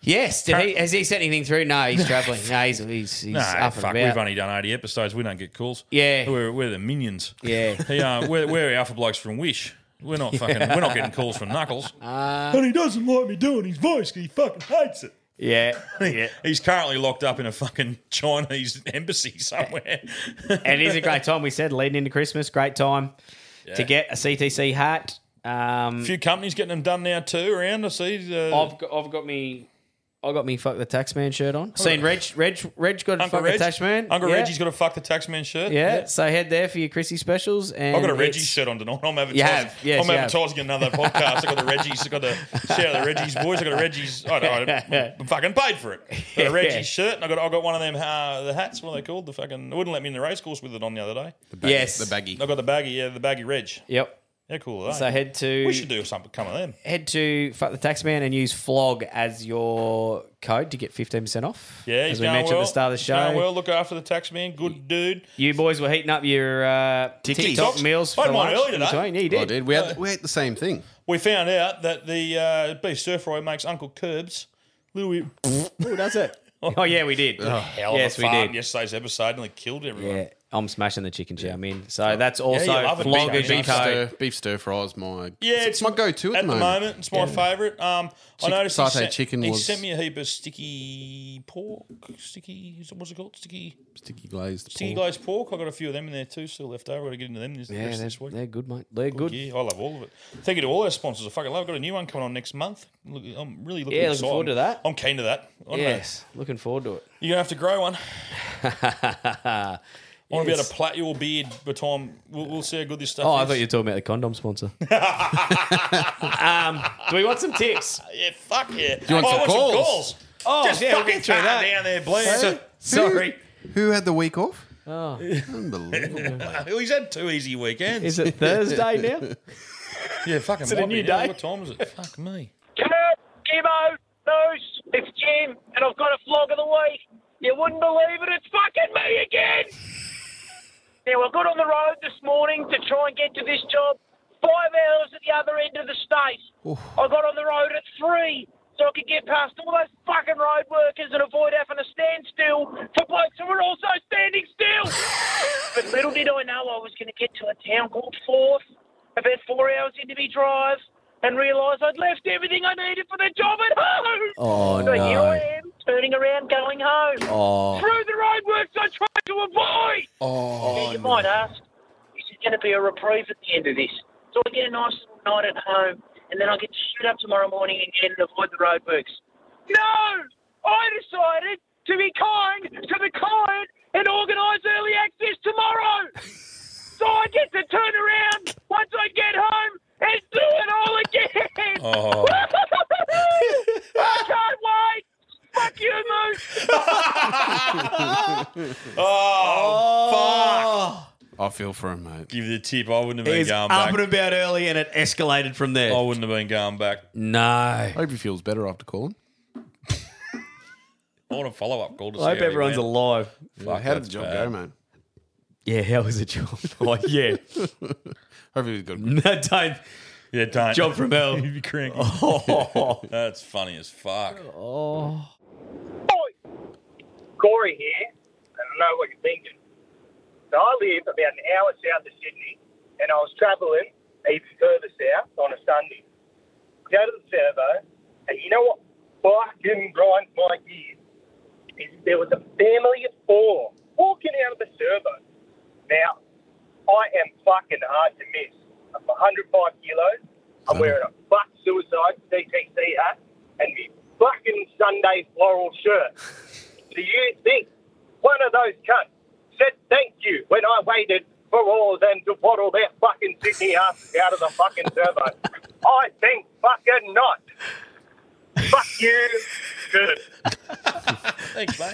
Speaker 1: Yes. Did he, has he sent anything through? No, he's travelling. No, he's, he's, he's
Speaker 7: No,
Speaker 1: up
Speaker 7: fuck,
Speaker 1: and about.
Speaker 7: we've only done 80 episodes. We don't get calls.
Speaker 1: Yeah.
Speaker 7: We're, we're the minions.
Speaker 1: Yeah.
Speaker 7: Hey, uh, we're, we're alpha blokes from Wish. We're not fucking, we're not getting calls from Knuckles.
Speaker 1: Uh,
Speaker 7: he doesn't like me doing his voice because he fucking hates it.
Speaker 1: yeah, yeah.
Speaker 7: He's currently locked up in a fucking Chinese embassy somewhere.
Speaker 1: it is a great time. We said leading into Christmas, great time
Speaker 7: Yeah.
Speaker 1: to get a CTC hat. Um,
Speaker 7: A few companies getting them done now too around. I see. uh, The,
Speaker 1: I've got, I've got me. I got me fuck the taxman shirt on. Seen Reg, Reg, Reg got a
Speaker 7: Uncle
Speaker 1: fuck
Speaker 7: Reg.
Speaker 1: the taxman.
Speaker 7: Uncle
Speaker 1: yeah.
Speaker 7: Reggie's got a fuck the taxman shirt.
Speaker 1: Yeah. so head there for your Chrissy specials. And
Speaker 7: I've got a Reggie
Speaker 1: it's-
Speaker 7: shirt on tonight. I'm advertising.
Speaker 1: You have, yes,
Speaker 7: I'm
Speaker 1: you have.
Speaker 7: advertising another podcast. I've got the Reggie's. I've got the shout out the Reggie's boys. I've got a Reggie's. I don't know. I'm fucking paid for it. I've got a Reggie's shirt and I've got, I've got one of them, uh, the hats. What are they called? The fucking, they wouldn't let me in the race course with it on the other day. The
Speaker 1: baggy- Yes. the baggy.
Speaker 7: I've got the baggy, yeah, the baggy Reg.
Speaker 1: Yep.
Speaker 7: They're cool, are they?
Speaker 1: So head to-
Speaker 7: We should do something. Come on, them.
Speaker 1: Head to fuck the taxman and use flog as your code to get fifteen percent off.
Speaker 7: Yeah, he's
Speaker 1: as we
Speaker 7: going
Speaker 1: mentioned
Speaker 7: well.
Speaker 1: at the start of the
Speaker 7: He's
Speaker 1: show.
Speaker 7: going well, look after the tax man. Good dude.
Speaker 1: You boys were heating up your uh, TikTok meals for
Speaker 7: I had mine
Speaker 1: lunch.
Speaker 7: early
Speaker 1: in
Speaker 7: today.
Speaker 1: between. Yeah, you did.
Speaker 10: We had, we ate the same thing.
Speaker 7: We found out that the uh, beef stir fry makes Uncle Curbs little bit.
Speaker 1: Who does it? Oh yeah, we did.
Speaker 7: The hell
Speaker 1: yes,
Speaker 7: of a
Speaker 1: we
Speaker 7: farm
Speaker 1: did.
Speaker 7: yesterday's episode nearly killed everyone.
Speaker 1: Yeah, I'm smashing the chicken chow mein. So that's
Speaker 7: you
Speaker 1: also
Speaker 7: love it,
Speaker 1: flog
Speaker 7: beef-
Speaker 1: as your
Speaker 10: Beef stir,
Speaker 1: code.
Speaker 10: beef stir fry is my
Speaker 7: Yeah, it's, my
Speaker 10: go-to at the moment.
Speaker 7: It's my
Speaker 10: Yeah.
Speaker 7: favourite. Um,
Speaker 10: Chick-
Speaker 7: I noticed
Speaker 10: satay
Speaker 7: he sent,
Speaker 10: chicken
Speaker 7: He
Speaker 10: was-
Speaker 7: sent me a heap of sticky pork, sticky. What's it called? Sticky,
Speaker 10: sticky glazed.
Speaker 7: sticky
Speaker 10: pork.
Speaker 7: glazed pork. I got a few of them in there too, still left over. I got to get into them this, the
Speaker 1: Yeah,
Speaker 7: rest of
Speaker 1: they're,
Speaker 7: this week.
Speaker 1: they're good, mate. They're good.
Speaker 7: Yeah, I love all of it. Thank you to all our sponsors. I fucking love. I've got a new one coming on next month. Look, I'm really looking.
Speaker 1: Yeah, looking
Speaker 7: excited.
Speaker 1: forward to that.
Speaker 7: I'm keen to that. I don't know.
Speaker 1: Yes, looking forward to it.
Speaker 7: You're gonna have to grow one.
Speaker 1: I
Speaker 7: I want to be able to plait your beard by the time. We'll, we'll see how good this stuff
Speaker 1: Oh,
Speaker 7: is.
Speaker 1: I thought you were talking about the condom sponsor. um, do we want some tips?
Speaker 7: Yeah, fuck yeah.
Speaker 1: you want
Speaker 7: oh, I
Speaker 1: some
Speaker 7: want some
Speaker 1: calls?
Speaker 7: calls.
Speaker 1: Oh,
Speaker 7: Just
Speaker 1: yeah, we'll
Speaker 7: fucking
Speaker 1: get through
Speaker 7: calm
Speaker 1: that.
Speaker 7: down there, Blair.
Speaker 10: So-
Speaker 1: Sorry.
Speaker 10: Who had the week off?
Speaker 1: Oh.
Speaker 10: Unbelievable.
Speaker 7: Well, He's had two easy weekends.
Speaker 10: Is it Thursday now?
Speaker 7: yeah, fucking.
Speaker 10: Is it a
Speaker 7: might be
Speaker 10: new
Speaker 7: now.
Speaker 10: day?
Speaker 7: What time is it? Fuck me.
Speaker 6: Gimo, Moose, it's Jim, and I've got a flog of the week. You wouldn't believe it, it's fucking me again! now, I got on the road this morning to try and get to this job. Five hours at the other end of the state. I got on the road at three so I could get past all those fucking road workers and avoid having to stand still for blokes who were also standing still. but little did I know I was going to get to a town called Forth, about four hours into me drive, and realise I'd left everything I needed for the job at home.
Speaker 1: Oh,
Speaker 6: so here I am,
Speaker 1: no.
Speaker 6: turning around, going home.
Speaker 1: Oh.
Speaker 6: Through the roadworks I tried to avoid.
Speaker 1: Oh,
Speaker 6: Now, you might ask, is it going to be a reprieve at the end of this? So I get a nice little night at home, and then I get to shoot up tomorrow morning again and avoid the roadworks. No! I decided to be kind to the client and organise early access tomorrow! so I get to turn around once I get home and do it all again!
Speaker 7: Oh.
Speaker 6: I can't wait! Fuck you, Moose!
Speaker 7: Oh, fuck.
Speaker 10: I feel for him, mate.
Speaker 7: Give you the tip. I wouldn't have
Speaker 10: He
Speaker 7: been
Speaker 10: was
Speaker 7: going
Speaker 10: up
Speaker 7: back.
Speaker 10: and
Speaker 1: about early, and it escalated from there.
Speaker 7: I wouldn't have been going back.
Speaker 1: No. I
Speaker 10: hope he feels better after calling.
Speaker 7: I want a follow up call. To
Speaker 10: I
Speaker 7: see
Speaker 10: hope
Speaker 7: how he
Speaker 10: everyone's
Speaker 7: went.
Speaker 1: alive.
Speaker 10: Yeah, how did the job go, mate?
Speaker 1: Oh, Yeah, how was the job? Like, yeah.
Speaker 10: Hopefully, he's got.
Speaker 1: No, don't.
Speaker 7: Yeah, don't.
Speaker 12: John Fromell.
Speaker 7: You'd be cranky. That's funny as fuck.
Speaker 1: Oh.
Speaker 24: Corey here. I don't know what you're thinking. So I live about an hour south of Sydney, and I was travelling even further south on a Sunday. Go to the servo, and you know what fucking grinds my gears? Is there was a family of four walking out of the servo. Now, I am fucking hard to miss. I'm 105 kilos. I'm wearing a fuck suicide CTC hat and my fucking Sunday floral shirt. Do you think one of those cunts said thank you when I waited for all of them to waddle their fucking Sydney asses out of the fucking turbo? I think fucking not. Fuck you. Good.
Speaker 7: Thanks, mate.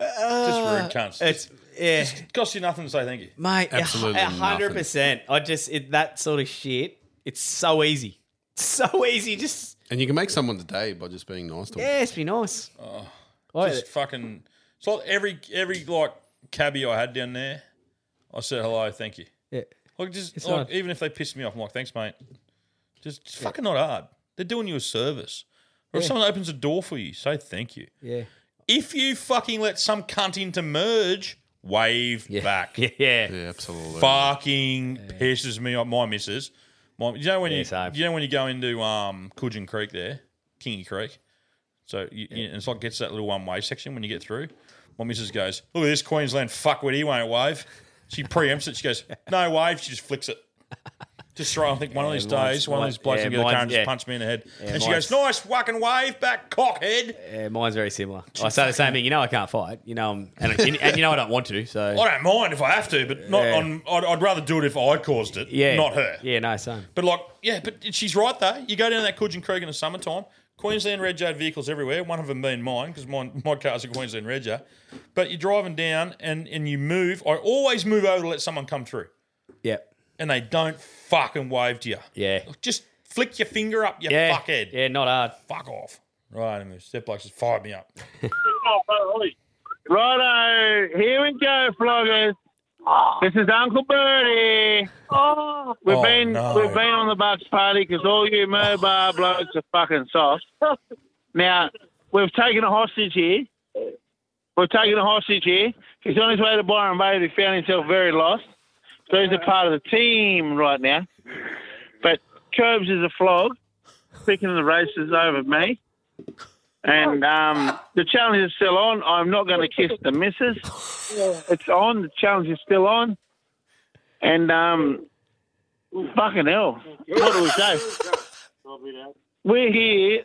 Speaker 1: Uh,
Speaker 7: Just rude cunts.
Speaker 1: It's yeah.
Speaker 7: Just costs you nothing to say thank you,
Speaker 1: Mate, absolutely, hundred percent. I just it, that sort of shit. It's so easy, so easy. Just
Speaker 10: And you can make someone's day by just being nice to them.
Speaker 1: yeah, it's be nice.
Speaker 7: Oh,
Speaker 1: Like-
Speaker 7: just fucking. It's like every every like cabbie I had down there, I said hello, thank you.
Speaker 1: Yeah.
Speaker 7: Like just
Speaker 1: It's
Speaker 7: like,
Speaker 1: nice.
Speaker 7: even if they pissed me off, I'm like, thanks, mate. Just it's fucking not hard. They're doing you a service. Or if
Speaker 1: Yeah.
Speaker 7: someone opens a door for you, say thank you.
Speaker 1: Yeah.
Speaker 7: If you fucking let some cunt into merge, wave back. Yeah.
Speaker 10: Yeah, absolutely.
Speaker 7: Fucking pisses me off. My missus. My, you know when
Speaker 1: Yeah,
Speaker 7: you
Speaker 1: same.
Speaker 7: you know when you go into um Coogin Creek there, Kingy Creek. So you, you- and it's like gets that little one way section when you get through. My missus goes, look at this Queensland fuckwit, he won't wave. She preempts it. She goes, no wave. She just flicks it. Just throw. I think one of
Speaker 1: Yeah,
Speaker 7: these
Speaker 1: mine's-
Speaker 7: days, one of
Speaker 1: mine-
Speaker 7: these blokes
Speaker 1: yeah,
Speaker 7: will get a car
Speaker 1: mine's-
Speaker 7: and just
Speaker 1: yeah.
Speaker 7: punch me in the head.
Speaker 1: Yeah,
Speaker 7: and she goes, nice fucking wave back, cockhead.
Speaker 1: Yeah, mine's very similar. I say the same thing. You know, I can't fight. You know, I'm, and, and you know, I don't want to. So
Speaker 7: I don't mind if I have to, but not
Speaker 1: Yeah.
Speaker 7: on. I'd, I'd rather do it if I caused it,
Speaker 1: Yeah,
Speaker 7: not her.
Speaker 1: Yeah, no, same.
Speaker 7: But like, yeah, but she's right though. You go down that Coogin Creek in the summertime. Queensland Red Jade vehicles everywhere. One of them being mine because my my car's a Queensland Red Jade. But you're driving down and and you move. I always move over to let someone come through,
Speaker 1: Yeah,
Speaker 7: and they don't fucking wave to you.
Speaker 1: yeah,
Speaker 7: Just flick your finger up, you
Speaker 1: yeah.
Speaker 7: fuckhead.
Speaker 1: Yeah, not hard.
Speaker 7: Fuck off. Right, and the step bloke just fired me up.
Speaker 24: Righto, here we go, floggers. This is Uncle Bertie. We've
Speaker 7: Oh,
Speaker 24: been
Speaker 7: no.
Speaker 24: we've been on the Bucks party because all you mobile blokes are fucking soft. Now we've taken a hostage here. We've taken a hostage here. He's on his way to Byron Bay. He found himself very lost. So he's a part of the team right now. But Curbs is a flog, picking the races over me. And um, the challenge is still on. I'm not going to kiss the missus. It's on. The challenge is still on. And um, fucking hell, what do we say? We're here,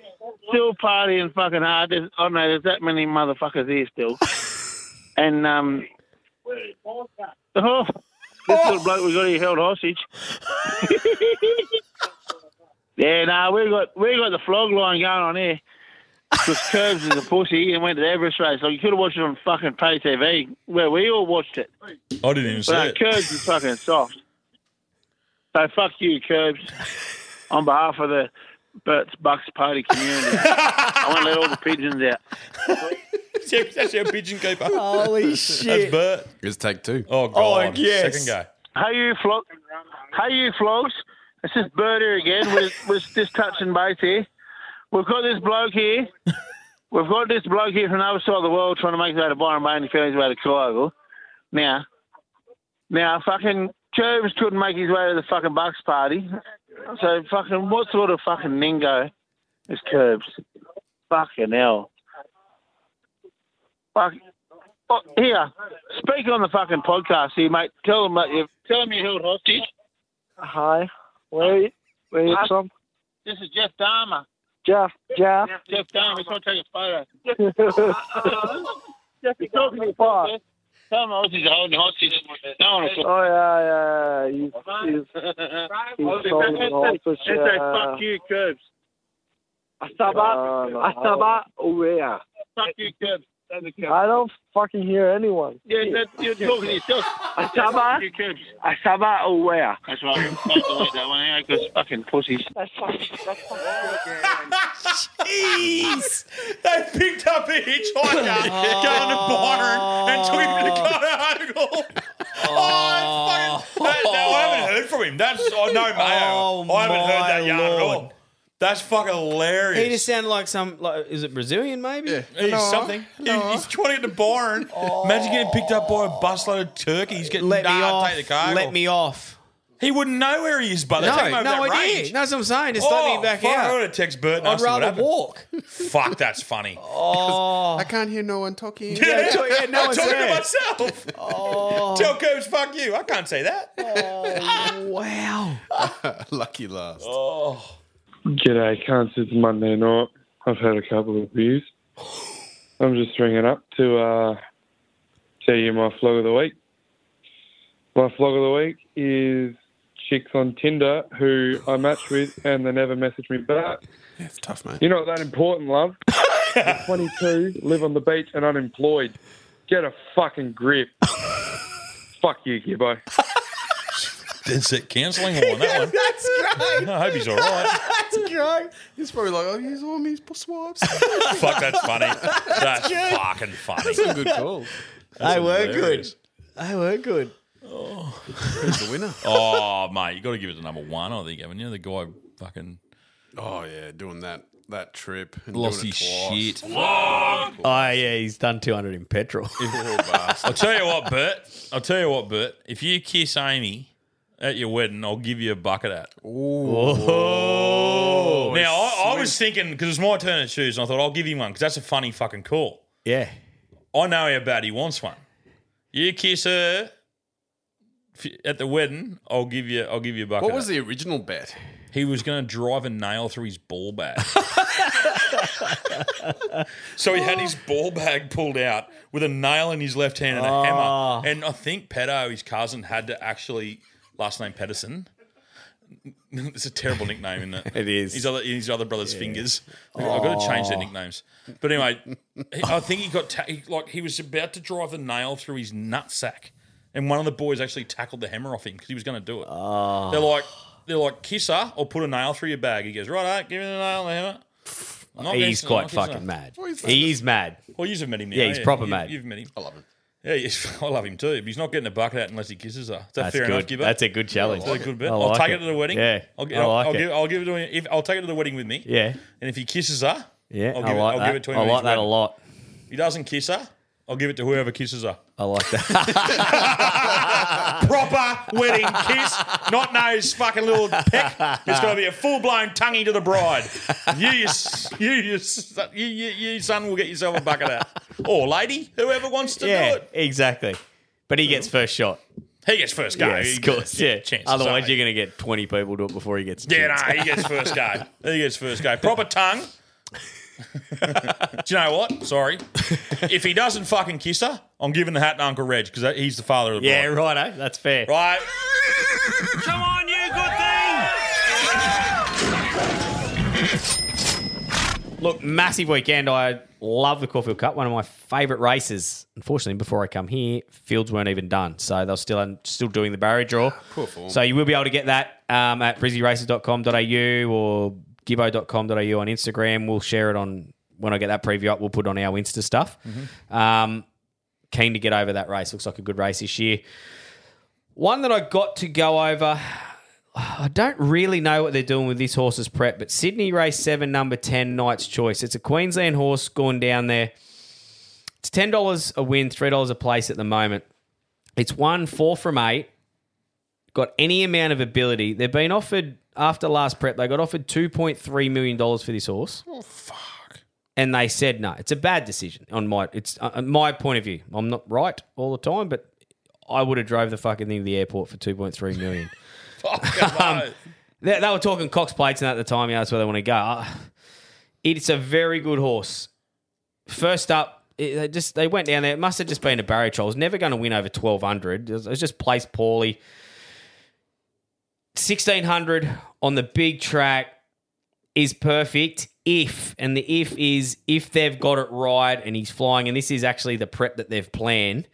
Speaker 24: still partying fucking hard. There's, I don't know there's that many motherfuckers here still. And um, oh, this little bloke we got here held hostage. yeah, no, we got we got the flog line going on here. Because Curbs is a pussy and went to the Everest race. Like you could have watched it on fucking pay TV where we all watched it.
Speaker 7: I didn't even see
Speaker 24: But
Speaker 7: it.
Speaker 24: no, Curbs is fucking soft. So fuck you, Curbs. On behalf of the Burt's Bucks Party community, I want to let all the pigeons out.
Speaker 7: That's our pigeon keeper.
Speaker 24: Holy
Speaker 7: That's
Speaker 24: shit.
Speaker 7: Bert.
Speaker 10: It's take two.
Speaker 7: Oh God.
Speaker 24: yes.
Speaker 7: Second go.
Speaker 24: Hey you flog, hey you flogs. It's just Bird here again. We're, we're just touching base here. We've got this bloke here. We've got this bloke here from the other side of the world trying to make his way to Byron Bay and he found his way to Kyogle. Now, now fucking Jervis couldn't make his way to the fucking Bucks party. So fucking what sort of fucking ningo is Curbs? Fucking hell. Fuck. Oh, here, speak on the fucking podcast here, mate. Tell them that you tell them you held hostage.
Speaker 13: Hi. Where you, where you
Speaker 24: Hi.
Speaker 13: from?
Speaker 24: This is Jeff Dahmer.
Speaker 13: Jeff. Jeff.
Speaker 24: Jeff Dahmer, he's going to take a photo.
Speaker 13: You're talking to Bob.
Speaker 24: Tell him hostages are holding hostage. No one will
Speaker 13: Oh yeah, yeah. You, you,
Speaker 24: It's a fuck you, Curbs.
Speaker 13: Asaba. Asaba. Uwea.
Speaker 24: Fuck you, Curbs. That's the
Speaker 13: Oh, I
Speaker 24: Curbs.
Speaker 13: don't fucking hear anyone.
Speaker 24: Yeah, that, you're talking to yourself.
Speaker 13: Asaba.
Speaker 24: Fuck you, Curbs.
Speaker 13: Asaba. Uwea.
Speaker 24: That's right. Don't delete that one out because fucking pussies.
Speaker 13: That's fucking. That's
Speaker 7: Jeez! They picked up a hitchhiker going to Byron
Speaker 1: Oh.
Speaker 7: Oh, and took him to Carter Article. Oh, I'm fucking. No, no, I haven't heard from know him. That's I know Mayo.
Speaker 1: Oh,
Speaker 7: I haven't heard that
Speaker 1: my
Speaker 7: yarn at
Speaker 1: Lord.
Speaker 7: all. That's fucking hilarious.
Speaker 1: He just sounded like some. Like, is it Brazilian? Maybe
Speaker 7: He's something. He- he's trying to get to Byron. Imagine getting picked up by a busload of turkeys. Getting
Speaker 1: Let me
Speaker 7: nah,
Speaker 1: off.
Speaker 7: Take the car.
Speaker 1: Let me off.
Speaker 7: He wouldn't know where he is, by the
Speaker 1: No,
Speaker 7: time over
Speaker 1: no
Speaker 7: that
Speaker 1: idea.
Speaker 7: range. Oh,
Speaker 1: No, that's what I'm saying. Just let me back
Speaker 7: fuck,
Speaker 1: out.
Speaker 7: I would have text Bert. and
Speaker 1: I'd
Speaker 7: asked him what
Speaker 1: rather
Speaker 7: happened.
Speaker 1: walk.
Speaker 7: Fuck, that's funny.
Speaker 1: Oh,
Speaker 10: I can't hear no one talking.
Speaker 7: Yeah,
Speaker 10: yeah, no
Speaker 7: I'm
Speaker 10: one's
Speaker 7: talking
Speaker 10: there.
Speaker 7: to myself. Tell Coombs, fuck you. I can't say that.
Speaker 1: wow.
Speaker 10: Lucky last.
Speaker 7: Oh.
Speaker 9: G'day, cunts. It's Monday night. I've had a couple of beers. I'm just ringing up to uh, tell you my flog of the week. My flog of the week is chicks on Tinder who I match with and they never message me back.
Speaker 10: It's tough, mate.
Speaker 9: You're not that important, love. You're 22, live on the beach, and unemployed. Get a fucking grip. Fuck you, Gibbo.
Speaker 7: That's it. Cancelling him on that one.
Speaker 10: That's great.
Speaker 7: I hope he's all right.
Speaker 10: That's great. He's probably
Speaker 6: oh,
Speaker 10: like, I'll use all these swipes.
Speaker 7: Fuck, that's funny. That's
Speaker 10: good.
Speaker 7: fucking funny.
Speaker 10: That's a good call.
Speaker 7: That's
Speaker 1: they were
Speaker 7: hilarious.
Speaker 1: good. They were good.
Speaker 10: Who's the winner?
Speaker 7: Oh, mate, you got to give it the number one, I think, haven't you? The guy fucking
Speaker 10: Oh yeah, doing that that trip. And
Speaker 7: Lost
Speaker 10: doing it
Speaker 7: his
Speaker 10: twice.
Speaker 7: shit.
Speaker 10: Vlog.
Speaker 1: Oh yeah, he's done 200 in petrol.
Speaker 7: I'll tell you what, Bert. I'll tell you what, Bert. If you kiss Amy at your wedding, I'll give you a bucket at.
Speaker 1: Oh.
Speaker 7: Now I, I was thinking because it's my turn at shoes, and I thought I'll give him one because that's a funny fucking call.
Speaker 1: Yeah.
Speaker 7: I know how bad he wants one. You kiss her f- at the wedding, I'll give you. I'll give you a bucket.
Speaker 10: What was
Speaker 7: at.
Speaker 10: the original bet?
Speaker 7: He was going to drive a nail through his ball bag. so he had his ball bag pulled out with a nail in his left hand and a
Speaker 1: Ah.
Speaker 7: hammer. And I think Pedo, his cousin, had to actually last name Pedersen. It's a terrible nickname, isn't it?
Speaker 1: It is.
Speaker 7: His other his other brother's fingers. I've
Speaker 1: Oh.
Speaker 7: got to change their nicknames. But anyway, he- I think he got ta- he- like he was about to drive the nail through his nutsack, and one of the boys actually tackled the hammer off him because he was going to do it.
Speaker 1: Ah.
Speaker 7: They're like, they're like, kiss her or put a nail through your bag. He goes, right, give me the nail and the hammer. I'm not
Speaker 1: He's
Speaker 7: messing- I'm
Speaker 1: quite
Speaker 7: not kissing
Speaker 1: fucking
Speaker 7: her."
Speaker 1: mad.
Speaker 7: Well, he's-
Speaker 1: He is mad.
Speaker 7: Well, you've met him. now,
Speaker 1: Yeah, he's proper
Speaker 7: you,
Speaker 1: mad.
Speaker 7: You've met him. I love
Speaker 10: him.
Speaker 7: Yeah, yes, I love him too. But he's not getting a bucket out unless he kisses her. Is that
Speaker 1: That's
Speaker 7: fair enough,
Speaker 1: good.
Speaker 7: Gibber?
Speaker 1: That's a good challenge.
Speaker 7: That's a good bit.
Speaker 1: I
Speaker 7: I'll
Speaker 1: like
Speaker 7: take it.
Speaker 1: it.
Speaker 7: to the wedding.
Speaker 1: Yeah,
Speaker 7: I'll, gi-
Speaker 1: I
Speaker 7: I'll,
Speaker 1: like
Speaker 7: I'll
Speaker 1: it.
Speaker 7: give. I'll give it to him. If I'll take it to the wedding with me.
Speaker 1: Yeah.
Speaker 7: And if he kisses her,
Speaker 1: Yeah,
Speaker 7: I'll
Speaker 1: I
Speaker 7: give,
Speaker 1: like
Speaker 7: it, I'll
Speaker 1: that.
Speaker 7: give it to him.
Speaker 1: I
Speaker 7: at
Speaker 1: like
Speaker 7: his
Speaker 1: that a
Speaker 7: wedding.
Speaker 1: lot.
Speaker 7: He doesn't kiss her. I'll give it to whoever kisses her.
Speaker 1: I like that.
Speaker 6: Ah.
Speaker 7: Proper wedding kiss, not nose fucking little peck. It's going to be a full blown tonguey to the bride. You, you, s- you, you, s- you, you, you, son, will get yourself a bucket out, or lady, whoever wants to do
Speaker 1: yeah,
Speaker 7: it.
Speaker 1: exactly. But he gets first shot.
Speaker 7: He gets first go.
Speaker 1: Yes,
Speaker 7: He
Speaker 1: of course.
Speaker 7: gets-
Speaker 1: Yeah.
Speaker 7: chances
Speaker 1: Otherwise,
Speaker 7: are.
Speaker 1: you're going to get 20 people do it before he gets. a
Speaker 7: Yeah,
Speaker 1: chance.
Speaker 7: no, he gets first go. He gets first go. Proper tongue. Do you know what? Sorry. If he doesn't fucking kiss her, I'm giving the hat to Uncle Reg because he's the father of the
Speaker 1: yeah,
Speaker 7: bride.
Speaker 1: righto. That's fair.
Speaker 7: Right.
Speaker 14: Come on, you good thing.
Speaker 1: Look, massive weekend. I love the Caulfield Cup. One of my favourite races. Unfortunately, before I come here, fields weren't even done, so they're still still doing the barrier draw.
Speaker 10: Poor form.
Speaker 1: So you will be able to get that um, at brizzyraces.com.au or gibbo.com.au on Instagram. We'll share it on when I get that preview up. We'll put it on our Insta stuff. Um, keen to get over that race. Looks like a good race this year. One that I got to go over. I don't really know what they're doing with this horse's prep, but Sydney race seven, number ten, Knight's Choice. It's a Queensland horse going down there. It's ten dollars a win, three dollars a place at the moment. It's won four from eight. Got any amount of ability. They've been offered after last prep. They got offered two point three million dollars for this horse. Oh fuck! And they said no. It's a bad decision on my it's uh, my point of view. I'm not right all the time, but I would have drove the fucking thing to the airport for two point three million. Um, they, they were talking Cox plates and that at the time. Yeah, that's where they want to go. Uh, It's a very good horse. First up, it, they just they went down there. It must have just been a barrier troll. It's never going to win over twelve hundred. It, was- it was just placed poorly. Sixteen hundred on the big track is perfect if and the if is if they've got it right and he's flying and this is actually the prep that they've planned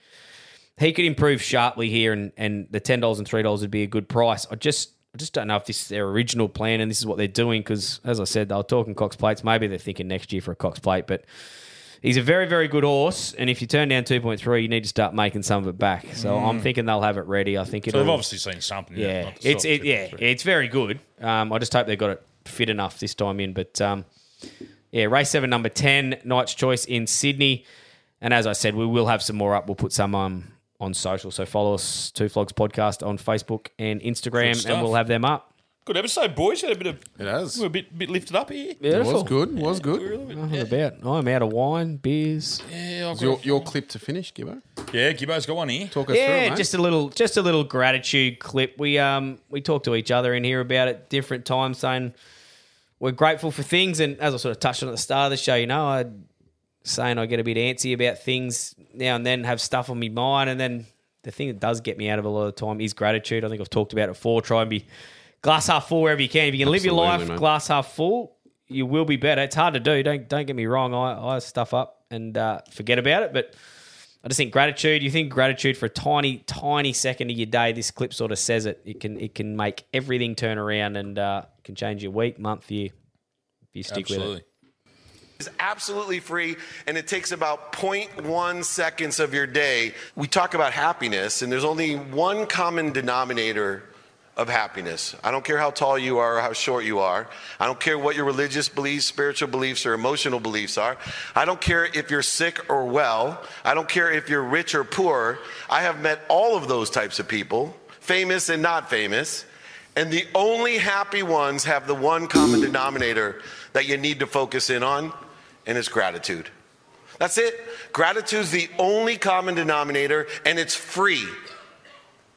Speaker 1: he could improve sharply here, and, and the ten dollars and three dollars would be a good price. I just I just don't know if this is their original plan and this is what they're doing because, as I said, they were talking Cox plates. Maybe they're thinking next year for a Cox plate, but He's a very, very good horse, and if you turn down 2.3, you need to start making some of it back. So
Speaker 7: Mm.
Speaker 1: I'm thinking they'll have it ready. I think
Speaker 7: So
Speaker 1: it'll
Speaker 7: they've obviously seen something.
Speaker 1: yeah,
Speaker 7: not the
Speaker 1: it's
Speaker 7: stock
Speaker 1: it, yeah, it's very good. Um, I just hope they got it fit enough this time in. But um, yeah, race seven, number ten, Knight's Choice in Sydney. And as I said, we will have some more up. We'll put some um, on social. So follow us, Two Flogs Podcast on Facebook and
Speaker 7: Good
Speaker 1: Instagram,
Speaker 7: stuff.
Speaker 1: and we'll have them up.
Speaker 7: Good episode, boys. Had a bit of it has. We were a bit, bit lifted up here.
Speaker 1: Was good. Nothing about. I'm out of wine, beers.
Speaker 7: Yeah, I've
Speaker 10: Is your,
Speaker 7: got a-
Speaker 10: your clip to finish, Gibbo?
Speaker 7: yeah, Gibbo's got one here.
Speaker 10: Talk us
Speaker 1: yeah,
Speaker 10: through it, mate.
Speaker 1: just a little, just a little gratitude clip. We um we talk to each other in here about it different times, saying we're grateful for things. And as I sort of touched on at the start of the show, you know, I saying I get a bit antsy about things now and then, have stuff on me mind, and then the thing that does get me out of a lot of the time is gratitude. I think I've talked about it before. Try and be glass half full wherever you can. If you can live your
Speaker 6: Absolutely,
Speaker 1: life
Speaker 6: mate.
Speaker 1: glass half full, you will be better. It's hard to do. Don't don't get me wrong. I, I stuff up and uh, forget about it, but. I just think gratitude. You think gratitude for a tiny, tiny second of your day. This clip sort of says it. It can, it can make everything turn around and uh, can change your week, month, year. If you stick with it.
Speaker 18: is absolutely free and it takes about 0.1 seconds of your day. We talk about happiness and there's only one common denominator of happiness. I don't care how tall you are or how short you are. I don't care what your religious beliefs, spiritual beliefs or emotional beliefs are. I don't care if you're sick or well. I don't care if you're rich or poor. I have met all of those types of people, famous and not famous. And the only happy ones have the one common denominator that you need to focus in on, and it's gratitude. That's it. Gratitude's the only common denominator, and it's free.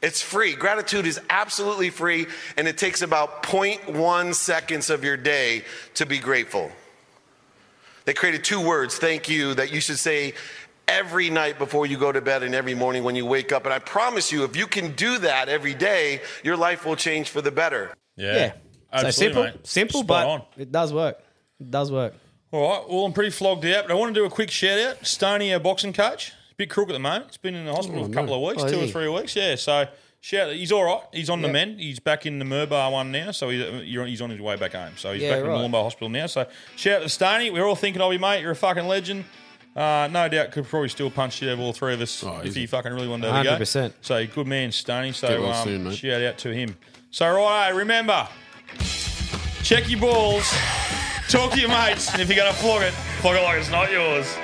Speaker 18: It's free. Gratitude is absolutely free, and it takes about 0.1 seconds of your day to be grateful. They created two words, thank you, that you should say every night before you go to bed and every morning when you wake up. And I promise you, if you can do that every day, your life will change for the better.
Speaker 7: Yeah.
Speaker 1: So
Speaker 7: Absolutely,
Speaker 1: simple,
Speaker 7: mate.
Speaker 1: simple,
Speaker 7: Spot
Speaker 1: but
Speaker 7: on.
Speaker 1: it does work. It does work.
Speaker 7: All right. Well, I'm pretty flogged out, but I want to do a quick shout out. Stoney, our boxing coach, a bit crook at the moment. He's been in the hospital
Speaker 10: Oh,
Speaker 7: for a couple
Speaker 10: no.
Speaker 7: of weeks,
Speaker 10: Oh,
Speaker 7: two
Speaker 10: is
Speaker 7: or
Speaker 10: he?
Speaker 7: three weeks. Yeah. So shout. He's all right. He's on the
Speaker 10: Yep.
Speaker 7: mend. He's back in the Murbar one now. So he's you're- he's on his way back home. So he's
Speaker 10: Yeah,
Speaker 7: back
Speaker 10: right.
Speaker 7: in the Moolumbar Hospital now. So shout out to Stoney. We're all thinking of you, mate. You're a fucking legend. Uh, no doubt, could probably still punch shit out of all thrhree of
Speaker 10: Oh,
Speaker 7: us if he fucking really wanted to. have a go.
Speaker 1: 100%.
Speaker 7: So good man, Stoney.
Speaker 10: Get
Speaker 7: So
Speaker 10: well
Speaker 7: um,
Speaker 10: soon, mate.
Speaker 7: shout out to him. So right, remember, check your balls. Talk to your mates, and if you're going to flog it, flog it like it's not yours.